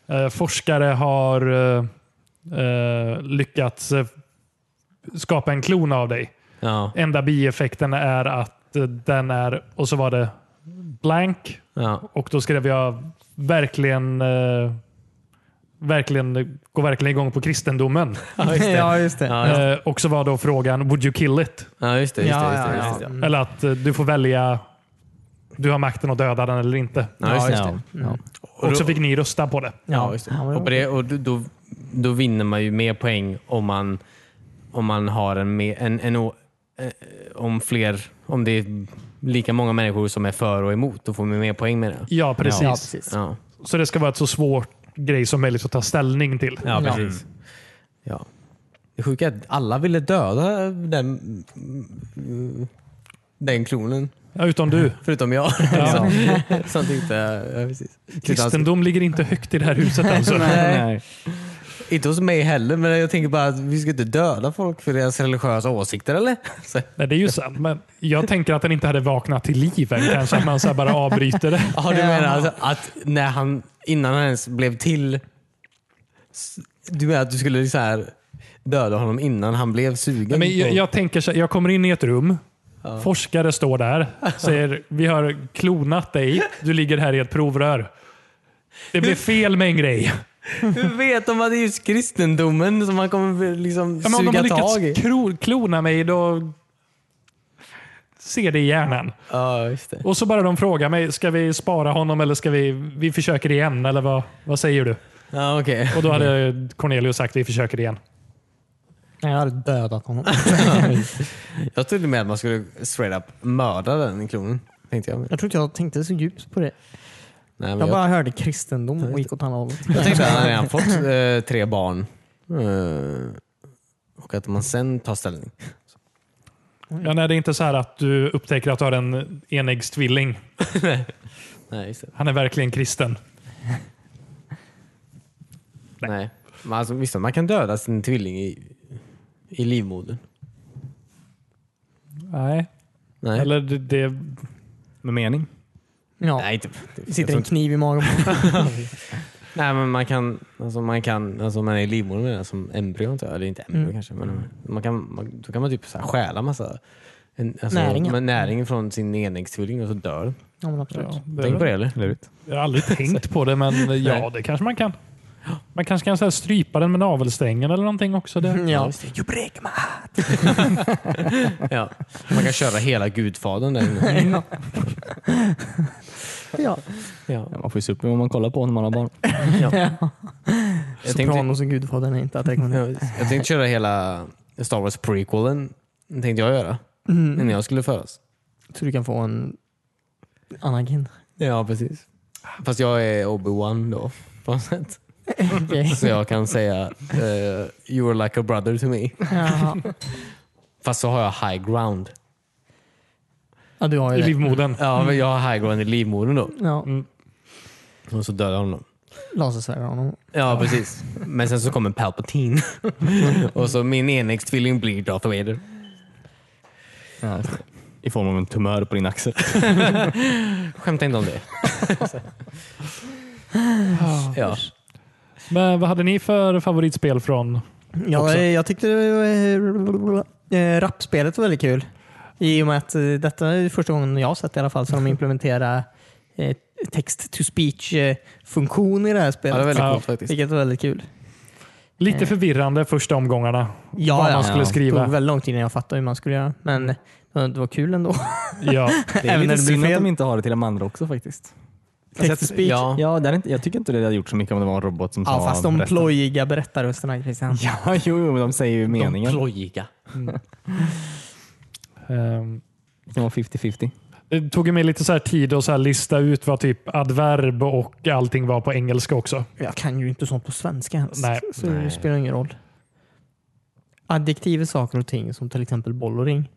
S3: eh, forskare har eh, eh, lyckats eh, skapa en klon av dig.
S1: Ja,
S3: Enda bieffekten är att eh, den är, och så var det blank.
S1: ja,
S3: Och då skrev jag verkligen, eh, verkligen gå verkligen igång på kristendomen.
S1: ja, just
S2: *laughs*
S1: det.
S2: ja, just det.
S1: Ja, just det.
S3: Eh, och så var då frågan, would you kill it?
S1: Ja, just det. Just det, just det, just det.
S2: ja.
S3: Eller att eh, du får välja, du har makten att döda den eller inte.
S1: Ja, just det.
S4: Ja, ja.
S3: Och så fick ni rösta på det.
S1: Ja, just det.
S2: Ja, men
S1: Och, på det, och då- då, då vinner man ju mer poäng om man, om man har en, me- en, en, å- eh, om fler, om det är lika många människor som är för och emot, då får man mer poäng med det.
S3: Ja, precis.
S2: Ja, precis.
S1: Ja,
S3: Så det ska vara ett så svårt grej som möjligt att ta ställning till.
S1: ja
S2: Ja.
S1: precis. Ja. Det sjuka är att alla ville döda den, den klonen,
S3: Ja, utom
S1: *laughs*
S3: du.
S1: förutom jag.
S3: Ja.
S1: Som tyckte, ja, precis.
S3: Kristendom ligger inte högt i det här huset alltså.
S1: alltså- *laughs* Nej.
S4: eh,
S1: Inte hos mig heller, men jag tänker bara att vi ska inte döda folk för deras religiösa åsikter eller? *laughs* Så,
S3: Nej, det är ju sant. Men jag tänker att den inte hade vaknat till liv än. Kanske att man så här bara avbryter det.
S1: Ja, du menar alltså att när han, innan han ens blev till... s- Du menar att du skulle så här döda honom innan han blev sugen?
S3: Men jag,
S1: på-
S3: jag tänker så här, jag kommer in i ett rum. Forskare står där. Säger, vi har klonat dig. Du ligger här i ett provrör. Det blev fel med en grej.
S1: Hur vet de att det är just kristendomen som han kommer liksom
S3: Ja, men om de
S1: suga
S3: har
S1: tag
S3: lyckats
S1: i?
S3: kro- klona mig, då ser det i hjärnan.
S1: Ja, just det.
S3: Och så bara de frågar mig, ska vi spara honom eller ska vi, vi försöker igen? Eller vad, vad säger du?
S1: Ja, okej.
S3: Och då hade
S1: Mm.
S3: Cornelius sagt, vi försöker igen.
S2: Nej, Jag hade dödat
S1: *laughs*
S2: honom.
S1: Jag trodde med att man skulle straight up mörda den klonen. Tänkte jag.
S2: Jag tror inte jag tänkte så djupt på det.
S1: Nej, men
S2: Jag
S1: jag,
S2: bara hörde kristendom och gick åt andra hållet.
S1: jag tänkte att han redan fått eh, tre barn. Eh, och att man sen tar ställning. Mm.
S3: Ja, nej, det är inte så här att du upptäcker att du har en enäggstvilling.
S1: Nej, just det.
S3: Han är verkligen kristen.
S1: Nej. Men alltså, visst, man kan döda sin tvilling i, i livmodern.
S3: Nej.
S1: Nej.
S3: Eller det, det,
S4: Med mening.
S2: Ja,
S1: Nej, inte.
S2: det
S1: Det
S2: sitter en kniv i
S1: *laughs*
S2: magen.
S1: Nej, men man kan, alltså man kan, alltså man är i livmodern menar jag, som embryo antar jag. Eller inte embryo kanske, men man kan, man, då kan man typ så här stjäla massa en, alltså,
S2: Näringen.
S1: men näringen från sin enäggstvilling och så dör den.
S2: Ja, men absolut.
S3: ja,
S1: Tänk på
S3: det
S1: det eller?
S4: Lurigt.
S3: Jag har aldrig tänkt på det, men eh, ja,
S1: Nej.
S3: det kanske man kan. Man kanske kan så här strypa den med navelsträngen eller någonting också. Det.
S2: Ja.
S1: just det. ja. Man kan köra hela gudfadern där inne.
S2: Ja. ja.
S1: Ja.
S4: Ja, man får ju se upp med vad man kollar på när man har barn.
S1: Jag, tänkte,
S2: Sopranos och Gudfadern är inte att rekommendera.
S1: ja, jag tänkte köra hela Star Wars prequelen. Den tänkte jag göra. Innan jag skulle födas.
S2: Så du kan få en
S1: *laughs*
S2: Anakin.
S1: Ja, precis. Fast jag är Obi-Wan då, på något sätt.
S2: Okej.
S1: Så jag kan säga eh, “You are like a brother to me”.
S2: Ja.
S1: Fast så har jag high ground.
S2: ja, du har ju
S3: I
S2: det.
S3: livmodern.
S1: Ja, men jag har high ground i livmodern då.
S2: Ja,
S1: Och så dödar jag honom.
S2: lasersvärdar honom.
S1: Ja, precis. Men sen så kommer *laughs* Palpatine. Och så min enäggstvilling blir Darth Vader.
S4: Ja, just det. I form av en tumör på din axel.
S1: Skämta inte om det. *laughs* Ja.
S3: Men vad hade ni för favoritspel från...
S2: Ja, jag tyckte eh, eh, rappspelet var väldigt kul. I och med att eh, detta är första gången jag har sett i alla fall
S1: *laughs*
S2: som de implementerar eh, text-to-speech-funktion eh, i det här
S1: ja,
S2: spelet.
S1: det var väldigt
S3: Ja.
S1: coolt faktiskt.
S2: Vilket var väldigt kul.
S3: Lite förvirrande första omgångarna.
S2: Ja,
S3: vad
S2: ja,
S3: man skulle
S4: ja.
S2: Det tog
S3: skriva.
S2: väldigt lång tid innan jag fattade hur man skulle göra, men eh, det var kul ändå.
S3: Ja.
S4: Det är
S2: Även när det
S4: lite
S2: blir
S4: synd att
S2: fel.
S4: de inte har det till de andra också faktiskt.
S2: Text-to-speech.
S1: Ja.
S4: Ja, det är inte, jag tycker inte det hade gjort så mycket om det var en robot som sa
S2: Ja, fast de
S4: resten.
S2: plojiga berättarrösterna Christian.
S4: *laughs* Ja, jo, jo, men de säger ju
S1: De
S4: meningen.
S1: plojiga.
S3: Ehm,
S4: Det kan vara 50-50.
S3: Det tog ju mig lite så här tid att så här lista ut vad typ adverb och allting var på engelska också.
S2: *laughs* Jag kan ju inte sånt på svenska ens.
S3: Nej.
S2: Så det spelar ingen roll. Adjektiv är saker och ting som till exempel boll och ring.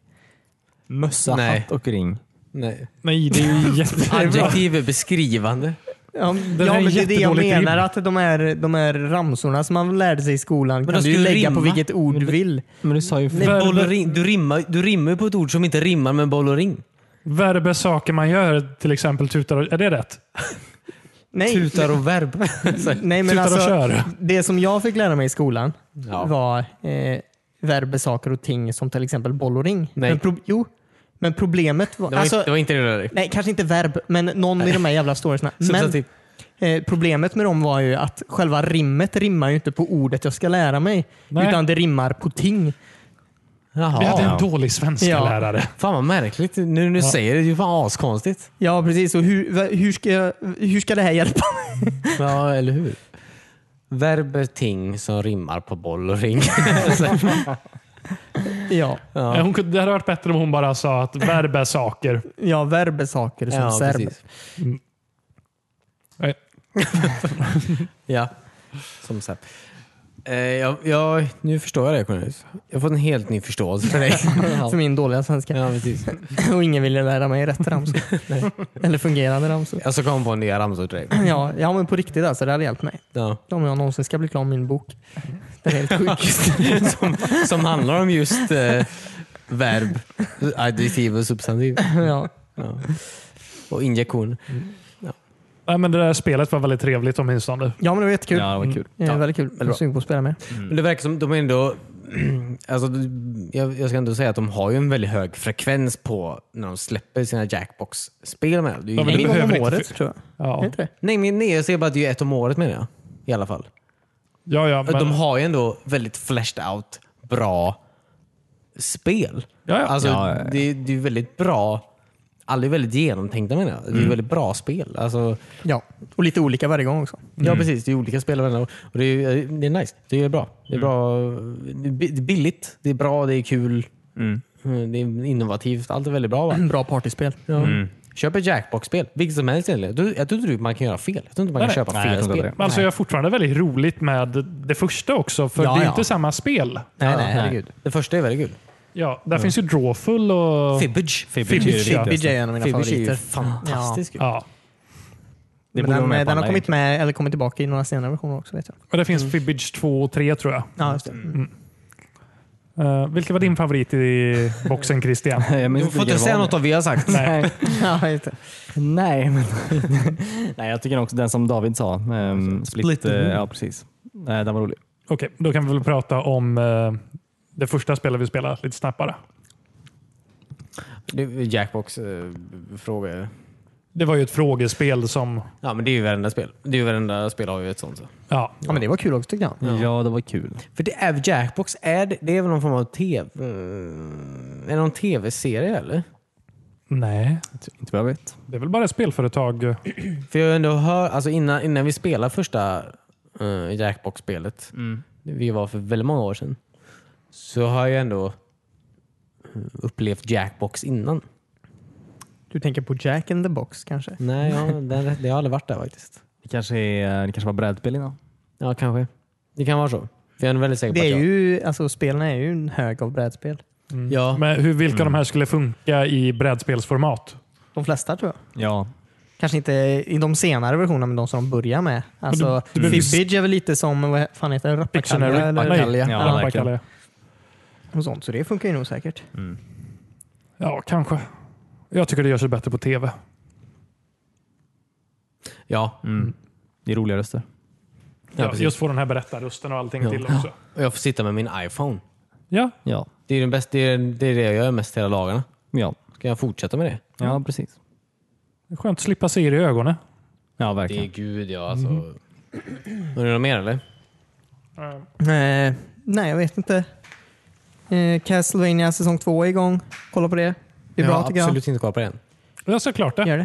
S4: Mössa,
S1: Nej.
S4: hatt och ring.
S1: Nej.
S3: Nej, det är ju *laughs* jätte...
S1: Adjektiv är beskrivande.
S2: Ja,
S3: här är
S2: men det är det jag
S3: jättedåligt rim.
S2: menar. Att de här, de här ramsorna som man lärde sig i skolan
S1: Men
S2: kan
S1: de
S2: du ju
S1: skulle
S2: lägga på
S1: rimma.
S2: vilket ord du vill.
S4: Men du sa ju
S1: Men
S3: Verb-
S1: boll och ring, du rimmar ju du rimmar ju på ett ord som inte rimmar med boll och ring.
S3: Verb är saker man gör, till exempel tutar och... Är det rätt?
S2: Nej,
S1: Tutar och
S2: *laughs*
S1: verb.
S2: nej men
S3: tutar och
S2: alltså,
S3: kör.
S2: det som jag fick lära mig i skolan
S1: Ja.
S2: var eh, verb, saker och ting som till exempel boll och ring.
S1: Nej.
S2: Men pro- jo, men problemet var...
S1: Det var,
S2: alltså,
S1: inte, det var inte det du lärde dig.
S2: Nej, kanske inte verb, men någon i de här jävla storiesna. Men
S1: Substantiv.
S2: eh, problemet med dem var ju att själva rimmet rimmar ju inte på ordet jag ska lära mig.
S3: Nej.
S2: Utan det rimmar på ting.
S1: Jaha.
S3: Vi hade en dålig svenska
S2: Ja.
S3: lärare.
S1: Fan vad märkligt. Nu när du säger det, det är ju fan askonstigt.
S2: Ja, precis. Och hur, va- hur, ska, jag- hur ska det här hjälpa?
S1: Ja, eller hur? Verb är ting som rimmar på boll och ring.
S2: ja,
S1: Ja.
S3: Eh, Hon kunde, det hade varit bättre om hon bara sa att verb är saker.
S2: ja, verb är saker som
S1: *laughs* ja,
S2: verb.
S1: precis.
S3: Nej.
S1: *laughs* Ja, som serb. Eh, jag, jag, nu förstår jag det Cornelius. Jag har fått en helt ny förståelse *laughs* för dig.
S2: För min dåliga svenska.
S1: ja, precis.
S2: *laughs* Och ingen ville lära mig rätt ramsor. *laughs* Eller fungerande ramsor. *clears throat*
S1: Jag ska komma på nya ramsor till dig.
S2: Ja, ja, men på riktigt alltså. Det hade hjälpt mig.
S1: Ja.
S2: Om jag någonsin ska bli klar med min bok. Det är helt sjukt. *laughs*
S1: som, som handlar om just eh, verb, adjektiv och substantiv.
S2: ja.
S1: Ja. Och injektion.
S3: Nej, men det där spelet var väldigt trevligt åtminstone.
S2: ja, men det var jättekul.
S4: Ja, det var kul.
S2: Det är
S1: Ja,
S2: väldigt kul. Jag är
S1: bra.
S2: sugen på att spela med.
S1: Men det verkar som de ändå... *clears throat* Alltså, jag, jag ska ändå säga att de har ju en väldigt hög frekvens på när de släpper sina Jackbox-spel. Med. Det är ju
S3: Ja, men
S1: en
S3: det
S1: gång om
S3: behöver inte
S1: året.
S3: för-
S2: tror jag.
S3: Ja,
S2: Är det det?
S1: Nej, men nej, jag säger bara att det är ett om året menar jag. I alla fall.
S3: ja, ja,
S1: De
S3: men,
S1: har ju ändå väldigt fleshed out, bra spel.
S3: ja, ja.
S1: Alltså,
S4: Ja, ja, ja.
S1: Det, det är ju väldigt bra. Alla är väldigt genomtänkta menar jag. Det är
S4: Mm.
S1: ju väldigt bra spel. Alltså,
S2: Ja, och lite olika varje gång också. *clears throat*
S1: Ja
S4: Mm.
S1: precis, det är olika spel varandra. och det är, eh, det är nice. Det är bra. Det är
S4: Mm.
S1: bra. Det är bi- det är billigt, det är bra, det är kul. Mm, Det är innovativt. Allt är väldigt bra.
S4: Mm.
S1: Va?
S2: Bra partyspel. Mm.
S1: Ja. Köp ett Jackbox-spel, vilket som helst egentligen. Du- Jag tror inte man kan göra fel. Jag tror inte
S3: Nej,
S1: man kan
S3: nej.
S1: köpa
S4: Nej, jag
S1: fel
S4: tror inte
S1: spel.
S3: Men alltså, jag har fortfarande väldigt roligt med det första också, för
S1: Ja,
S3: det är
S1: ja.
S3: inte samma spel.
S1: Nej, nej,
S4: nej.
S1: herregud. Det första är väldigt kul.
S3: Ja, där finns ju Drawful och...
S1: Fibbage.
S4: Fibbage är det
S3: ja.
S4: viktigaste.
S2: Fibbage är en av mina
S1: Fibbage är ju
S2: favoriter.
S1: fantastisk. Ja.
S3: Ja.
S4: Det
S2: Men
S4: borde vara
S2: den,
S4: med på
S2: den har
S4: alla
S2: kommit med, eller kommit tillbaka i några senare versioner också. Vet jag.
S3: Och det finns Fibbage 2 och 3 tror jag.
S2: Ja, just det. Mm.
S3: Eh, vilken var din favorit i boxen Christian?
S4: *laughs* Jag minns
S1: Du får inte
S4: vilka det
S1: säga
S4: var
S1: något av vad vi har sagt.
S4: *laughs* Nej,
S2: *laughs* ja, just det.
S4: nej, men *laughs* nej, jag tycker också den som David sa. ehm, split,
S1: Split.
S4: eh, ja, precis. Nej, den var rolig.
S3: Okej, då kan vi väl prata om eh, det första spelet vi spelade lite snabbare.
S1: eh, Jackbox-fråga.
S3: Det var ju ett frågespel som...
S1: ja, men det är ju varenda spel. Det är ju varenda spel har ju ett sånt. Så.
S3: Ja,
S2: ja, men det var kul också tyckte jag.
S4: Ja. det var kul.
S1: För det är Jackbox, är det, det är väl någon form av tv... mm, Är det någon tv-serie eller?
S3: nej.
S4: Inte vad jag vet.
S3: Det är väl bara ett spelföretag.
S1: För jag har ändå hör, alltså innan, innan vi spelade första eh, Jackbox-spelet, vi var för väldigt många år sedan, så har jag ändå eh, upplevt Jackbox innan.
S2: Du tänker på Jack and the Box kanske?
S1: Nej, ja, den, det har aldrig varit där faktiskt.
S4: Det kanske, är, det kanske var brädspel innan?
S1: Ja, kanske. Det kan vara så. För jag är väldigt säker på
S2: Det är
S1: att jag...
S2: ju, alltså, spelen är ju en hög av brädspel.
S1: Ja,
S3: Mm. Men hur, vilka av de här skulle funka i brädspelsformat?
S2: De flesta tror jag.
S4: Ja.
S2: Kanske inte i de senare versionerna, men de som de börjar med. Alltså,
S3: du behöver ju-
S2: Fibbage är väl lite som, vad fan heter det,
S3: Dictionary.
S2: Rappakalja eller
S3: Nej,
S2: Kalja
S4: Ja,
S3: Rappakalja.
S4: verkligen.
S2: och sånt. Så det funkar ju nog säkert.
S3: Ja, kanske. Jag tycker det gör sig bättre på tv.
S1: ja.
S4: Det är roliga röster.
S1: ja
S3: Ja,
S1: precis.
S3: just få den här berättarrösten och allting
S1: Ja.
S3: till också.
S1: Och jag får sitta med min iPhone.
S3: Ja,
S4: Ja.
S1: Det är, den bästa, det, är, det är det jag gör mest hela dagarna.
S4: Ja.
S1: Ska jag fortsätta med det?
S4: ja, precis.
S3: det är skönt att slippa se er i ögonen.
S4: Ja,
S1: Det är
S4: verkligen.
S1: gud ja alltså. Var det Mm-hmm. något mer eller?
S2: Eh, nej, jag vet inte. Eh, Castlevania säsong två är igång. Kolla på det. Det är
S1: jag
S2: bra
S1: har
S2: tycker jag.
S1: absolut inte koll på den.
S3: Ja, såklart det.
S2: Gör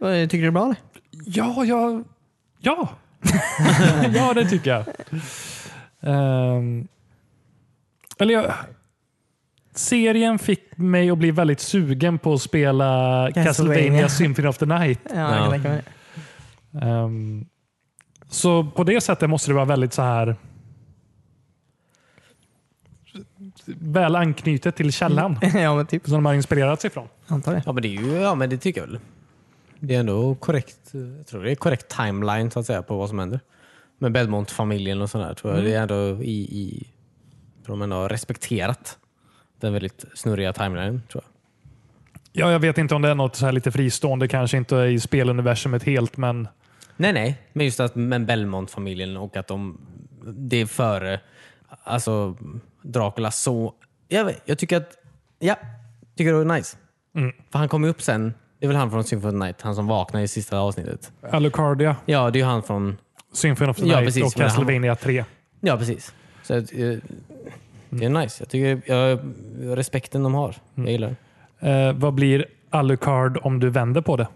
S2: det. Eh, Tycker du det är bra eller?
S3: Ja, jag... Ja! *laughs* ja, det tycker jag. Ehm, eller jag... serien fick mig att bli väldigt sugen på att spela
S2: Castlevania.
S3: Castlevania Symphony of the Night.
S2: Ja, jag
S1: Ja.
S2: kan tänka mig det.
S3: Ehm, så på det sättet måste det vara väldigt så här väl anknutet till källan
S2: *laughs* ja, men typ.
S3: som de har inspirerats ifrån.
S2: Antar det.
S1: Ja men, det är ju, ja, men det tycker jag väl. Det är ändå korrekt, jag tror det är korrekt timeline så att säga på vad som händer. Med Belmont-familjen och sådär tror jag. Det är ändå i, i, tror de ändå har respekterat den väldigt snurriga timelinen tror jag.
S3: Ja, jag vet inte om det är något så här lite fristående, kanske inte i speluniversumet helt, men
S1: Nej, nej. Men just att men Belmont-familjen och att de, det är före alltså, Dracula. Så, jag, vet, jag tycker att ja, tycker det var nice. För han kommer ju upp sen. Det är väl han från Symphony of the Night, han som vaknar i sista avsnittet.
S3: Alucardia,
S1: Ja, det är ju han från...
S3: Symphony of the
S1: Ja,
S3: Night
S1: precis,
S3: och
S1: men han-
S3: Castlevania 3.
S1: Ja, precis. Så, att, eh, det är nice. Jag tycker jag, respekten de har. Jag gillar det.
S3: Eh, vad blir Alucard om du vänder på
S1: *laughs*
S3: det?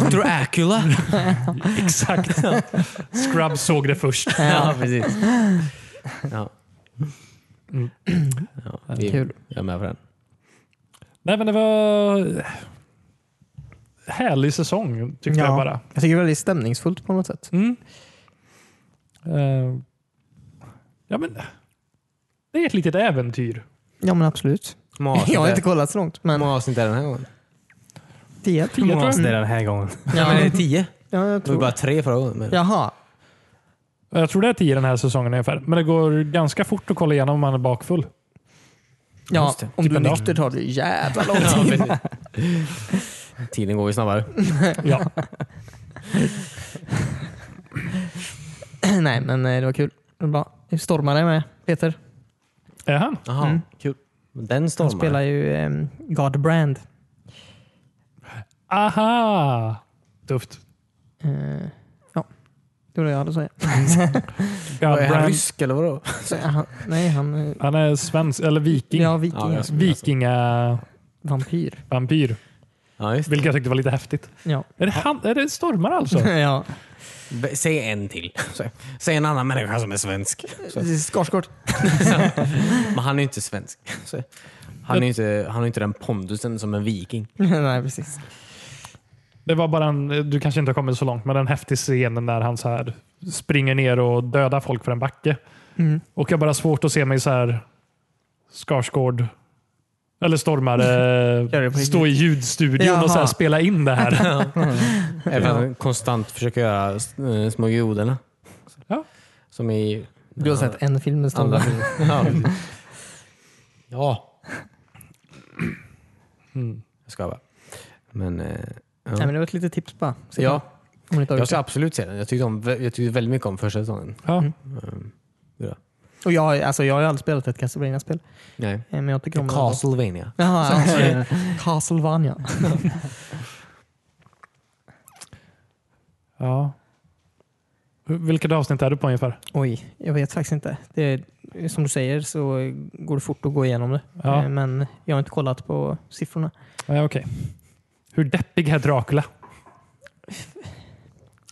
S1: Dr. Acula!
S3: Exakt. Scrubs såg det först.
S1: *laughs* ja, *laughs* precis. Ja. Mm. Ja, vi,
S2: Kul.
S1: Jag är med på den.
S3: Nej, men det var härlig säsong tyckte jag bara.
S2: jag tycker det är väldigt stämningsfullt på något sätt.
S3: Mm. Eh, ja, men det är ett litet äventyr.
S2: Ja, men absolut. *laughs* Jag har inte kollat så långt,
S1: Hur
S2: men
S1: många avsnitt är det den här gången?
S2: tio.
S3: Tio, tror jag.
S4: den här gången.
S1: Ja, men det är tio.
S2: Ja, jag
S1: Det var
S2: tror
S1: bara
S2: det.
S1: tre förra gången. *laughs* Men...
S2: Jaha.
S3: jag tror det är tio den här säsongen ungefär. Men det går ganska fort att kolla igenom om man är bakfull.
S2: Ja,
S1: Just det. Typ
S2: om du är
S3: en dag.
S2: nykter tar det ju jävla lång
S1: Ja,
S2: tid. *laughs*
S1: precis. Tiden går ju snabbare.
S3: Ja.
S2: Nej, men eh, det var kul. Det var bra. Nu stormar det med Peter.
S3: Är han?
S1: Jaha, kul. Den
S2: Han
S1: stormar.
S2: spelar ju eh, God Brand.
S3: Aha! Tufft.
S2: Eh, ja, det var det jag hade att
S1: *laughs*
S2: säga.
S3: Ja,
S1: Är han
S3: Bran-
S1: rysk eller vadå?
S2: Så, han, nej, han... eh,
S3: han är svensk, eller viking.
S2: Ja, viking.
S1: Ja, jag skulle vilja säga.
S3: Vikingavampyr.
S2: Vampyr.
S1: Ja, just
S3: Vilket jag tyckte var lite häftigt.
S2: Ja.
S3: Är det, han, är det stormar
S2: *laughs*
S3: alltså?
S2: ja.
S1: det. Säg en till. Så- Säg en annan människa som är svensk. Så-
S2: Skarsgård. *laughs*
S1: Men han är ju inte svensk. Så- Han är ju inte, han har ju inte den pondusen som en viking.
S2: nej, precis.
S3: Det var bara en, du kanske inte har kommit så långt, men en häftig scen när han så här springer ner och dödar folk för en backe.
S2: Mm.
S3: Och jag har bara svårt att se mig så här Skarsgård
S2: *laughs*
S3: eller
S2: Gör det
S3: stormare
S2: på
S3: stå i ljudstudion och så här
S2: Jaha.
S3: spela in
S2: *laughs*
S3: det här.
S1: Även att han konstant försöker göra eh, små grodorna.
S3: Ja.
S1: Som i eh,
S2: Du har sett en film med
S1: andra
S2: stormar.
S1: filmer.
S2: *laughs*
S1: Ja. ja.
S3: Mm.
S1: Jag ska bara. Men, eh,
S2: Nej, men det var ett litet tips bara. Se
S1: ja.
S2: på, Om ni inte har
S1: Jag
S2: gjort
S1: ska
S2: det.
S1: absolut se den. Jag tyckte, om, jag tyckte väldigt mycket om första säsongen. Ehm,
S3: Ja.
S2: Mm. Och jag, har ju- alltså, jag har ju aldrig spelat ett Castlevania-spel.
S1: Nej.
S2: Eh, Men jag tycker om *laughs* det.
S1: Castlevania.
S2: Jaha, okay. *laughs* Castlevania.
S3: ja. Vilket avsnitt är du på ungefär?
S2: Oj, jag vet faktiskt inte. Det är, som du säger så går det fort att gå igenom det.
S3: Ja.
S2: Eh, Men jag har inte kollat på siffrorna.
S3: Ja, okay. Hur deppig är Dracula?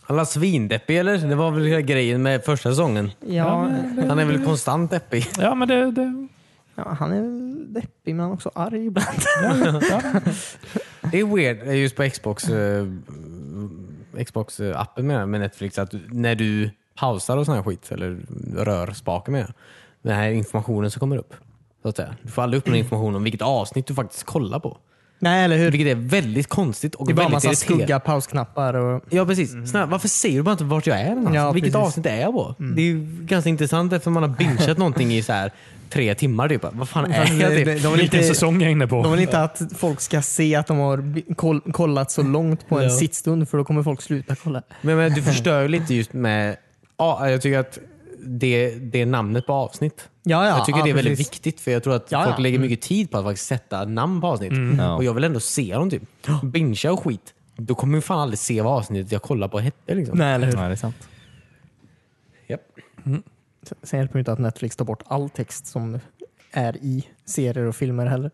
S1: Han var svindäppig eller? Det var väl hela grejen med första säsongen.
S2: Ja,
S1: Han är väl konstant deppig.
S3: Ja, men det, det,
S2: ja, han är väl deppig men han är också arg ibland. *laughs*
S1: Det är weird eh, just på Xbox eh, Xbox-appen med, med Netflix att du- när du pausar och sån här skit eller rör spaken med den här informationen som kommer upp. Så att säga. Du får aldrig upp någon information om vilket avsnitt du faktiskt kollar på.
S2: Nej, eller hur?
S1: Vilket är väldigt konstigt och
S2: Det är bara
S1: väldigt
S2: massa
S1: irriterande.
S2: skugga pausknappar. Och,
S1: Ja precis. Snälla, varför säger du bara inte vart jag är någonstans?
S2: Ja,
S1: Vilket
S2: precis. Mm.
S1: avsnitt är jag på? Det är ju ganska intressant eftersom man har bingeat *laughs* någonting i så här tre timmar. Typ. Vad fan är jag?
S2: de,
S1: Typ?
S2: de, vill
S3: vilken
S2: inte,
S3: säsong jag är inne på.
S2: de vill inte att folk ska se att de har bi- koll, kollat så långt på en
S1: Ja.
S2: sittstund för då kommer folk sluta kolla.
S1: Men, men du förstör ju lite just med... Ja, jag tycker att det, det är namnet på avsnitt.
S2: Ja, ja,
S1: jag tycker
S2: ja,
S1: det är väldigt
S2: precis.
S1: viktigt för jag tror att
S2: Ja,
S1: folk
S2: ja. Mm.
S1: lägger mycket tid på att faktiskt sätta namn på avsnitt.
S4: Ja.
S1: Och jag vill ändå se dem typ. Bingea och skit. Då kommer jag fan aldrig se vad avsnittet jag kollar på hette. Liksom.
S2: Nej, eller hur?
S4: Ja, det är sant.
S2: Sen hjälper det inte att Netflix tar bort all text som är i serier och filmer heller.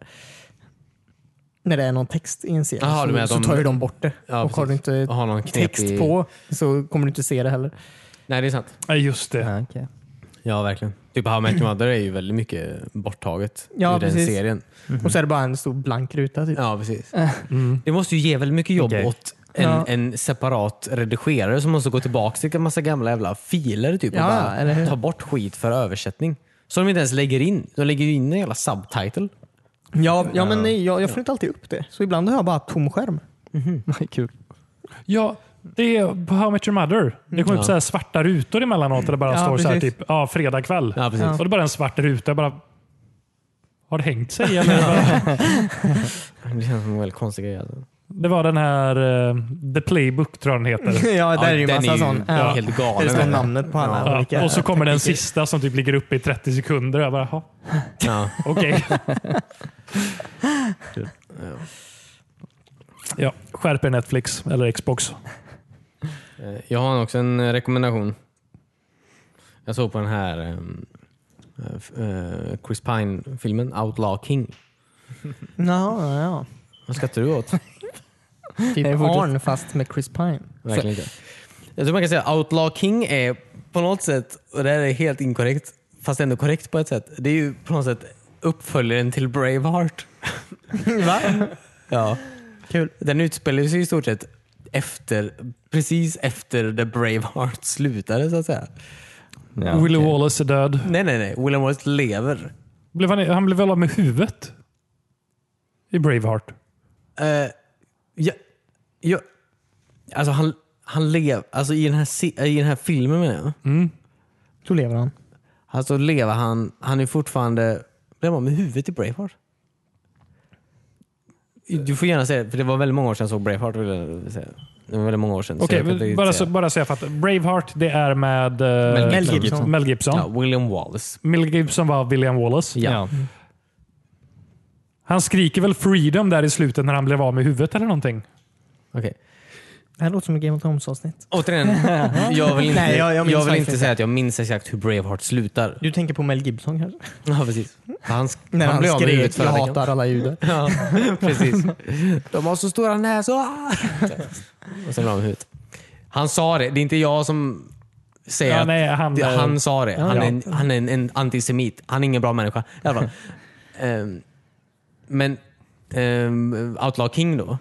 S2: När det är någon text i en serie
S1: Jaha,
S2: så,
S1: du menar att
S2: så
S1: de-
S2: tar ju de bort det.
S1: Ja,
S2: och
S1: precis.
S2: har du inte
S1: Och ha någon knepig-
S2: text på så kommer du inte se det heller.
S1: Nej, det är sant.
S3: Ja, just det.
S4: Ja, okej.
S1: Ja, verkligen. Typ How I Met Your Mother är ju väldigt mycket borttaget
S2: Ja,
S1: i
S2: precis.
S1: den serien.
S2: Och så är det bara en stor blank ruta. Typ.
S1: Mhm. Ja, precis. Det måste ju ge väldigt mycket jobb
S6: Okej.
S1: åt en,
S2: Ja.
S1: en separat redigerare som måste gå tillbaka till en massa gamla jävla filer typ, och
S2: Ja,
S1: bara
S2: eller hur?
S1: ta bort skit för översättning. Så de inte ens lägger in. De lägger ju in en jävla subtitle.
S2: Ja, ja, men nej, jag, jag får inte alltid upp det. Så ibland har jag bara tom skärm. *laughs*
S4: *laughs* Kul.
S3: Ja, det är på How I Met Your Mother. Det kommer upp så här svarta rutor emellanåt där det bara
S2: Ja,
S3: står så här,
S2: precis.
S3: typ ja, fredag kväll.
S1: Ja, precis.
S3: Och det är bara en svart ruta. Jag bara, har det
S2: *laughs*
S3: hängt sig? Eller?
S1: Det känns som en väldigt konstig grej. Alltså.
S3: det var den här eh, The Playbook tror jag den heter.
S2: ja, där är ju
S1: den
S2: massa
S1: är
S2: sån. Ja.
S1: helt
S2: Det
S1: galen.
S2: står
S1: eller?
S2: namnet på alla
S3: *laughs* Ja,
S2: olika.
S3: och så kommer den sista som typ ligger uppe i 30 sekunder. Jag bara, jaha,
S1: Ja.
S3: *laughs* okej.
S1: *laughs*
S3: ja, skärp er Netflix eller Xbox.
S1: Eh, Jag har också en eh, rekommendation. Jag såg på den här eh, f- eh, Chris Pine-filmen Outlaw King.
S2: Ja, ja, ja.
S1: Vad skrattar du åt?
S2: Det är
S1: fortsätt.
S2: Arn fast med Chris Pine.
S1: Verkligen inte. Jag tror man kan säga att Outlaw King är på något sätt, och det här är helt inkorrekt, fast ändå korrekt på ett sätt. Det är ju på något sätt uppföljaren till Braveheart.
S2: Va?
S1: Ja.
S2: Kul.
S1: Den utspelar sig i stort sett efter, precis efter där Braveheart slutade så att säga.
S4: Ja,
S3: Willie
S4: okej.
S3: Wallace är död.
S1: Nej, nej, nej. William Wallace lever.
S3: Blev han, han blev väl av med huvudet? I Braveheart.
S1: Eh, ja, ja, alltså han, han lever, alltså i den här, se- i den här filmen menar jag.
S2: Så lever han.
S1: Alltså lever han, han är fortfarande, blev han med huvudet i Braveheart? Du får gärna säga det, för det var väldigt många år sedan jag såg Braveheart. Vill jag säga. Det var väldigt många år sedan. så
S3: Okej,
S1: jag kan inte
S3: men
S1: riktigt
S3: bara, så,
S1: säga.
S3: bara så jag fattar. Braveheart, det är med eh,
S4: Mel Gibson.
S3: Mel Gibson.
S1: Ja, William Wallace.
S3: Mel Gibson var William Wallace.
S1: Ja.
S4: Ja.
S3: Han skriker väl freedom där i slutet när han blev av med huvudet eller någonting?
S1: Okej.
S2: Det här låter som ett Game of Thrones-avsnitt.
S1: Återigen, jag vill inte,
S2: Nej, jag-
S1: jag,
S2: jag minns
S1: vill
S2: faktiskt
S1: inte
S2: inte.
S1: säga att jag minns exakt hur Braveheart slutar.
S2: Du tänker på Mel Gibson kanske?
S1: Ja, precis. Han,
S2: När han,
S1: blev av med huvudet
S2: skrek
S1: förra
S2: “Jag
S1: veckan.
S2: hatar alla judar”.
S1: Ja, precis. De har så stora näsor. Och sen la han huvudet. Han sa det. Det är inte jag som säger
S3: Ja,
S1: att
S3: nej, han- eh,
S1: det, han sa det. Han
S3: Ja.
S1: är, en, han är en, en antisemit. Han är ingen bra människa.
S3: *laughs*
S1: I alla fall. Ehm, men ehm, Outlaw King då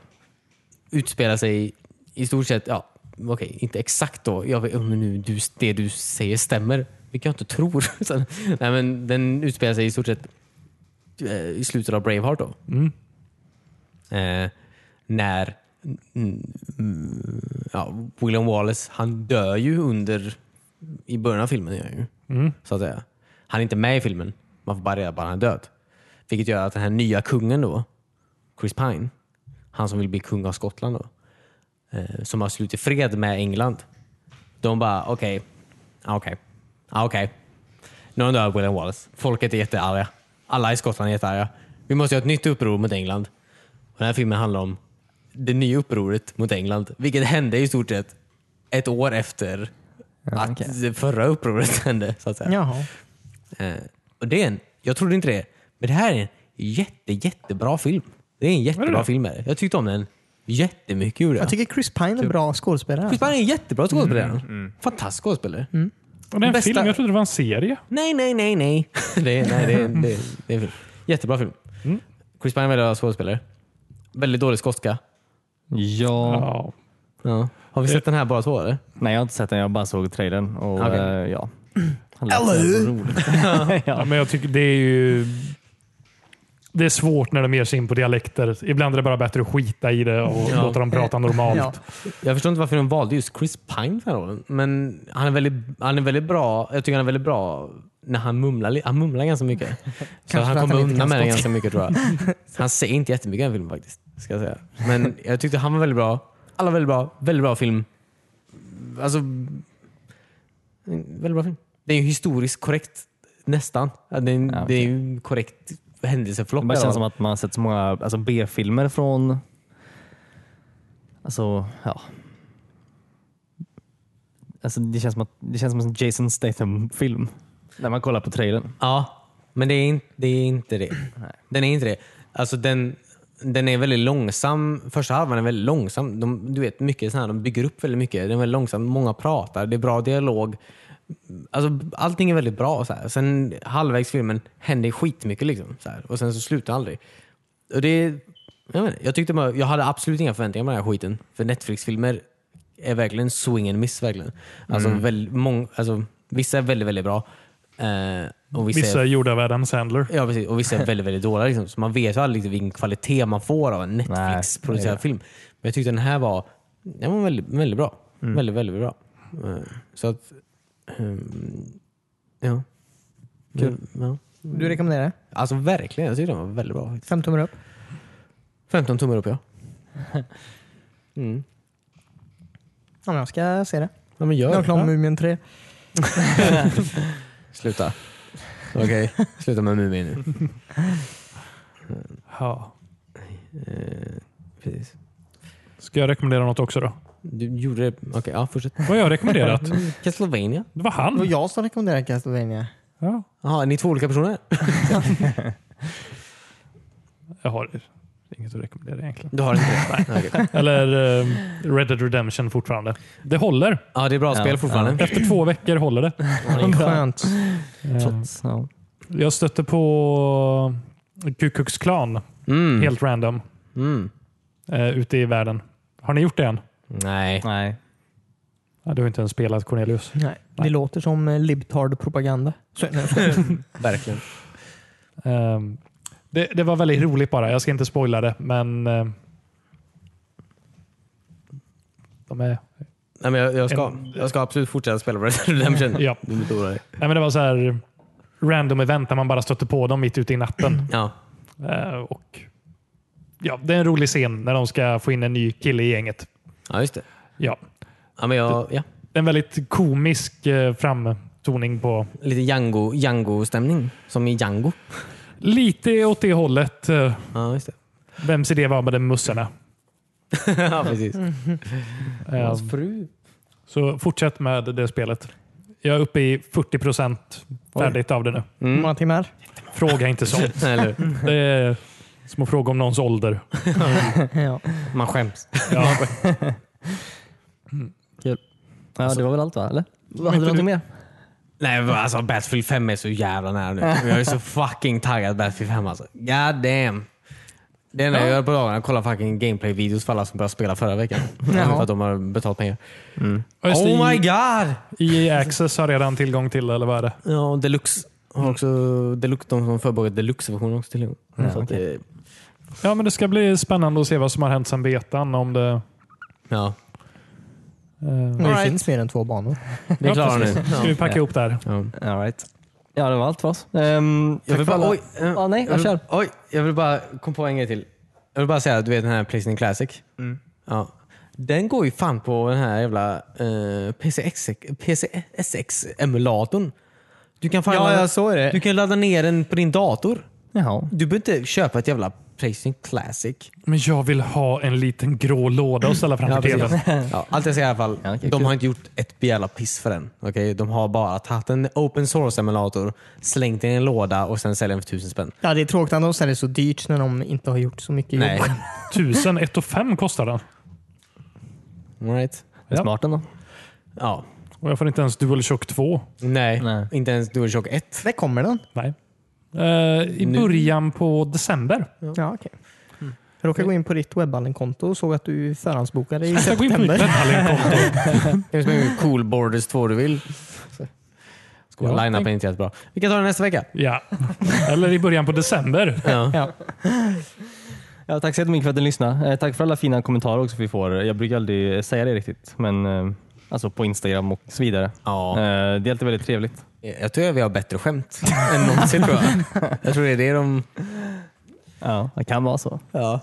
S1: utspelar sig i stort sett, ja, okej, inte exakt då. Jag vet, men nu, du, det du säger stämmer, vilket jag inte tror. *laughs* Så, nej, men den utspelar sig i stort sett eh, i slutet av Braveheart då.
S3: Mm.
S1: Eh, när mm, mm, ja, William Wallace, han dör ju under i början av filmen. Gör han ju, så att säga. Han är inte med i filmen. Man får bara reda på att han är död. Vilket gör att den här nya kungen då, Chris Pine, han som vill bli kung av Skottland då, eh, som har slutit fred med England. De bara, okej, okay, okej, okay, okej. Nu har han dödat William Wallace. Folket är jättearga. Alla i Skottland är jättearga. Vi måste göra ett nytt uppror mot England. Och den här filmen handlar om det nya upproret mot England, vilket hände i stort sett ett år efter att det förra upproret *laughs* hände. Så att säga.
S2: Jaha.
S1: Eh, och det är en, jag trodde inte det, men det här är en jätte, jättebra film. Det är en jättebra film. Är det. Jag tyckte om den jättemycket. Gjorde jag. Mm,
S2: Jag tycker Chris Typ. Pine är bra skådespelare.
S1: Chris Pine är en jättebra skådespelare. Fantastisk skådespelare.
S3: Och det är en
S1: Bästa-
S3: film. Jag trodde det var en serie.
S1: Mm. Nej, nej, nej, nej. *laughs* det, är, nej det, är, det, är, det är en film. Jättebra film. Chris Pine är en väldigt bra skådespelare. Väldigt dålig skotska.
S4: Ja.
S3: Ja.
S1: Ja. Har vi sett den här bara två eller?
S4: Nej, jag har inte sett den. Jag bara såg trailern. Och,
S1: Okej.
S4: eh, *clears throat* ja. Han lät så jävla rolig.
S3: Ja, men jag tycker det är ju... Det är svårt när de ger sig in på dialekter. Ibland är det bara bättre att skita i det och låta dem prata normalt.
S2: Ja.
S1: Jag förstår inte varför de valde just Chris Pine för den här rollen. Men han är, väldigt, han är väldigt bra. Jag tycker han är väldigt bra när han mumlar. li- Han mumlar ganska
S4: *laughs*
S1: mycket. Så
S2: för
S1: han
S2: att
S1: kommer
S2: han inte kan
S1: undan med det
S2: skotska.
S1: ganska mycket tror jag. Han säger inte jättemycket i den filmen faktiskt. Ska jag säga. Men jag tyckte han var väldigt bra. Alla var väldigt bra. Väldigt bra film. Alltså, en väldigt bra film. Det är ju historiskt korrekt. Nästan. Ja, Det är, en-
S4: Ja,
S1: det är
S4: okej.
S1: ju en korrekt händelseförlopp.
S4: Det bara känns
S1: Ja.
S4: som att man har sett så många alltså, B-filmer från Alltså, ja. Alltså, det, känns som att, det känns som en Jason Statham-film. När man kollar på trailern.
S1: Ja, men det är, in, det är inte det. Den är inte det. Alltså den, den är väldigt långsam. Första halvan är väldigt långsam. De, du vet, mycket sån här, de bygger upp väldigt mycket. Den är väldigt långsam. Många pratar. Det är bra dialog. Alltså, allting är väldigt bra. Så här. Sen halvvägs i filmen händer skitmycket. Liksom, så här. Och sen så slutar det aldrig. Och det, jag, vet, inte, jag, tyckte bara, jag hade absolut inga förväntningar på den här skiten. För Netflix-filmer är verkligen swing and miss. Verkligen. Alltså, väl, mång, alltså, vissa är väldigt, väldigt bra. Eh, och vissa,
S3: Vissa
S1: är,
S3: är gjorda av Adam Sandler.
S1: ja, precis, och vissa är väldigt, väldigt dåliga. Liksom. Så man vet ju aldrig riktigt vilken kvalitet man får av en Netflix-producerad film. Men jag tyckte den här var, den var väldigt, väldigt bra. Väldigt, väldigt bra. Eh, så att, ehm, ja. Mm,
S2: Kul.
S1: ja.
S2: Du rekommenderar det?
S1: Alltså verkligen, jag tyckte den var väldigt bra.
S2: Fem tummar upp.
S1: 15 tummar upp ja. Mm.
S2: Ja, men jag ska se det.
S1: Ja men
S2: Jag är
S1: gör
S2: klar med
S1: det.
S2: Mumien 3.
S1: Sluta. Okej, sluta med Mumin nu.
S3: Ja.
S1: Eh, precis.
S3: Ska jag rekommendera något också då?
S1: Du gjorde det... Okej, ja fortsätt.
S3: Vad har jag rekommenderat?
S1: Castlevania.
S3: Det var
S2: Det var
S3: han.
S2: jag som rekommenderade Castlevania.
S3: Ja.
S1: Jaha, är ni två olika personer?
S3: Jag har inget att rekommendera egentligen.
S1: Du har inte det? Nej. okej.
S3: Eller eh, Red Dead Redemption fortfarande. Det håller.
S1: Ja, det är bra
S4: Ja,
S1: spel fortfarande.
S3: Efter två veckor håller det. Ehm,
S2: Skönt.
S4: Trots, ja.
S3: Jag stötte på Ku Klux Klan
S1: Mm.
S3: helt random
S1: Mm.
S3: eh, ute i världen. Har ni gjort det än?
S1: Nej.
S4: Nej.
S3: Ja, du har inte ens spelat Cornelius.
S2: Nej, det låter som eh, libtard-propaganda. Så- nej,
S1: Verkligen.
S3: Eh, det, det var väldigt roligt bara. Jag ska inte spoila det, men eh, de är
S1: Nej, men jag, jag, ska, jag ska absolut fortsätta spela Red Dead Redemption.
S3: Ja.
S1: Du betonar det.
S3: Nej, men det var så här random event där man bara stötte på dem mitt ute i
S1: *clears throat*
S3: natten.
S1: Ja.
S3: Eh, och, ja, det är en rolig scen när de ska få in en ny kille i gänget.
S1: ja, just det.
S3: Ja.
S1: Ja, men jag, ja.
S3: Det är En väldigt komisk eh, framtoning på...
S1: Lite Django- Django-stämning. som i Django.
S3: Lite åt det hållet. Eh,
S1: Ja, just det. *laughs*
S3: vems idé var med de mussarna?
S1: ja, precis.
S3: Eh,
S1: fru.
S3: så fortsätt med det spelet. Jag är uppe i 40 procent färdigt av det nu.
S2: Hur många timmar?
S3: Fråga inte sånt.
S1: Eller
S3: Det är som att fråga om någons
S1: *laughs*
S3: ålder.
S2: Ja.
S1: Man skäms.
S3: Ja.
S4: Ja, det var väl allt va? Eller? Alltså- Hade du något mer?
S1: Nej, men alltså Battlefield 5 är så jävla nära nu. *laughs* Jag är så fucking taggad Battlefield 5 alltså. God damn. Det enda jag gör på dagarna är att kolla fucking gameplay-videos för alla som började spela förra *laughs* veckan.
S2: Jaha.
S1: För att de har betalat pengar.
S3: Och just
S1: Oh my
S3: i-
S1: god!
S3: EA Access har redan tillgång till det, eller vad är det?
S1: Ja, och Deluxe har också Deluxe, de som förberett deluxe-versionen också tillgång. så att det,
S3: Ja, men det ska bli spännande att se vad som har hänt sedan betan. Om det,
S1: ja,
S3: eh,
S2: Det
S1: Alright.
S2: finns mer än två banor.
S1: det är
S3: ja,
S1: klarar
S3: precis.
S1: nu.
S3: Ska vi packa ihop det här?
S1: Ja.
S4: All right. Ja, det var allt för oss. Ehm,
S1: Jag
S4: tack
S1: vill
S4: för
S1: bara,
S4: alla-
S1: oj, eh,
S4: Ja, nej, jag
S1: vill-
S4: kör.
S1: Oj, jag vill bara kom på en grej till. Jag vill bara säga att du vet den här Playstation Classic. Ja. Den går ju fan på den här jävla eh, PCX, PCSX-emulatorn. Du kan fan ladda,
S2: såg
S1: du kan ladda ner den på din dator.
S4: Jaha.
S1: Du behöver inte köpa ett jävla Playstation Classic.
S3: Men jag vill ha en liten grå låda och ställa framför
S1: precis.
S3: tvn.
S1: ja, allt jag säger i alla fall,
S4: Ja, okej,
S1: de
S4: kul.
S1: har inte gjort ett jävla piss för den. Okay? De har bara tagit en open source-emulator, slängt den i en låda och sen säljer den för tusen spänn.
S2: Ja, det är tråkigt att de säljer så dyrt när de inte har gjort så mycket
S1: Nej.
S2: jobb.
S3: Tusen, ett och fem kostar den.
S1: All right.
S3: Ja.
S4: Smart ändå.
S1: Ja,
S3: Och jag får inte ens DualShock 2.
S1: Nej,
S4: Nej.
S1: inte ens DualShock 1.
S2: Där kommer den.
S3: Nej. Eh, I
S1: Nu.
S3: början på december.
S2: Ja, okej.
S3: Mm.
S2: Jag råkade gå in på ditt webballenkonto och såg att du förhandsbokade i
S3: Jag ska gå in på mitt
S2: september.
S1: *laughs*
S3: webhallen-konto.
S1: Det är som en cool Borders 2 du vill. Så. Skål,
S3: Ja,
S1: line-up är inte jättebra. Vi kan ta det nästa vecka.
S3: Ja. Eller i början på december.
S1: Ja.
S2: Ja.
S4: Ja, tack så jättemycket för att ni lyssnade. Eh, tack för alla fina kommentarer också vi får. Jag brukar aldrig eh, säga det riktigt, men eh, alltså på Instagram och så vidare.
S1: Ja.
S4: Eh, det är alltid väldigt trevligt.
S1: Jag tror att vi har bättre skämt än någonsin tror jag. Jag tror det är det de...
S4: Ja, det kan vara så.
S1: Ja.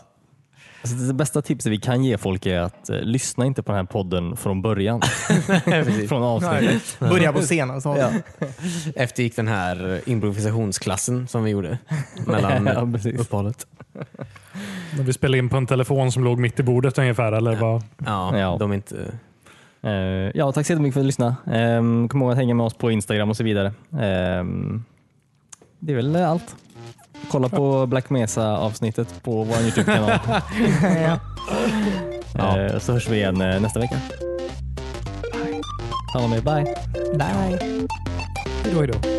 S4: Alltså, det bästa tipset vi kan ge folk är att eh, lyssna inte på den här podden från *laughs* början.
S1: precis.
S4: från avsnittet.
S2: Börja på scenen. Så.
S4: Ja.
S1: Eftergick den här improvisationsklassen som vi gjorde mellan
S4: *laughs* Ja, precis.
S1: uppehållet.
S3: När vi spelade in på en telefon som låg mitt i bordet ungefär. Eller vad?
S1: Ja,
S4: Ja.
S1: De är inte...
S4: Eh, ja, tack så jättemycket för att ni lyssnade. Eh, kom ihåg att hänga med oss på Instagram och så vidare. Eh, det är väl allt. Kolla på Black Mesa-avsnittet på vår Youtube-kanal.
S2: Ja.
S4: Eh, så hörs vi igen eh, nästa vecka.
S7: Ta hand om er. Bye!
S8: Nej.
S4: Hej då, hej då.